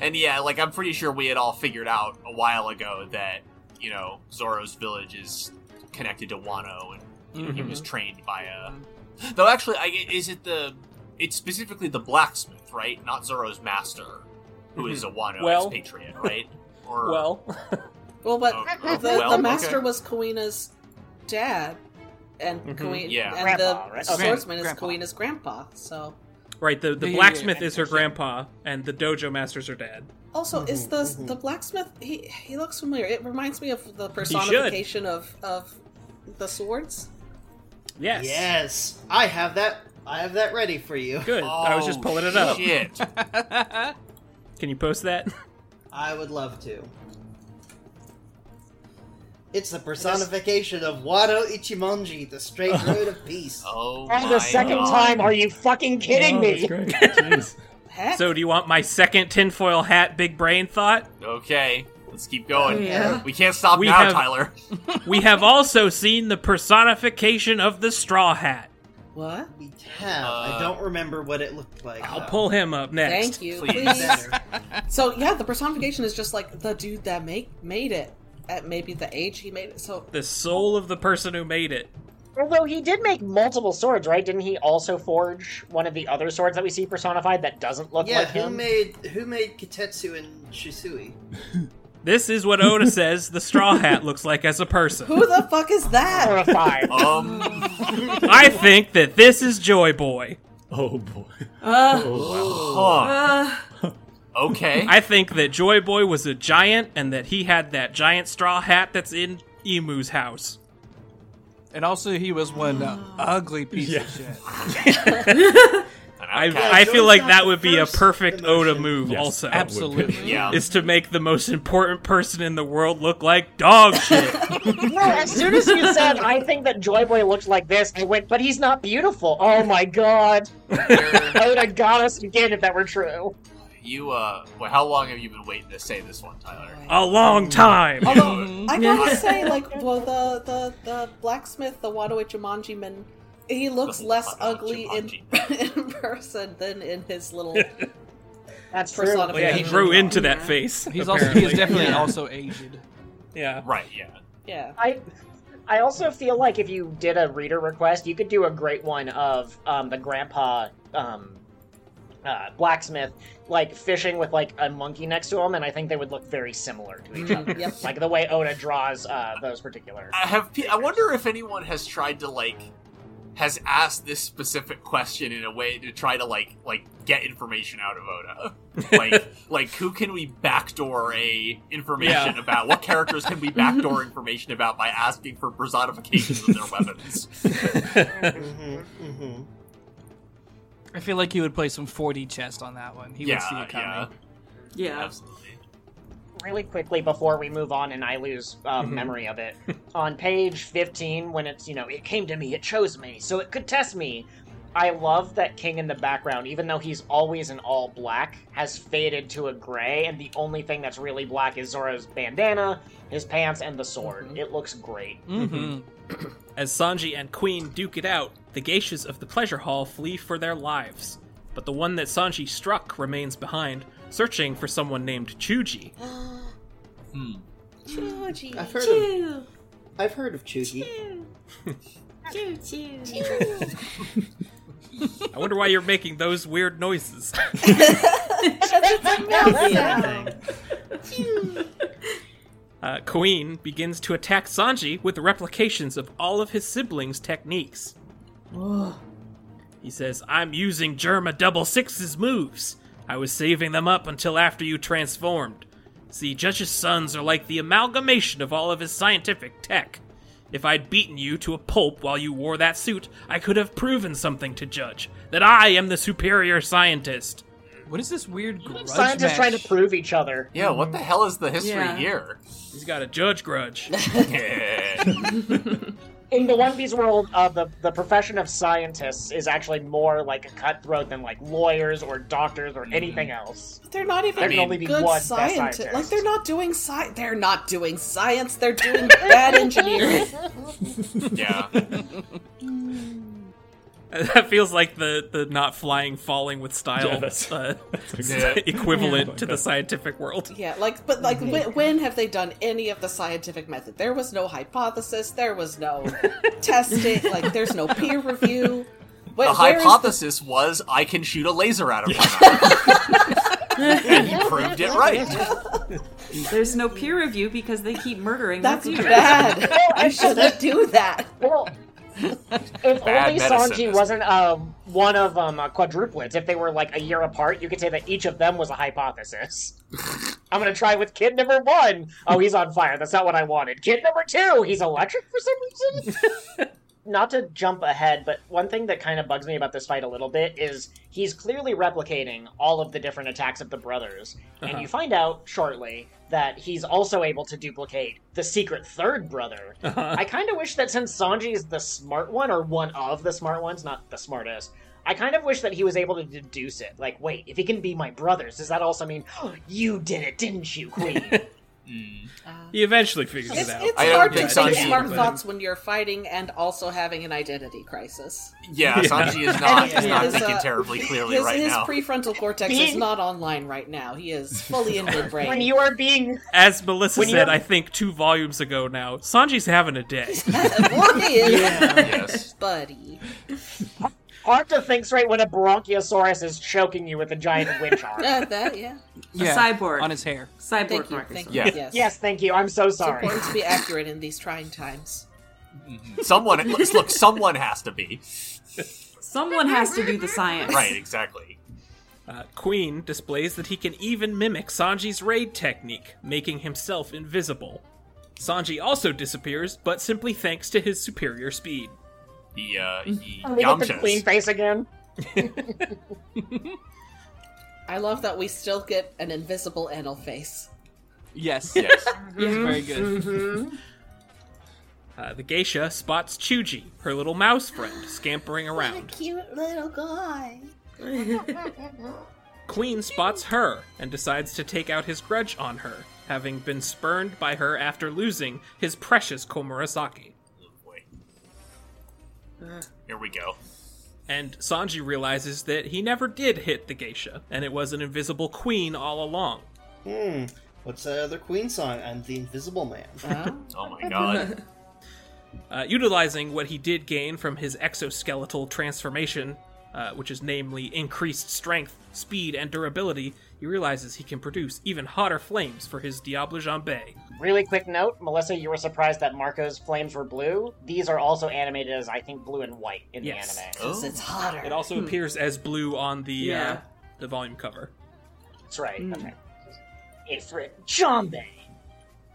and yeah, like I'm pretty sure we had all figured out a while ago that you know Zoro's village is connected to Wano, and you know, Mm-hmm. he was trained by a. Though actually, I, is it the? It's specifically the blacksmith, right? Not Zoro's master, who is a Wano Mm-hmm. Well- expatriate, right? Or Well, Well, but Oh, the, oh, the well, master okay. was Kuina's dad, and Kuina, Yeah. and Grandpa, the right? swordsman is Grandpa. Kuina's grandpa. So, right, the, the Yeah, blacksmith yeah, is her grandpa, and the dojo master's her dad. also, Mm-hmm, is the the blacksmith? He he looks familiar. It reminds me of the should. personification of of the swords. Yes. Yes, I have that. I have that ready for you. Good. I was just Oh, pulling it up. Shit. Can you post that? I would love to. It's the personification of Wado Ichimonji, the straight road of peace. Oh And my the second God. time, are you fucking kidding Oh, that's me? great. Jeez. Heck, So, do you want my second tinfoil hat big brain thought? Okay, let's keep going. Yeah. We can't stop We now, have- Tyler. We have also seen the personification of the straw hat. what? We have. I don't remember what it looked like. I'll though. pull him up next. Thank you. please. Please. Better. So yeah, the personification is just like the dude that make made it at maybe the age he made it. So The soul of the person who made it. Although he did make multiple swords, right? Didn't he also forge one of the other swords that we see personified that doesn't look Yeah, like who him? made who made Kitetsu and Shisui? This is what Oda says the straw hat looks like as a person. who the fuck is that? Terrified. Um, I think that this is Joy Boy. Oh boy. Uh, Oh, huh. Okay. I think that Joy Boy was a giant and that he had that giant straw hat that's in Emu's house. And also, he was one uh, ugly piece of shit. I, Okay. I feel Joy's like got that the would be a first perfect Oda emotion. move, Yes, also. that would be- Absolutely. yeah. Is to make the most important person in the world look like dog shit. No, as soon as you said, I think that Joy Boy looked like this, I went, but he's not beautiful. Oh my god. I would have got us again if that were true. you uh, well, how long have you been waiting to say this one, Tyler? a long time. Although I gotta say, like, well, the the the blacksmith, the Wadawi Jumanji man, he looks The less Wadawi ugly in in person than in his little That's true. personification. yeah, he grew into that face. He's also apparently. he is definitely also aged. yeah. Right. Yeah. Yeah. I I also feel like if you did a reader request, you could do a great one of um, the grandpa um, uh, blacksmith like fishing with like a monkey next to him, and I think they would look very similar to each other. Yep. Like the way Oda draws uh, those particular. I have. pe- I wonder if anyone has tried to like has asked this specific question in a way to try to like like get information out of Oda. Like like who can we backdoor a information Yeah. about? What characters can we backdoor information about by asking for personifications of their weapons? I feel like he would play some 4D chess on that one. He yeah, would see it yeah, coming. Yeah. absolutely. really quickly before we move on and I lose um, Mm-hmm. memory of it. on page 15, when it's, you know, it came to me, it chose me, so it could test me. I love that King in the background, even though he's always in all black, has faded to a gray, and the only thing that's really black is Zoro's bandana, his pants, and the sword. It looks great. Mm-hmm. As Sanji and Queen duke it out, the geishas of the pleasure hall flee for their lives. But the one that Sanji struck remains behind, searching for someone named Chuji. I've heard of I've heard of Chugi. I wonder why you're making those weird noises. Uh, Queen begins to attack Sanji with replications of all of his siblings' techniques. He says, I'm using Germa Double Six's moves. I was saving them up until after you transformed. See, Judge's sons are like the amalgamation of all of his scientific tech. If I'd beaten you to a pulp while you wore that suit, I could have proven something to Judge that I am the superior scientist. What is this weird grudge Scientists match? trying to prove each other. Yeah, what the hell is the history Yeah. here? He's got a judge grudge. Yeah. In the One Piece world, uh, the the profession of scientists is actually more like cutthroat than like lawyers or doctors Mm-hmm. or anything else. They're not even There can only be good one best scientists. scientist. Like they're not doing sci. They're not doing science. They're doing bad engineering. yeah. That feels like the, the not flying, falling with style Yeah, that's- uh, Yeah. equivalent Yeah. to the scientific world. Yeah, like, but Oh like, when, when have they done any of the scientific method? There was no hypothesis. There was no testing. Like, there's no peer review. Where- The where is hypothesis was I can shoot a laser out of my eye. and he proved it right. There's no peer review because they keep murdering That's reviewers. bad. I shouldn't do that. Well, if Bad only medicine, Sanji isn't it? wasn't um, one of um, uh, quadruplets, if they were like a year apart, you could say that each of them was a hypothesis. I'm gonna try with kid number one. Oh, he's on fire. That's not what I wanted. Kid number two, he's electric for some reason. not to jump ahead, but one thing that kind of bugs me about this fight a little bit is he's clearly replicating all of the different attacks of the brothers, and you find out shortly that he's also able to duplicate the secret third brother. I kind of wish that since Sanji is the smart one or one of the smart ones, not the smartest. I kind of wish that he was able to deduce it. Like, wait, if he can be my brothers, does that also mean "Oh, you did it, didn't you, Queen? He eventually figures It's, it out. it's I don't hard to think think so, yeah. smart But- thoughts when you're fighting and also having an identity crisis. Yeah, Sanji is not is not His, thinking uh, terribly clearly his, right his now. prefrontal cortex is Being- not online right now. He is fully in midbrain. when you are being As Melissa When you said, have- I think two volumes ago now, Sanji's having a day. Boy, he is, yes. buddy. Arta thinks right when a Bronchiosaurus is choking you with a giant winch arm. Uh, that yeah. A Yeah, cyborg. on his hair. Cyborg Thank you. markers. Thank you. Yeah. Yes. yes, thank you. I'm so It's sorry. important to be accurate in these trying times. Mm-hmm. Someone look, someone has to be. Someone has to do the science. Right, exactly. Uh, Queen displays that he can even mimic Sanji's raid technique, making himself invisible. Sanji also disappears, but simply thanks to his superior speed. He uh he And Oh, we get the queen Yamcha's. face again. I love that we still get an invisible anal face. Yes, Yes. It's very good. Mm-hmm. Uh, the geisha spots Chuji, her little mouse friend, scampering around. Cute little guy. Queen spots her and decides to take out his grudge on her, having been spurned by her after losing his precious Komurasaki. Oh, boy. Here we go. And Sanji realizes that he never did hit the geisha, and it was an invisible queen all along. Hmm. What's that other Queen song? I'm the Invisible Man. Oh my god. Uh, utilizing what he did gain from his exoskeletal transformation, uh, which is namely increased strength, speed, and durability, he realizes he can produce even hotter flames for his Diablo Jambé. Really quick note, Melissa, you were surprised that Marco's flames were blue. These are also animated as I think blue and white in Yes. the anime. Oh. It's hotter. It also appears as blue on the uh, Yeah. the volume cover. That's right. Okay. It's written Jombe.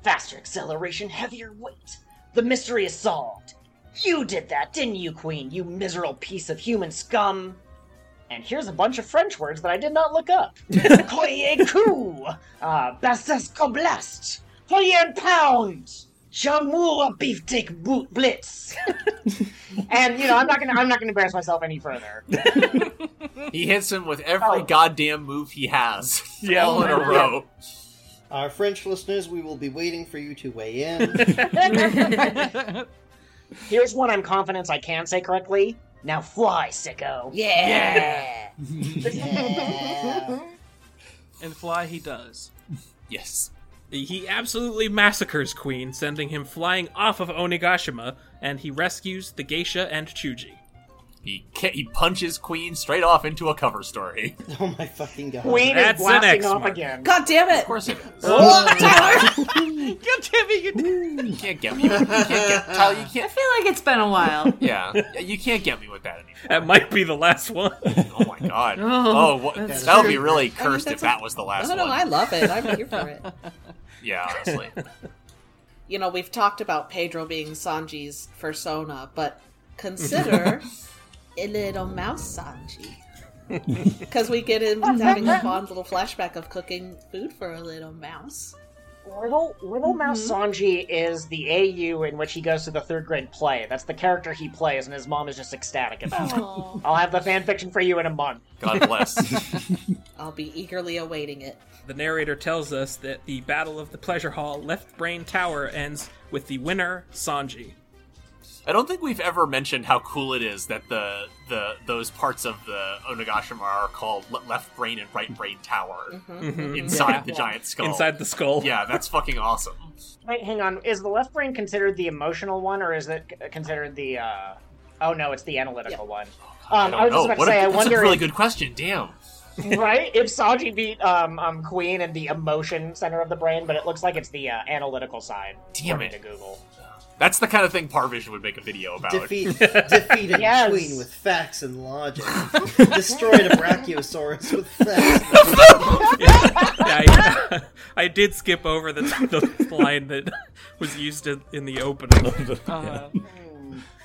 Faster acceleration, heavier weight. The mystery is solved. You did that, didn't you, Queen? You miserable piece of human scum. And here's a bunch of French words that I did not look up. Koyeku, uh, Bassas Koblast, Koyen Pound, Jamura Beef Dick Boot Blitz. and you know, I'm not gonna, I'm not gonna embarrass myself any further. He hits him with every Oh. goddamn move he has. All in a row. Our French listeners, we will be waiting for you to weigh in. Here's one I'm confident I can say correctly. Now fly, sicko. Yeah. And fly he does. Yes. He absolutely massacres Queen, sending him flying off of Onigashima, and he rescues the geisha and Chuji. He ca he punches Queen straight off into a cover story. oh my fucking god. Queen That's is an blasting X off mark. again. God damn it! Of course it is. God damn it, you You can't get me. You can't get Tyler, you I can't feel like it's been a while. Yeah. Yeah, You can't get me with that anymore. That might be the last one. Oh my god. Oh, Oh, what, that's that would true. be really cursed that's if a- that was the last No, no, one. I love it. I'm here for it. Yeah, honestly. You know, we've talked about Pedro being Sanji's persona, but consider a little mouse Sanji. Because we get him having a fond little flashback of cooking food for a little mouse. Little Little Mouse Mm-hmm. Sanji is the AU in which he goes to the third grade play. That's the character he plays, and his mom is just ecstatic about it. Aw. I'll have the fanfiction for you in a month. God bless. I'll be eagerly awaiting it. The narrator tells us that the Battle of the Pleasure Hall Left Brain Tower ends with the winner, Sanji. I don't think we've ever mentioned how cool it is that the the those parts of the Onagashima are called le- left brain and right brain tower Mm-hmm. inside the giant skull. Mm-hmm. Inside the skull. Yeah, that's fucking awesome. Um, Wait, hang on. Is the left brain considered the emotional one, or is it c- considered the? uh... Oh no, it's the analytical one. Um, I, don't was just know. about to What a- say, I that's wonder a really if- good question. Damn. right? If Sanji beat um, um, Queen in the emotion center of the brain, but it looks like it's the uh, analytical side. Damn according it. To Google. That's the kind of thing Parvision would make a video about. Defeat, defeated Yes. Queen with facts and logic. Destroyed a Brachiosaurus with facts. Yeah, I, I did skip over Uh-huh. the, the line that was used in, in the opening. Uh,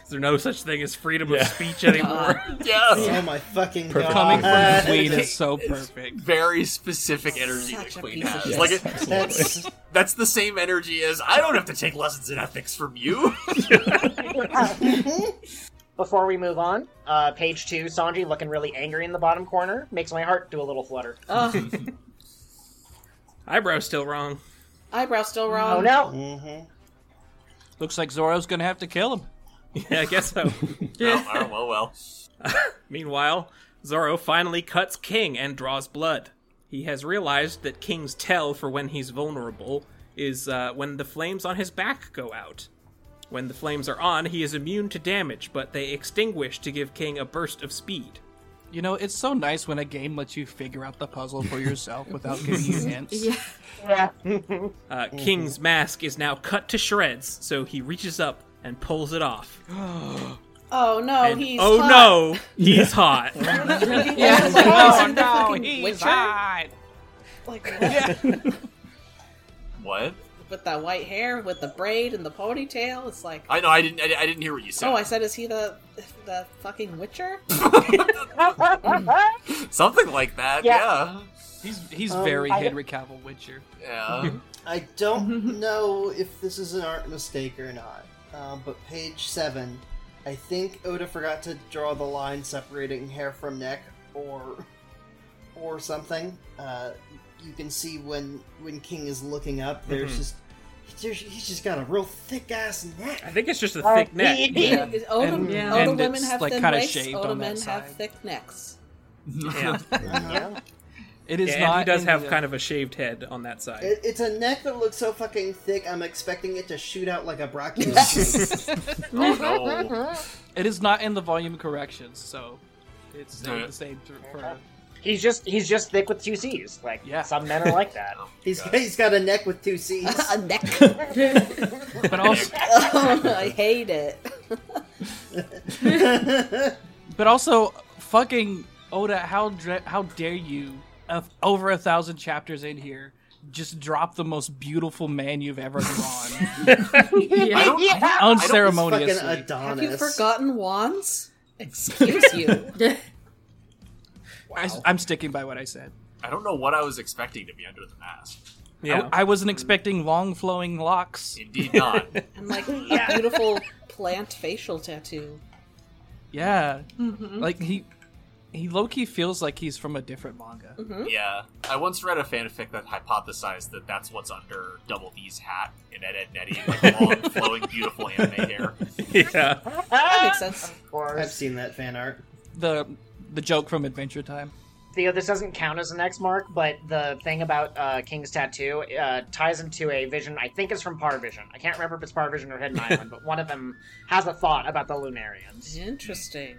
It's There's no such thing as freedom of speech anymore. Yes. Oh my fucking god! Coming from the Queen is so perfect. Very specific energy that Such a Queen piece of has. shit. Like it, That's that's the same energy as I don't have to take lessons in ethics from you. Before we move on, uh, page two, Sanji looking really angry in the bottom corner makes my heart do a little flutter. Ugh, Eyebrow still wrong. eyebrow still wrong. Oh no! Mm-hmm. Looks like Zoro's gonna have to kill him. Yeah, I guess so. oh, oh, well, well. Meanwhile, Zoro finally cuts King and draws blood. He has realized that King's tell for when he's vulnerable is uh, when the flames on his back go out. When the flames are on, he is immune to damage, but they extinguish to give King a burst of speed. You know, it's so nice when a game lets you figure out the puzzle for yourself without giving you hints. Yeah. Uh, King's mask is now cut to shreds, so he reaches up and pulls it off. Oh no, And- he's oh hot. no, he's hot. Yeah, it's like, Oh, oh the no, fucking he's Witcher? hot. Like what? What? with the white hair, with the braid and the ponytail, it's like. I know I didn't. I, I didn't hear what you said. Oh, I said, is he the the fucking Witcher? Something like that. Yeah. Yeah. He's he's Um, very I- Henry Cavill Witcher. Yeah. I don't know if this is an art mistake or not, um, but page seven, I think Oda forgot to draw the line separating hair from neck, or or something. Uh, you can see when when King is looking up, there's Mm-hmm. just there's, he's just got a real thick ass I neck. think it's just a thick neck. Yeah. Is Oda, And- yeah. Oda and women it's, have like, thin kinda waists, shaved Oda on that men have side. thick necks. Yeah. Yeah. It is and not. he does in have the- kind of a shaved head on that side. It, it's a neck that looks so fucking thick. I'm expecting it to shoot out like a brachiosaurus. Oh no. It is not in the volume corrections, so it's uh, Yeah. the same th- for. He's just he's just thick with two C's. Like Yeah. some men are like that. Oh he's he's got a neck with two C's. A neck. But also, oh, I hate it. but also, fucking Oda, how dra- how dare you? Of over a thousand chapters in here, just drop the most beautiful man you've ever drawn I don't. Yeah. fucking unceremoniously. Have Adonis. you forgotten wands? Excuse you. I, I'm sticking by what I said. I don't know what I was expecting to be under the mask. yeah. I, I wasn't expecting long flowing locks. Indeed not. And like Yeah. a beautiful plant facial tattoo. Yeah, Mm-hmm. like he he low key feels like he's from a different manga. Mm-hmm. yeah. I once read a fanfic that hypothesized that that's what's under Double D's hat in Ed, Ed, Nettie, like long, flowing, beautiful anime hair. yeah. Uh, That makes sense. Ah! Of I've course. seen that fan art. The the joke from Adventure Time. Theo, this doesn't count as an X mark, but the thing about uh, King's tattoo uh, ties into a vision. I think is from Parvision. I can't remember if it's Parvision or Hidden Island, but one of them has a thought about the Lunarians. Interesting.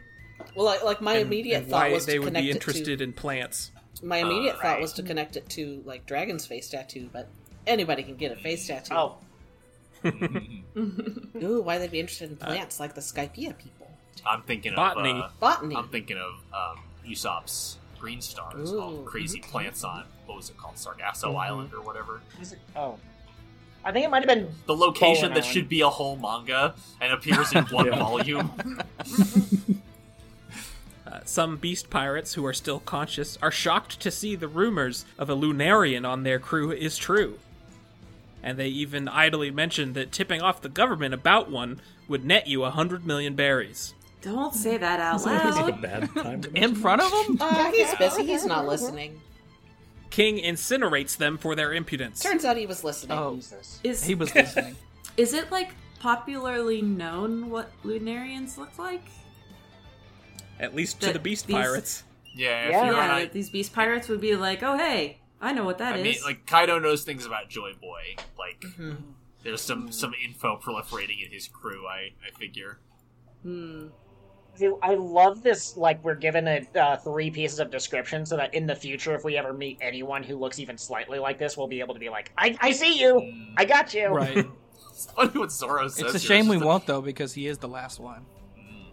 Well, like, like my immediate and thought why was they to would connect be it interested in plants. to my immediate thought was to connect it to like dragon's face tattoo, but anybody can get a face tattoo. Oh, Ooh, why they'd be Uh, interested in plants like the Skypea people. I'm thinking Botany. of. Botany. Uh, I'm thinking of um, Usopp's green star. It's all Ooh. crazy plants on what was it called, Sargasso Island or whatever. was it- oh, I think it might have been. The location Bowen that Island. should be a whole manga and appears in one volume. Uh, some beast pirates who are still conscious are shocked to see the rumors of a Lunarian on their crew is true. And they even idly mention that tipping off the government about one would net you a hundred million berries. Don't say that out Is it a loud. bad time to In mention front of him? Ah, he's busy. He's not listening. King incinerates them for their impudence. Turns out he was listening. Oh, Jesus. Is he was listening. is it like popularly known what Lunarians look like? At least to That the beast these- pirates. yeah, if Yeah. you're on Yeah, a, that these beast pirates would be like, oh hey, I know what that I is. mean, like Kaido knows things about Joy Boy. Like, there's some Mm. some info proliferating in his crew. I I figure. Hmm. Dude, I love this. Like, we're given a, uh, three pieces of description so that in the future, if we ever meet anyone who looks even slightly like this, we'll be able to be like, I, I see you! I got you! Hmm. right. It's funny what Zoro says. It's a here, shame we just won't though because he is the last one.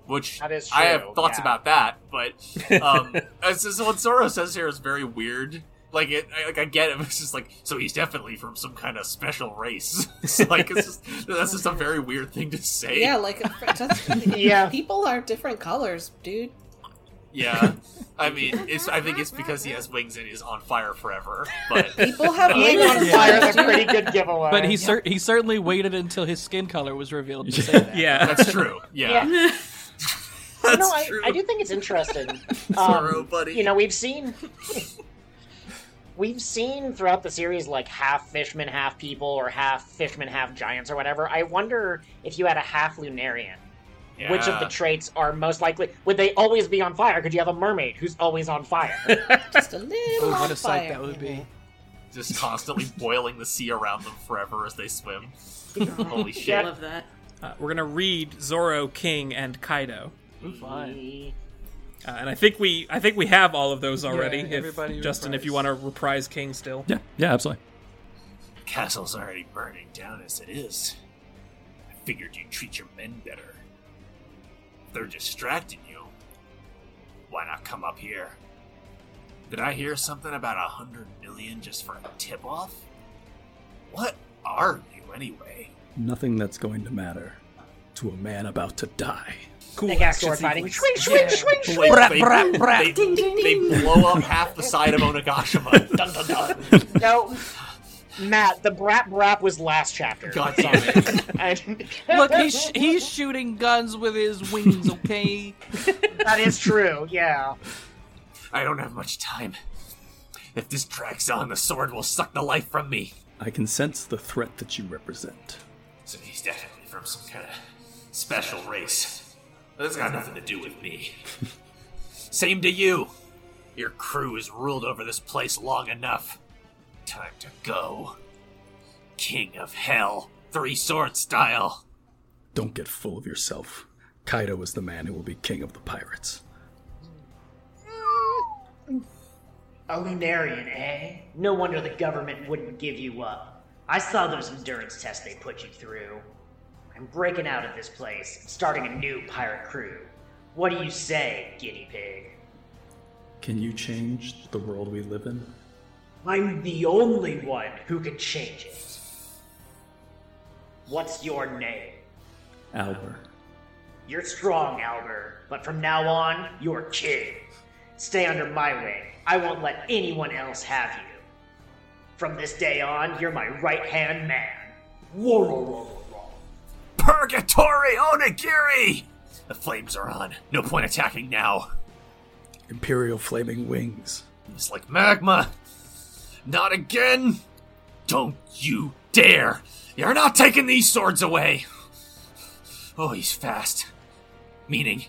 Which That is I true, have thoughts yeah. about that, but um, as, as what Zoro says here is very weird Like it, I, like I get it. but It's just like so he's definitely from some kind of special race. It's like it's just, that's just a very weird thing to say. Yeah, like that's, Yeah. people are different colors, dude. Yeah. I mean, it's. I think it's because he has wings and is on fire forever. But Um, People have Being wings. on fire is a pretty good giveaway. But he cer- he certainly waited until his skin color was revealed to say that. Yeah. that's true. Yeah. Yeah. That's Oh, no, I, true. I do think it's interesting. Sorrow, Um, buddy. you know, we've seen we've seen throughout the series like half fishmen, half people, or half fishmen, half giants, or whatever. I wonder if you had a half Lunarian, which of the Yeah. traits are most likely? Would they always be on fire? Could you have a mermaid who's always on fire? Just a little Oh, on what a sight fire. that would be. just constantly boiling the sea around them forever as they swim. Holy I shit! love that. Uh, we're gonna read Zoro, King, and Kaido, Fine. uh, and I think we I think we have all of those already. Yeah, if- everybody Justin, if you want reprise. to reprise King still, Yeah, yeah, absolutely. Castle's already burning down as it is. I figured you'd treat your men better. If they're distracting you. Why not come up here? Did I hear something about a hundred million just for a tip off? What are you anyway? Nothing that's going to matter to a man about to die. cool. Big ass action sword fighting. sequence. Swing, swing, swing, They, swing. Brap, they- brap, brap. they- they blow up half the side of Onagashima. Dun, dun, dun. No, Matt, the brat brap was last chapter. God I'm damn sorry. it. I- Look, he's sh- he's shooting guns with his wings. Okay. that is true. Yeah. I don't have much time. If this drags on, the sword will suck the life from me. I can sense the threat that you represent. So he's definitely from some kind of special race. That's got nothing to do with me. Same to you. Your crew has ruled over this place long enough. Time to go. King of Hell, three sword style. Don't get full of yourself. Kaido is the man who will be king of the pirates. A Lunarian, eh? No wonder the government wouldn't give you up. I saw those endurance tests they put you through. I'm breaking out of this place and starting a new pirate crew. What do you say, guinea pig? Can you change the world we live in? I'm the only one who can change it. What's your name? Albert. You're strong, Albert, but from now on, you're king. Stay under my wing. I won't let anyone else have you. From this day on, you're my right hand man. Whoa, whoa, whoa, whoa, whoa. Purgatory Onigiri! The flames are on. No point attacking now. Imperial Flaming Wings. It's like magma. Not again. Don't you dare. You're not taking these swords away. Oh, he's fast. Meaning,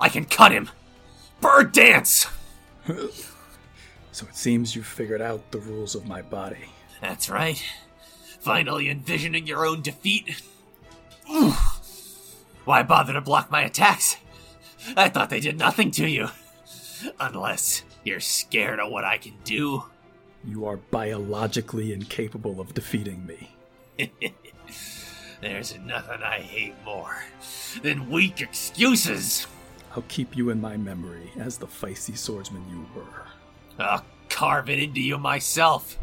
I can cut him. Bird dance. So it seems you've figured out the rules of my body. That's right. Finally envisioning your own defeat. Oof. Why bother to block my attacks? I thought they did nothing to you. Unless you're scared of what I can do. You are biologically incapable of defeating me. There's nothing I hate more than weak excuses. I'll keep you in my memory as the feisty swordsman you were. I'll carve it into you myself,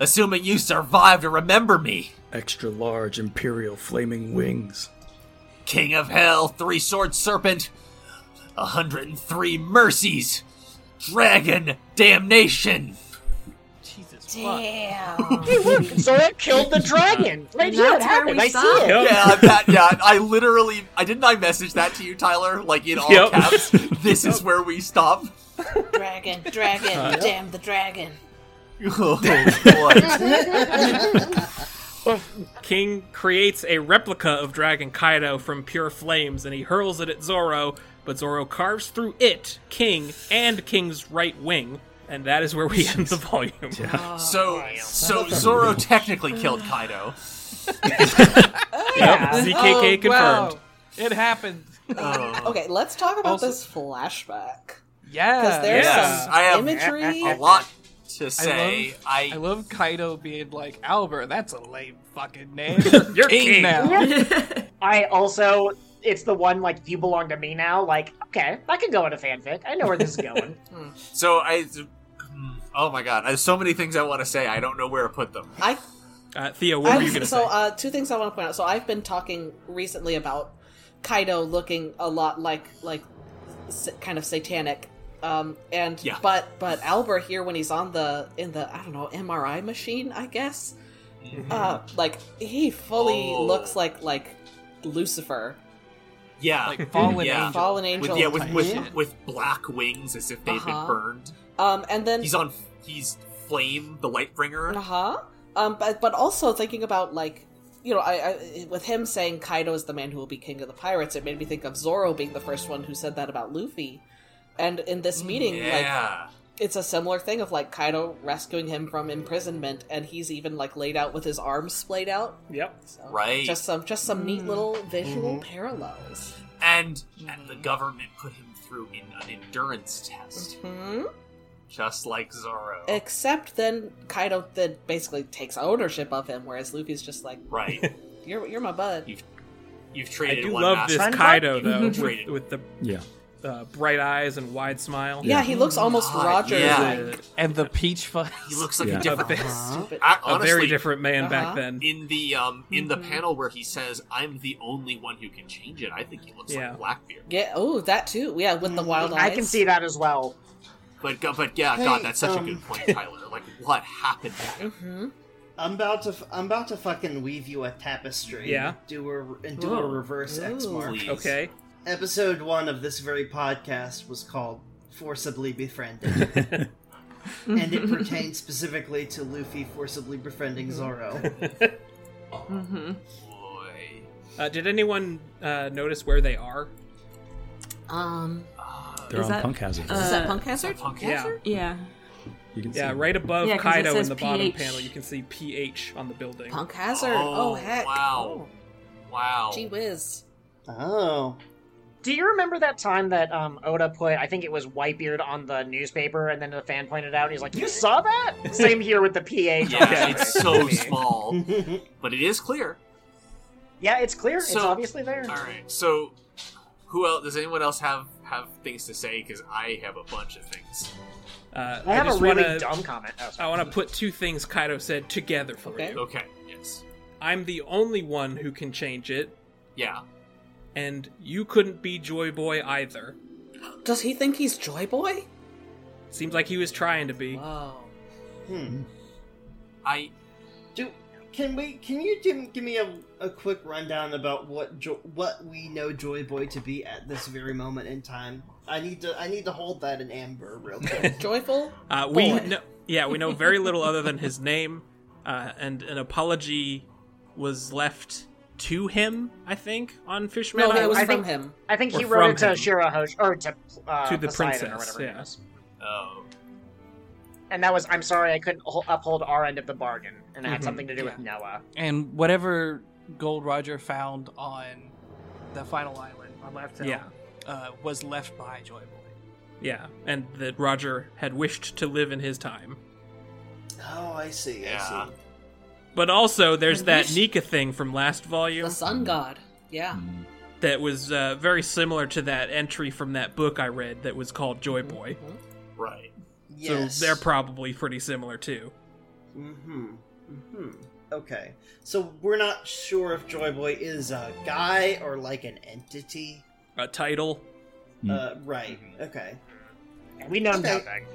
assuming you survive to remember me. Extra large Imperial Flaming Wings. King of Hell, Three Sword Serpent, 103 Mercies, Dragon Damnation. Jesus fuck. Damn. Hey, look, Zora killed the dragon. Right And here, it that's where happened. we I saw see it. Yep. Yeah, that, yeah. I literally, I didn't. I message that to you, Tyler. Like in all Yep. caps. This is where we stop. dragon, dragon, damn the dragon. Oh, boy. King creates a replica of Dragon Kaido from pure flames and he hurls it at Zoro, but Zoro carves through it, King, and King's right wing, and that is where we end the volume. so, so Zoro technically killed Kaido. Yep, ZKK confirmed. Oh, Wow. It happened. Okay, let's talk about Also- this flashback Yeah. because there's yeah. some I have imagery. a lot to say. I, I love Kaido being like Albert. That's a lame fucking name. You're king. now. I also, it's the one like you belong to me now. Like, okay, I could go into fanfic. I know where this is going. so I. hmm, Oh my god, there's so many things I want to say. I don't know where to put them. I Uh, Theo, what were I- you going to so say? uh, two things I want to point out. So I've been talking recently about Kaido looking a lot like like s- kind of satanic. Um, and Yeah. but but Albert here when he's on the in the I don't know MRI machine I guess, uh, like he fully Oh. looks like like Lucifer, Yeah, Like fallen Yeah. angel. fallen with angel. yeah with type with, shit. with black wings as if they've Uh-huh. been burned. um, and then He's on. He's Flame, the Lightbringer. Uh huh. Um, but but also thinking about like you know, I, I with him saying Kaido is the man who will be king of the pirates, it made me think of Zoro being the first one who said that about Luffy. And in this meeting, like Mm, Yeah, it's a similar thing of like Kaido rescuing him from imprisonment, and he's even like laid out with his arms splayed out. yep. So Right. Just some just some neat little visual parallels. and and Mm-hmm. the government put him through in an endurance test, Hmm. just like Zoro. Except then Kaido then basically takes ownership of him, whereas Luffy's just like, right, "You're you're my bud." you've I traded do one. love master- this Kaido, You've though, with, traded- with the Yeah. uh, bright eyes and wide smile. Yeah, he looks almost God, Rogers. yeah. Uh, And the peach fuzz. he looks like Yeah. a different. Huh? Stupid. I, a very honestly, different man Uh-huh. Mm-hmm. back then. in the um in the panel where he says, "I'm the only one who can change it," I think he looks Yeah. like Blackbeard. Yeah. Oh, that too. Yeah, with the wild eyes. I can see that as well. But go- but yeah, Hey, God, that's such um, a good point, Tyler. Like, what happened? to him? I'm about to. f- I'm about to fucking weave you a tapestry. Yeah. and Do a and do a Ooh. reverse X Ooh. mark. Please. Okay. Episode one of this very podcast was called "Forcibly Befriended," and it pertains specifically to Luffy forcibly befriending Zoro. Mm-hmm. Boy. Uh, did anyone uh, notice where they are? Um, They're Is on that- Punk Hazard. uh, is that Punk Hazard? Punk Yeah. hazard? Yeah. you can Yeah, see. right above Yeah, 'cause it Kaido in says the bottom PH. panel, you can see PH on the building. Punk Hazard. Oh, Oh, heck. wow. Wow. Oh, gee whiz. Oh, Do you remember that time that um, Oda put, I think it was Whitebeard on the newspaper, and then the fan pointed out, and he's like, You saw that? Same here with the PH. on Yeah, it. it's so small, but it is clear. Yeah, it's clear. it's So- obviously there. All right. So, who else? Does anyone else have have things to say? Because I have a bunch of things. Uh, I have a just really wanna, dumb comment. Oh, sorry. I want to put two things Kaido said together for Okay. you. Okay. Yes. I'm the only one who can change it, Yeah. and you couldn't be Joy Boy either. Does he think he's Joy Boy? Seems like he was trying to be. Wow. hmm. I Do can we? Can you give, give me a, a quick rundown about what jo- what we know Joy Boy to be at this very moment in time? I need to. I need to hold that in amber real quick. Joyful. Uh, we Boy. know, yeah, we know very little other than his name, uh, and an apology was left to him. I think on Fishman. No, Island. it was I from think- him. I think he Or wrote from it to him. Shirahoshi, or to, uh, To the Poseidon or princess, whatever it yeah. was. oh And that was, I'm sorry, I couldn't hol- uphold our end of the bargain, and it had Mhm, something to do with Noah. And whatever gold Roger found on the final island on Left Hill Yeah. uh, was left by Joy Boy. Yeah, and that Roger had wished to live in his time. oh, I see. I Yeah. see. But also, there's I that wish- Nika thing from last volume The Sun God. Yeah. that was uh, very similar to that entry from that book I read that was called Joy Mm-hmm. Boy. right. Yes. So they're probably pretty similar too. Mm-hmm. Mm-hmm. Okay. So we're not sure if Joy Boy is a guy or like an entity. A title. Hmm. Uh, right. Mm-hmm. Okay. And we know Okay. nothing.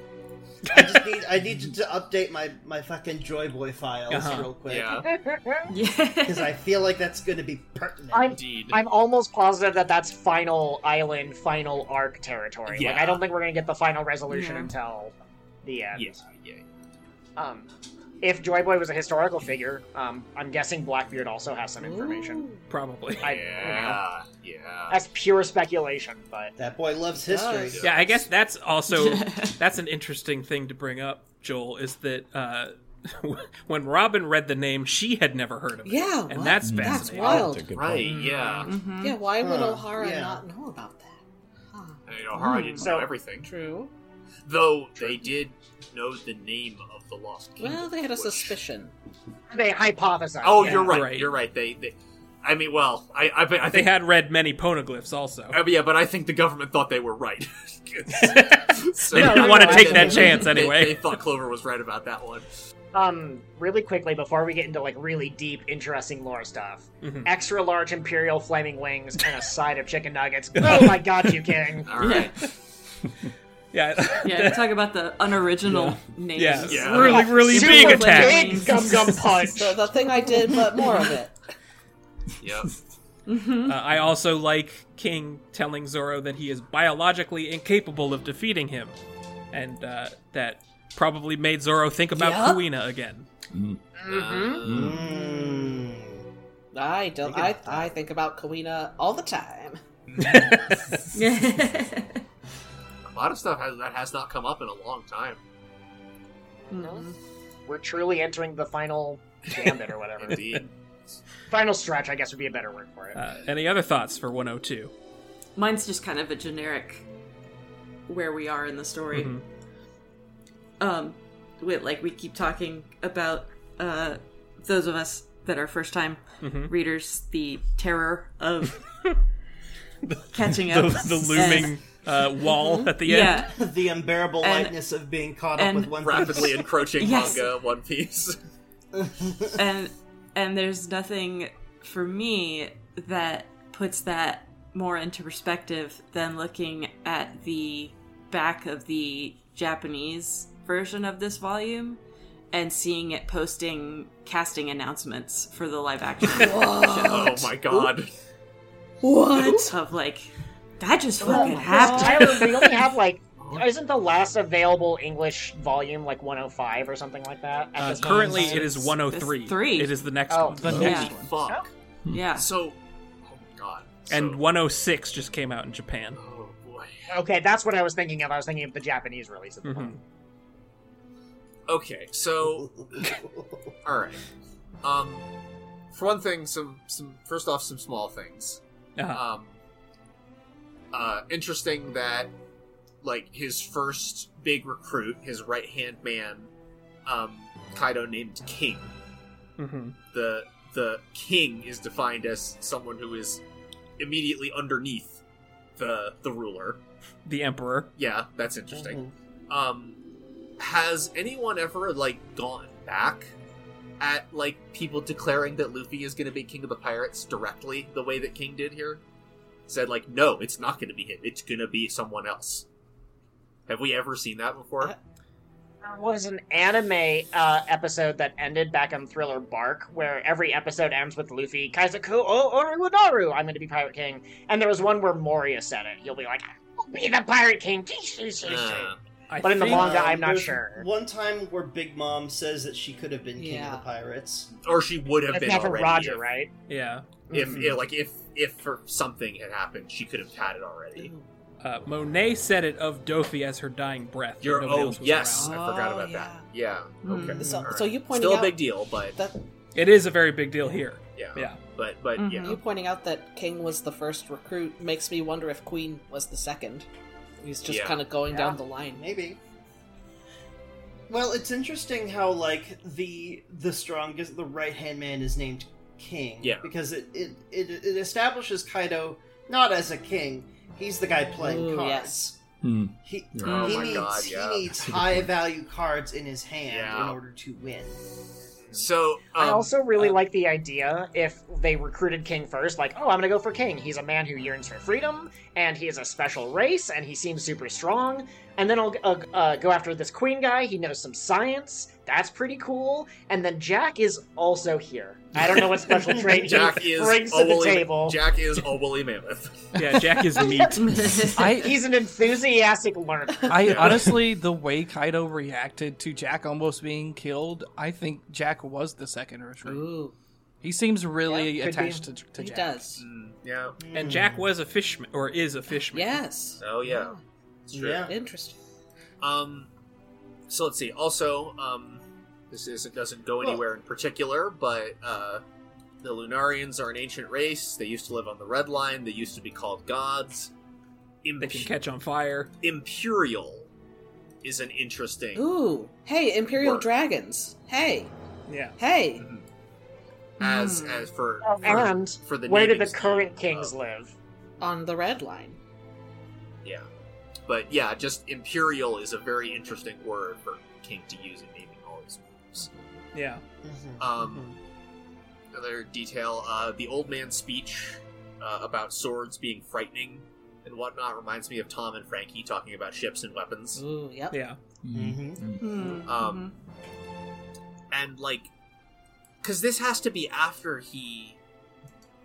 I just need I need to update my my fucking Joy Boy files Uh-huh. real quick Yeah. because Yeah. I feel like that's going to be pertinent. I'm, Indeed. I'm almost positive that that's final island, final arc territory. Like, Yeah. I don't think we're going to get the final resolution Yeah. until the end. yeah. Yeah. Um, if Joy Boy was a historical figure, um, I'm guessing Blackbeard also has some information. Ooh. Probably. I, you know, Yeah. Yeah. that's pure speculation, but that boy loves history. does. Yeah, I guess that's also that's an interesting thing to bring up, Joel, is that uh, when Robin read the name, she had never heard of it. Yeah, and what? that's Mm. That's fascinating. wild. That's a good Right. point. Yeah. Mhm. Mm-hmm. Yeah. Why would Huh, O'Hara yeah. not know about that? Huh. You know, Hara didn't So- know everything, Hmm, True. though they did know the name of the lost kingdom. Well, they had a which- suspicion. they hypothesize. Oh, yeah. you're right, Right. You're right. They, they. I mean, well, I I, I They think had read many poneglyphs also. Uh, yeah, but I think the government thought they were right. So- They didn't no, want to no, take I- that chance They- anyway. they, thought Clover was right about that one. Um, really quickly before we get into like really deep, interesting lore stuff. Mm-hmm. Extra large imperial flaming wings and a side of chicken nuggets. Oh my god, you king! All right, yeah. Yeah, talk about the unoriginal names. Yeah. Yeah. Really, really Super big legit. attack. Big gum gum punch. The, the thing I did, but more of it. yep. Mm-hmm. Uh, I also like King telling Zoro that he is biologically incapable of defeating him, and uh, that probably made Zoro think about Yup. Kuina again. Mm. Mm-hmm. Mm. Mm. I don't. I, I think about Kawina all the time. A lot of stuff has, that has not come up in a long time. Mm-hmm. We're truly entering the final gambit or whatever. Indeed. final stretch, I guess, would be a better word for it. Uh, any other thoughts for 102? Mine's just kind of a generic where we are in the story. Um, we, like we keep talking about uh, those of us that are first time readers, the terror of catching The, up, the and- looming uh, wall at the end. yeah, Mm-hmm. the unbearable And- lightness of being caught and- up with one Rapidly encroaching Yes. manga, One Piece. and and there's nothing for me that puts that more into perspective than looking at the back of the Japanese version of this volume and seeing it posting casting announcements for the live action show Oh my god. What? of like that just Oh, fucking happened. Tyler, we only have like. Isn't the last available English volume like 105 or something like that? at Uh, this moment in currently, time? it is 103. It's three. It is the next Oh, one. the next Yeah. one. Oh. Fuck. Yeah. So, oh my god. And So- 106 just came out in Japan. Oh boy. Okay, that's what I was thinking of. I was thinking of the Japanese release of Hmm. the Mm-hmm. book. Okay, so all right. Um, for one thing, some some first off, some small things. Uh, Um, uh, interesting that like his first big recruit, his right hand man, um, Kaido named King. mhm. The the king is defined as someone who is immediately underneath the the ruler. The Emperor. Yeah, that's interesting. Mm-hmm. Um, has anyone ever like gone back at like people declaring that Luffy is going to be king of the pirates directly, the way that King did here? Said like, no, it's not going to be him. It's going to be someone else. Have we ever seen that before? Uh, There was an anime uh, episode that ended back on Thriller Bark, where every episode ends with Luffy, Kaizaku, oh, Oruwadaru, I'm going to be Pirate King. And there was one where Moria said it. You'll be like, I'll be the Pirate King. Uh, I But in the think- manga, I'm not there's sure. One time where Big Mom says that she could have been king Yeah. of the pirates. or she would have That's been not for already. Roger, if, right? Mm-hmm. Yeah. If, if- like if if for something had happened, she could have had it already. Uh, Monet said it of Dofi as her dying breath. You're nobody oh else was yes, around. I forgot Oh, about that. Yeah. Mm. Okay. Ah, hmm. So, all right. so you pointing still a out big deal, but that It is a very big deal here. yeah, Yeah. but but Mm-hmm. Mhm. yeah. you pointing out that King was the first recruit makes me wonder if Queen was the second. He's just Yeah. kind of going Yeah. down the line. Maybe. Well, it's interesting how like the the strongest the right hand man is named King. Yeah. Because it, it it it establishes Kaido not as a king. He's the guy playing Ooh, cards. yes. Hmm. He, Oh he my needs God, yeah. he needs high value cards in his hand Yeah. in order to win. So um, I also really like the idea if they recruited King first, like, oh, I'm gonna go for King. He's a man who yearns for freedom, and he is a special race, and he seems super strong. And then I'll uh, uh, go after this Queen guy. He knows some science. That's pretty cool. And then Jack is also here. I don't know what special trait Jack he is brings a to the woolly- table. Jack is a woolly mammoth. Yeah, Jack is meat. I He's an enthusiastic learner. I honestly the way Kaido reacted to Jack almost being killed, I think Jack was the second retreat. Ooh, He seems really Yeah, could attached to, to he Jack. does. Mm, yeah. and Jack was a fishman, or is a fishman. Yes. Oh yeah. It's true. Yeah. Interesting. Um. So let's see. Also, um, this is it doesn't go Well- anywhere in particular, but uh, the Lunarians are an ancient race. They used to live on the Red Line. They used to be called gods. They can Imp- catch on fire. Imperial is an interesting. Ooh. Hey, Imperial Work. Dragons. Hey. Yeah. Hey. as as for for, And Mm-hmm. for the where do the natives. current kings live? on the red line. Yeah, but yeah, just imperial is a very interesting word for king to use in naming all his moves. Yeah. Mm-hmm. Mm-hmm. Um, another detail: uh, the old man's speech uh, about swords being frightening and whatnot reminds me of Tom and Frankie talking about ships and weapons. Ooh, yep. Mm-hmm. Yeah. Mm-hmm. Mm-hmm. Um, and like, because this has to be after he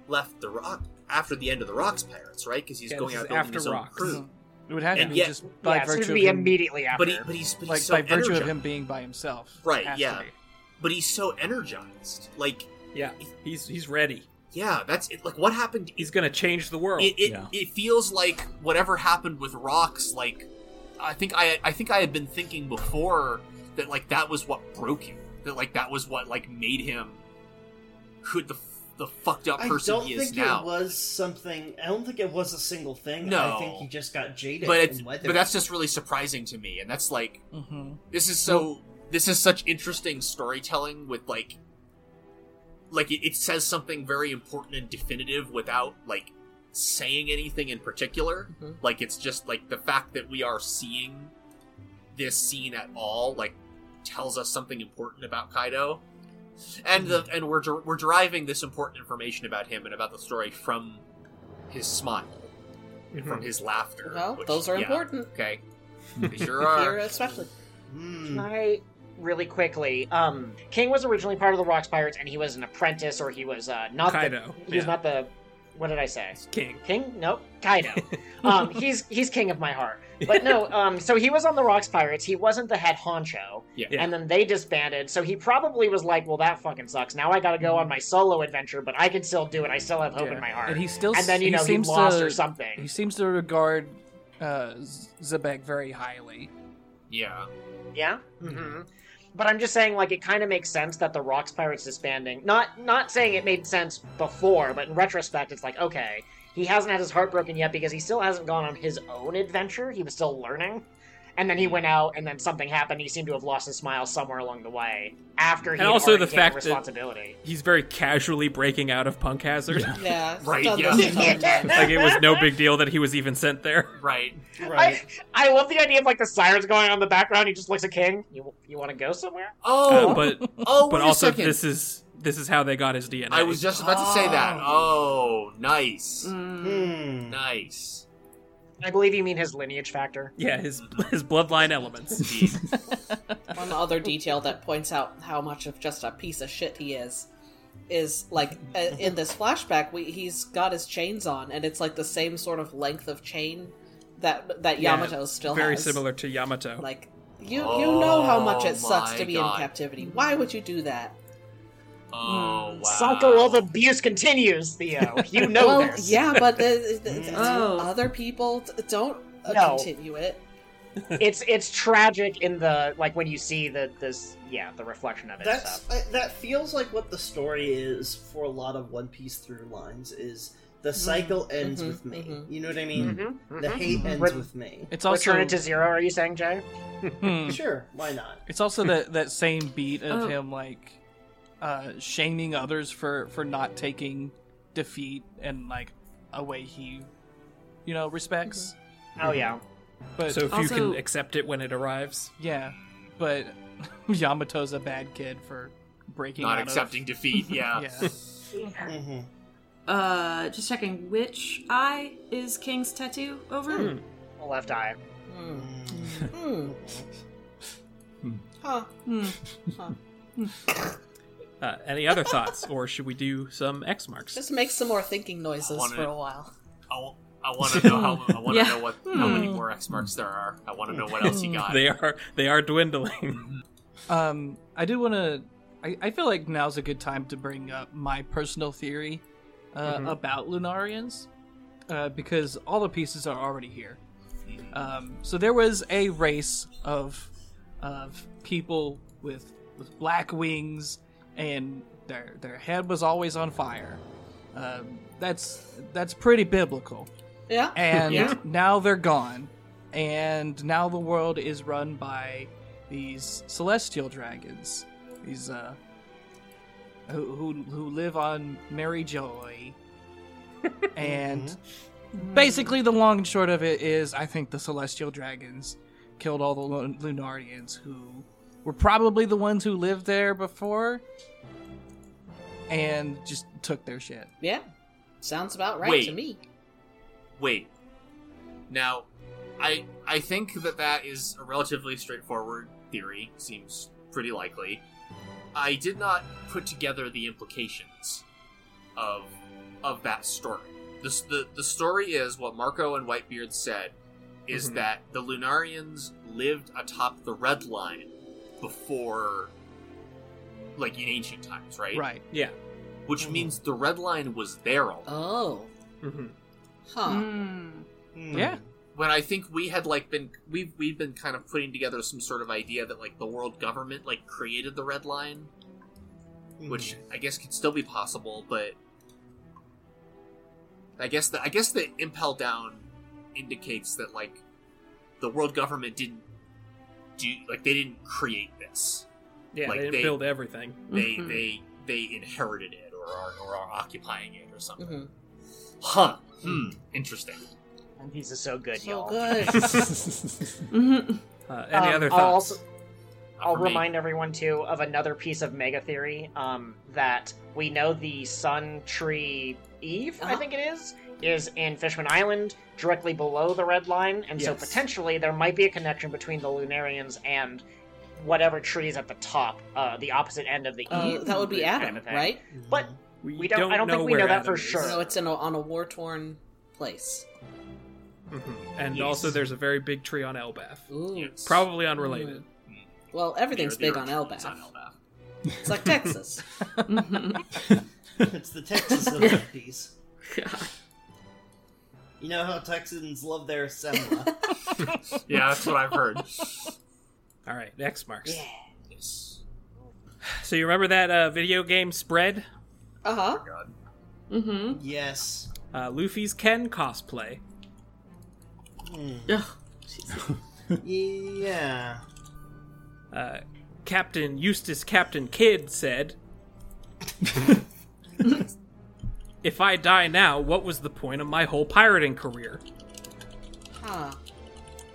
left the rock, after the end of the Rocks Pirates, right? Because he's Yeah, going this out is building after his own Rocks. crew. Mm-hmm. It would have to And be yet- just by Yeah, it's going virtu to of be him, immediately after. But he, but he's, but he's like so by virtue energized. of him being by himself. Right, Has to yeah. be. But he's so energized. Like, Yeah. He's he's ready. yeah, that's it. Like, what happened? He's gonna change the world. it it, Yeah. it feels like whatever happened with rocks like i think i i think i had been thinking before that like that was what broke him that like that was what like made him who the the fucked up I person don't he think is now it was something. I don't think it was a single thing. No. I think he just got jaded. but it's and Mm-hmm. but weathered. that's just really surprising to me and that's like Mhm. this is so this is such interesting storytelling with like like it, it says something very important and definitive without like saying anything in particular Mm-hmm. like it's just like the fact that we are seeing this scene at all like tells us something important about kaido and the Mm-hmm. and we're der- we're deriving this important information about him and about the story from his smile and from his laughter Mm-hmm. Well, which- those are yeah, important. okay they sure Here, are especially. Hmm. Can I really quickly? Um, King was originally part of the Rocks Pirates, and he was an apprentice, or he was uh, not Kaido, The, he was yeah. not the. What did I say? King. King? Nope. Kaido. um, he's he's king of my heart. But no. Um, so he was on the Rocks Pirates. He wasn't the head honcho. Yeah. Yeah. And then they disbanded. So he probably was like, "Well, that fucking sucks. Now I got to go on my solo adventure, but I can still do it. I still have hope Yeah. in my heart." Mm-hmm. And he still And then you he know he seems lost to, or something. He seems to regard uh, Z- Zebek very highly. yeah Yeah. Mm-hmm. hmm But I'm just saying, like, it kind of makes sense that the Rocks Pirates disbanding. Not not saying it made sense before, but in retrospect, it's like, okay, he hasn't had his heart broken yet because he still hasn't gone on his own adventure. He was still learning. And then he Mm-hmm. went out, and then something happened. He seemed to have lost his smile somewhere along the way. After he And had also already the taken fact that- responsibility. He's very casually breaking out of Punk Hazard. Yeah. it's Right, done yeah. this a ton. like it was no big deal that he was even sent there. right Right. I, I love the idea of like the sirens going on in the background. He just looks at King. You you want to go somewhere? oh Uh, but Oh, but wait a also second. this is this is how they got his DNA. I was just about to say that. Oh, nice, Mm. Hmm. nice. I believe you mean his lineage factor. yeah his his bloodline elements. Indeed. One other detail that points out how much of just a piece of shit he is is like uh, in this flashback, we, he's got his chains on, and it's like the same sort of length of chain that that Yeah, Yamato still Very has. similar to Yamato. Like you, you know how much Oh it sucks to my be God. in captivity. Why would you do that? oh, wow. Cycle of abuse continues, Theo. You know well, this. yeah, but the, the- the- Oh. other people t- don't uh, No. continue it. it's it's tragic in the like when you see the this yeah the reflection of it. That's so. I, that feels like what the story is for a lot of One Piece through lines. Is Mm-hmm. the cycle ends mhm, with me? mhm. You know what I mean? Mhm, mm-hmm. The mhm. hate ends Re- with me. Mm-hmm. It's also Return it to zero. Are you saying, Jay? Hmm. Sure, why not? It's also that that same beat of Oh. him like uh, shaming others for for not taking defeat and like a way he you know respects. Mm-hmm. Oh yeah. But So if you Mm-hmm. Also- can accept it when it arrives, yeah, but Yamato's a bad kid for breaking Not out of- accepting defeat. Yeah. yeah. hmm Uh, just checking which eye is King's tattoo over? The Hmm. Left eye. Hmm. Huh. Hmm. uh, any other thoughts, or should we do some X marks? Just make some more thinking noises wanted- for a while. Hmm. I, want to know how. I want to Yeah. know what how many more X marks there are. I want to know what else he got. They are they are dwindling. Um, I do want to. I, I feel like now's a good time to bring up my personal theory uh, about Lunarians, uh, because all the pieces are already here. Um, so there was a race of of people with with black wings, and their their head was always on fire. Um, that's that's pretty biblical Yeah. and Yeah. now they're gone and now the world is run by these celestial dragons these uh who who, who live on Mary Joy, and basically the long and short of it is, I think the Celestial Dragons killed all the Lu- Lunardians who were probably the ones who lived there before, and just took their shit. Yeah. Sounds about right Wait. to me. Wait. Now, I I think that that is a relatively straightforward theory. Seems pretty likely. I did not put together the implications of of that story. The s- the, the story is what Marco and Whitebeard said is Mhm. that the Lunarians lived atop the Red Line before, like in ancient times, right? Right. Yeah. Which means the Red Line was there all Oh. Mm-hmm. hmm Huh. Mm. Yeah. when I think we had like been we've we've been kind of putting together some sort of idea that like the world government like created the red line, which I guess could still be possible, but I guess the I guess the impel down indicates that like the world government didn't do like they didn't create this. Yeah, Like, they didn't they- build everything. They Mhm. they they inherited it or are or are occupying it or something. Mm-hmm. hmm Huh. Hmm. Interesting. And These are so good, So y'all. good. Mm-hmm. Mhm. Uh, any Um, other I'll thoughts? also- I'll For me. remind everyone too of another piece of mega theory um, that we know the Sun Tree Eve, I Uh-huh. think it is, is in Fishman Island, directly below the Red Line, and so Yes. potentially there might be a connection between the Lunarians and whatever trees at the top, uh, the opposite end of the Uh, Eve. that would be kind Adam, of a thing. right? But we don't- I don't think we where know that for Adam is. sure. So it's in a, on a war torn place. Mhm. And Yes. also, there's a very big tree on Elbath. Ooh. Yes. Hmm. Probably unrelated. Mm. Well, everything's Near big the on origin, it's Elbath. on Elbath. It's like Texas. Mhm. Mm-hmm. It's the Texas of that piece. You know how Texans love their semla. Yeah, that's what I've heard. All right, next marks. Yes. So you remember that uh, video game spread? Uh huh. Oh Mhm. Mm-hmm. yes. Uh, Luffy's Ken cosplay. Ugh. Yeah. Uh, Captain Eustace Captain Kidd said, "If I die now, what was the point of my whole pirating career?" Huh.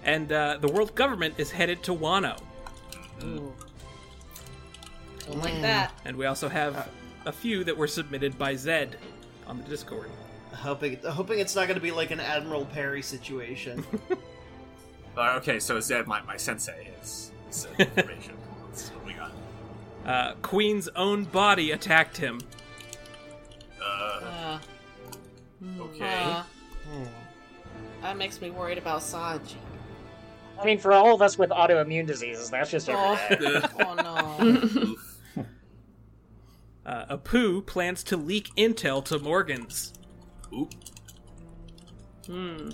And uh, the world government is headed to Wano. Ooh. Don't like that. And we also have a few that were submitted by Zed on the Discord. Hoping, hoping it's not going to be like an Admiral Perry situation. Uh, okay, so Zed, my, my sensei, is is uh, the information. That's what we got. Uh, Queen's own body attacked him. Uh, Uh, okay. uh, that makes me worried about Sanji. I mean, for all of us with autoimmune diseases, that's just every day. Oh, oh no. Uh, Apu plans to leak intel to Morgan's. Oop. Hmm.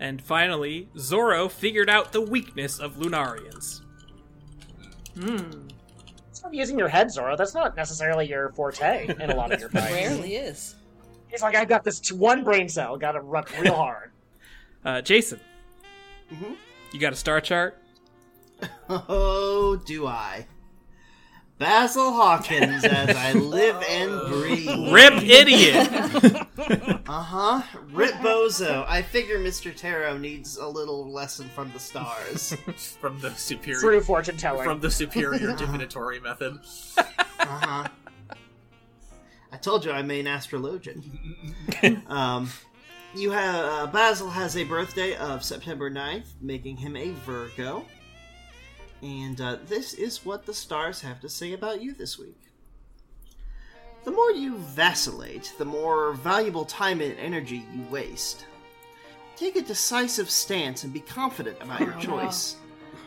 And finally, Zoro figured out the weakness of Lunarians. Hmm. Stop using your head, Zoro. That's not necessarily your forte in a lot of your fights. Rarely is. He's like, I've got this t- one brain cell, gotta rub real hard. Uh, Jason, Mhm. you got a star chart? Oh, do I? Basil Hawkins as I live and breathe. Rip idiot! Uh huh. Rip Bozo. I figure Mr. Taro needs a little lesson from the stars. From the superior True fortune telling. from the superior divinatory method. Uh-huh. I told you I'm an astrologian. um, you have uh, Basil has a birthday of September 9th, making him a Virgo. And uh, this is what the stars have to say about you this week. The more you vacillate, the more valuable time and energy you waste. Take a decisive stance and be confident about Oh, your choice.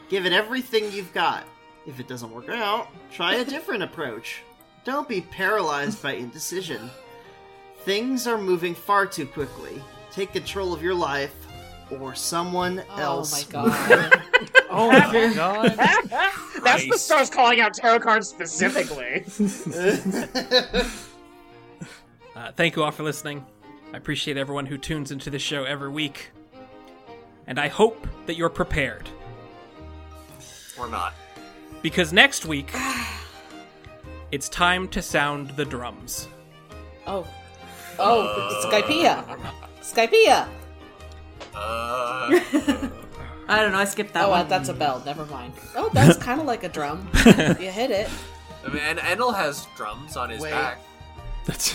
Give it everything you've got. If it doesn't work out, try a different approach. Don't be paralyzed by indecision. Things are moving far too quickly. Take control of your life or someone Oh else. my god. Oh my god. That's the stars calling out tarot cards specifically. Uh, thank you all for listening. I appreciate everyone who tunes into this show every week. And I hope that you're prepared. Or not. Because next week, It's time to sound the drums. Oh. Oh, Skypea. Skypea. Uh, I don't know. I skipped that Oh, one. uh, that's a bell. Never mind. Oh, that's kind of like a drum. you hit it. I mean, and Enel has drums on his Wait. back. That's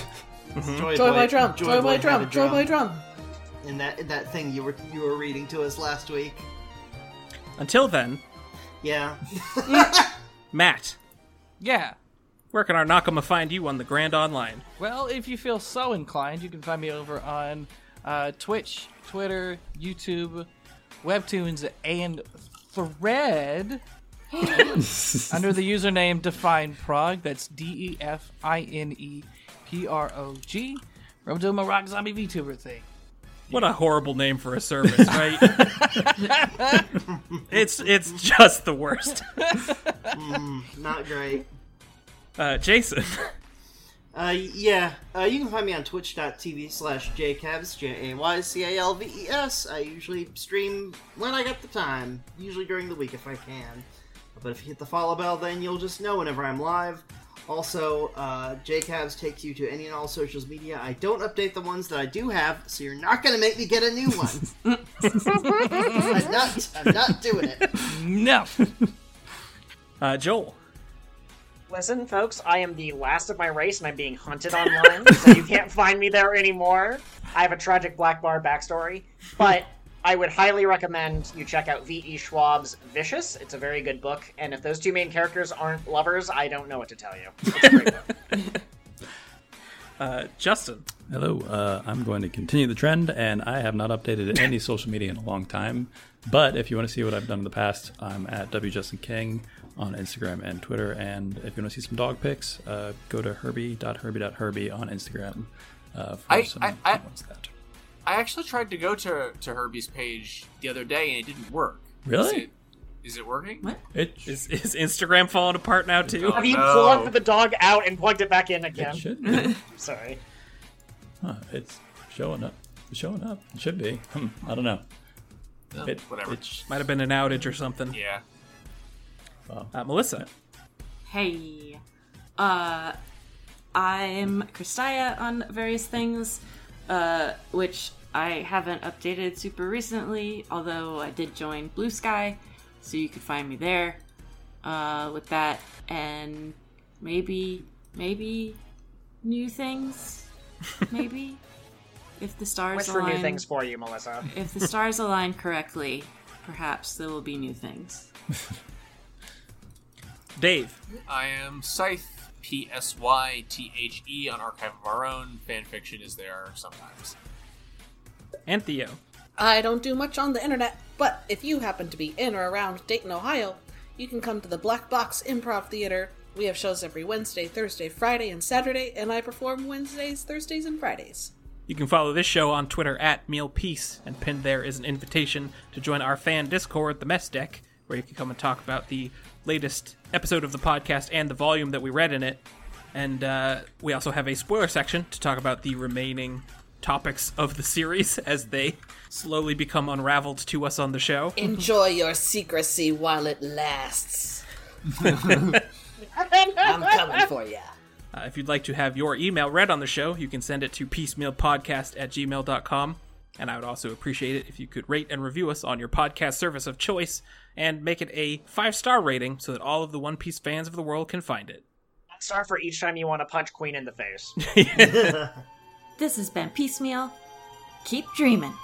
Joy Boy- my drum. Joy my had a drum. Joy my drum. And that that thing you were you were reading to us last week. Until then, Yeah. Matt, Yeah. where can our Nakama find you on the Grand Online? Well, if you feel so inclined, you can find me over on uh, Twitch, Twitter, YouTube, Webtoons, and Thread under the username Define Prog. That's D E F I N E P R O G. Where I'm doing my rock zombie VTuber thing. What a horrible name for a service, right? it's it's just the worst. Mm-hmm. Not great. Uh, Jason, Uh, yeah, uh, you can find me on twitch.tv slash jcavs, J-A-Y-C-A-L-V-E-S. E I usually stream when I got the time, usually during the week if I can. But if you hit the follow bell, then you'll just know whenever I'm live. Also, uh, jcavs takes you to any and all socials media. I don't update the ones that I do have, so you're not going to make me get a new one. I'm not, I'm not doing it. No! uh, Joel, Listen, folks, I am the last of my race and I'm being hunted online, so you can't find me there anymore. I have a tragic black bar backstory, but I would highly recommend you check out V.E. Schwab's Vicious. It's a very good book, and if those two main characters aren't lovers, I don't know what to tell you. It's a great book. uh, Justin, Hello, uh, I'm going to continue the trend, and I have not updated any social media in a long time. But if you want to see what I've done in the past, I'm at wjustinking on Instagram and Twitter. And if you want to see some dog pics, uh, go to herbie.herbie.herbie on Instagram uh, for I- some I- I- what's that. I actually tried to go to to Herbie's page the other day, and it didn't work. Really? Is it, is it working? What? It, it is, is Instagram falling apart now too? Have you no. plugged the dog out and plugged it back in again? should be. I'm sorry. Huh, it's showing up. It's showing up. It should be. Hmm, I don't know. Oh, It, whatever. it sh- Might have been an outage or something. yeah. Uh, Melissa, Hey. Uh, I'm Kristaya on various things, uh, which I haven't updated super recently, although I did join Blue Sky, so you could find me there uh, with that, and maybe, maybe new things, maybe if the stars Wish for new align- things for you, Melissa. if the stars align correctly, perhaps there will be new things. Dave, I am Scythe, P S Y T H E, on Archive of Our Own. Fanfiction is there sometimes. and Theo. I don't do much on the internet, but if you happen to be in or around Dayton, Ohio, you can come to the Black Box Improv Theater. We have shows every Wednesday, Thursday, Friday, and Saturday, and I perform Wednesdays, Thursdays, and Fridays. You can follow this show on Twitter at MealPeace, and pinned there is an invitation to join our fan Discord, the Mess Deck, where you can come and talk about the latest episode of the podcast and the volume that we read in it. And uh, we also have a spoiler section to talk about the remaining topics of the series as they slowly become unraveled to us on the show. Enjoy your secrecy while it lasts. I'm coming for ya. Uh, if you'd like to have your email read on the show, you can send it to piecemealpodcast at gmail.com. And I would also appreciate it if you could rate and review us on your podcast service of choice and make it a five star rating so that all of the One Piece fans of the world can find it. Star for each time you want to punch Queen in the face. This has been Piecemeal. Keep dreaming.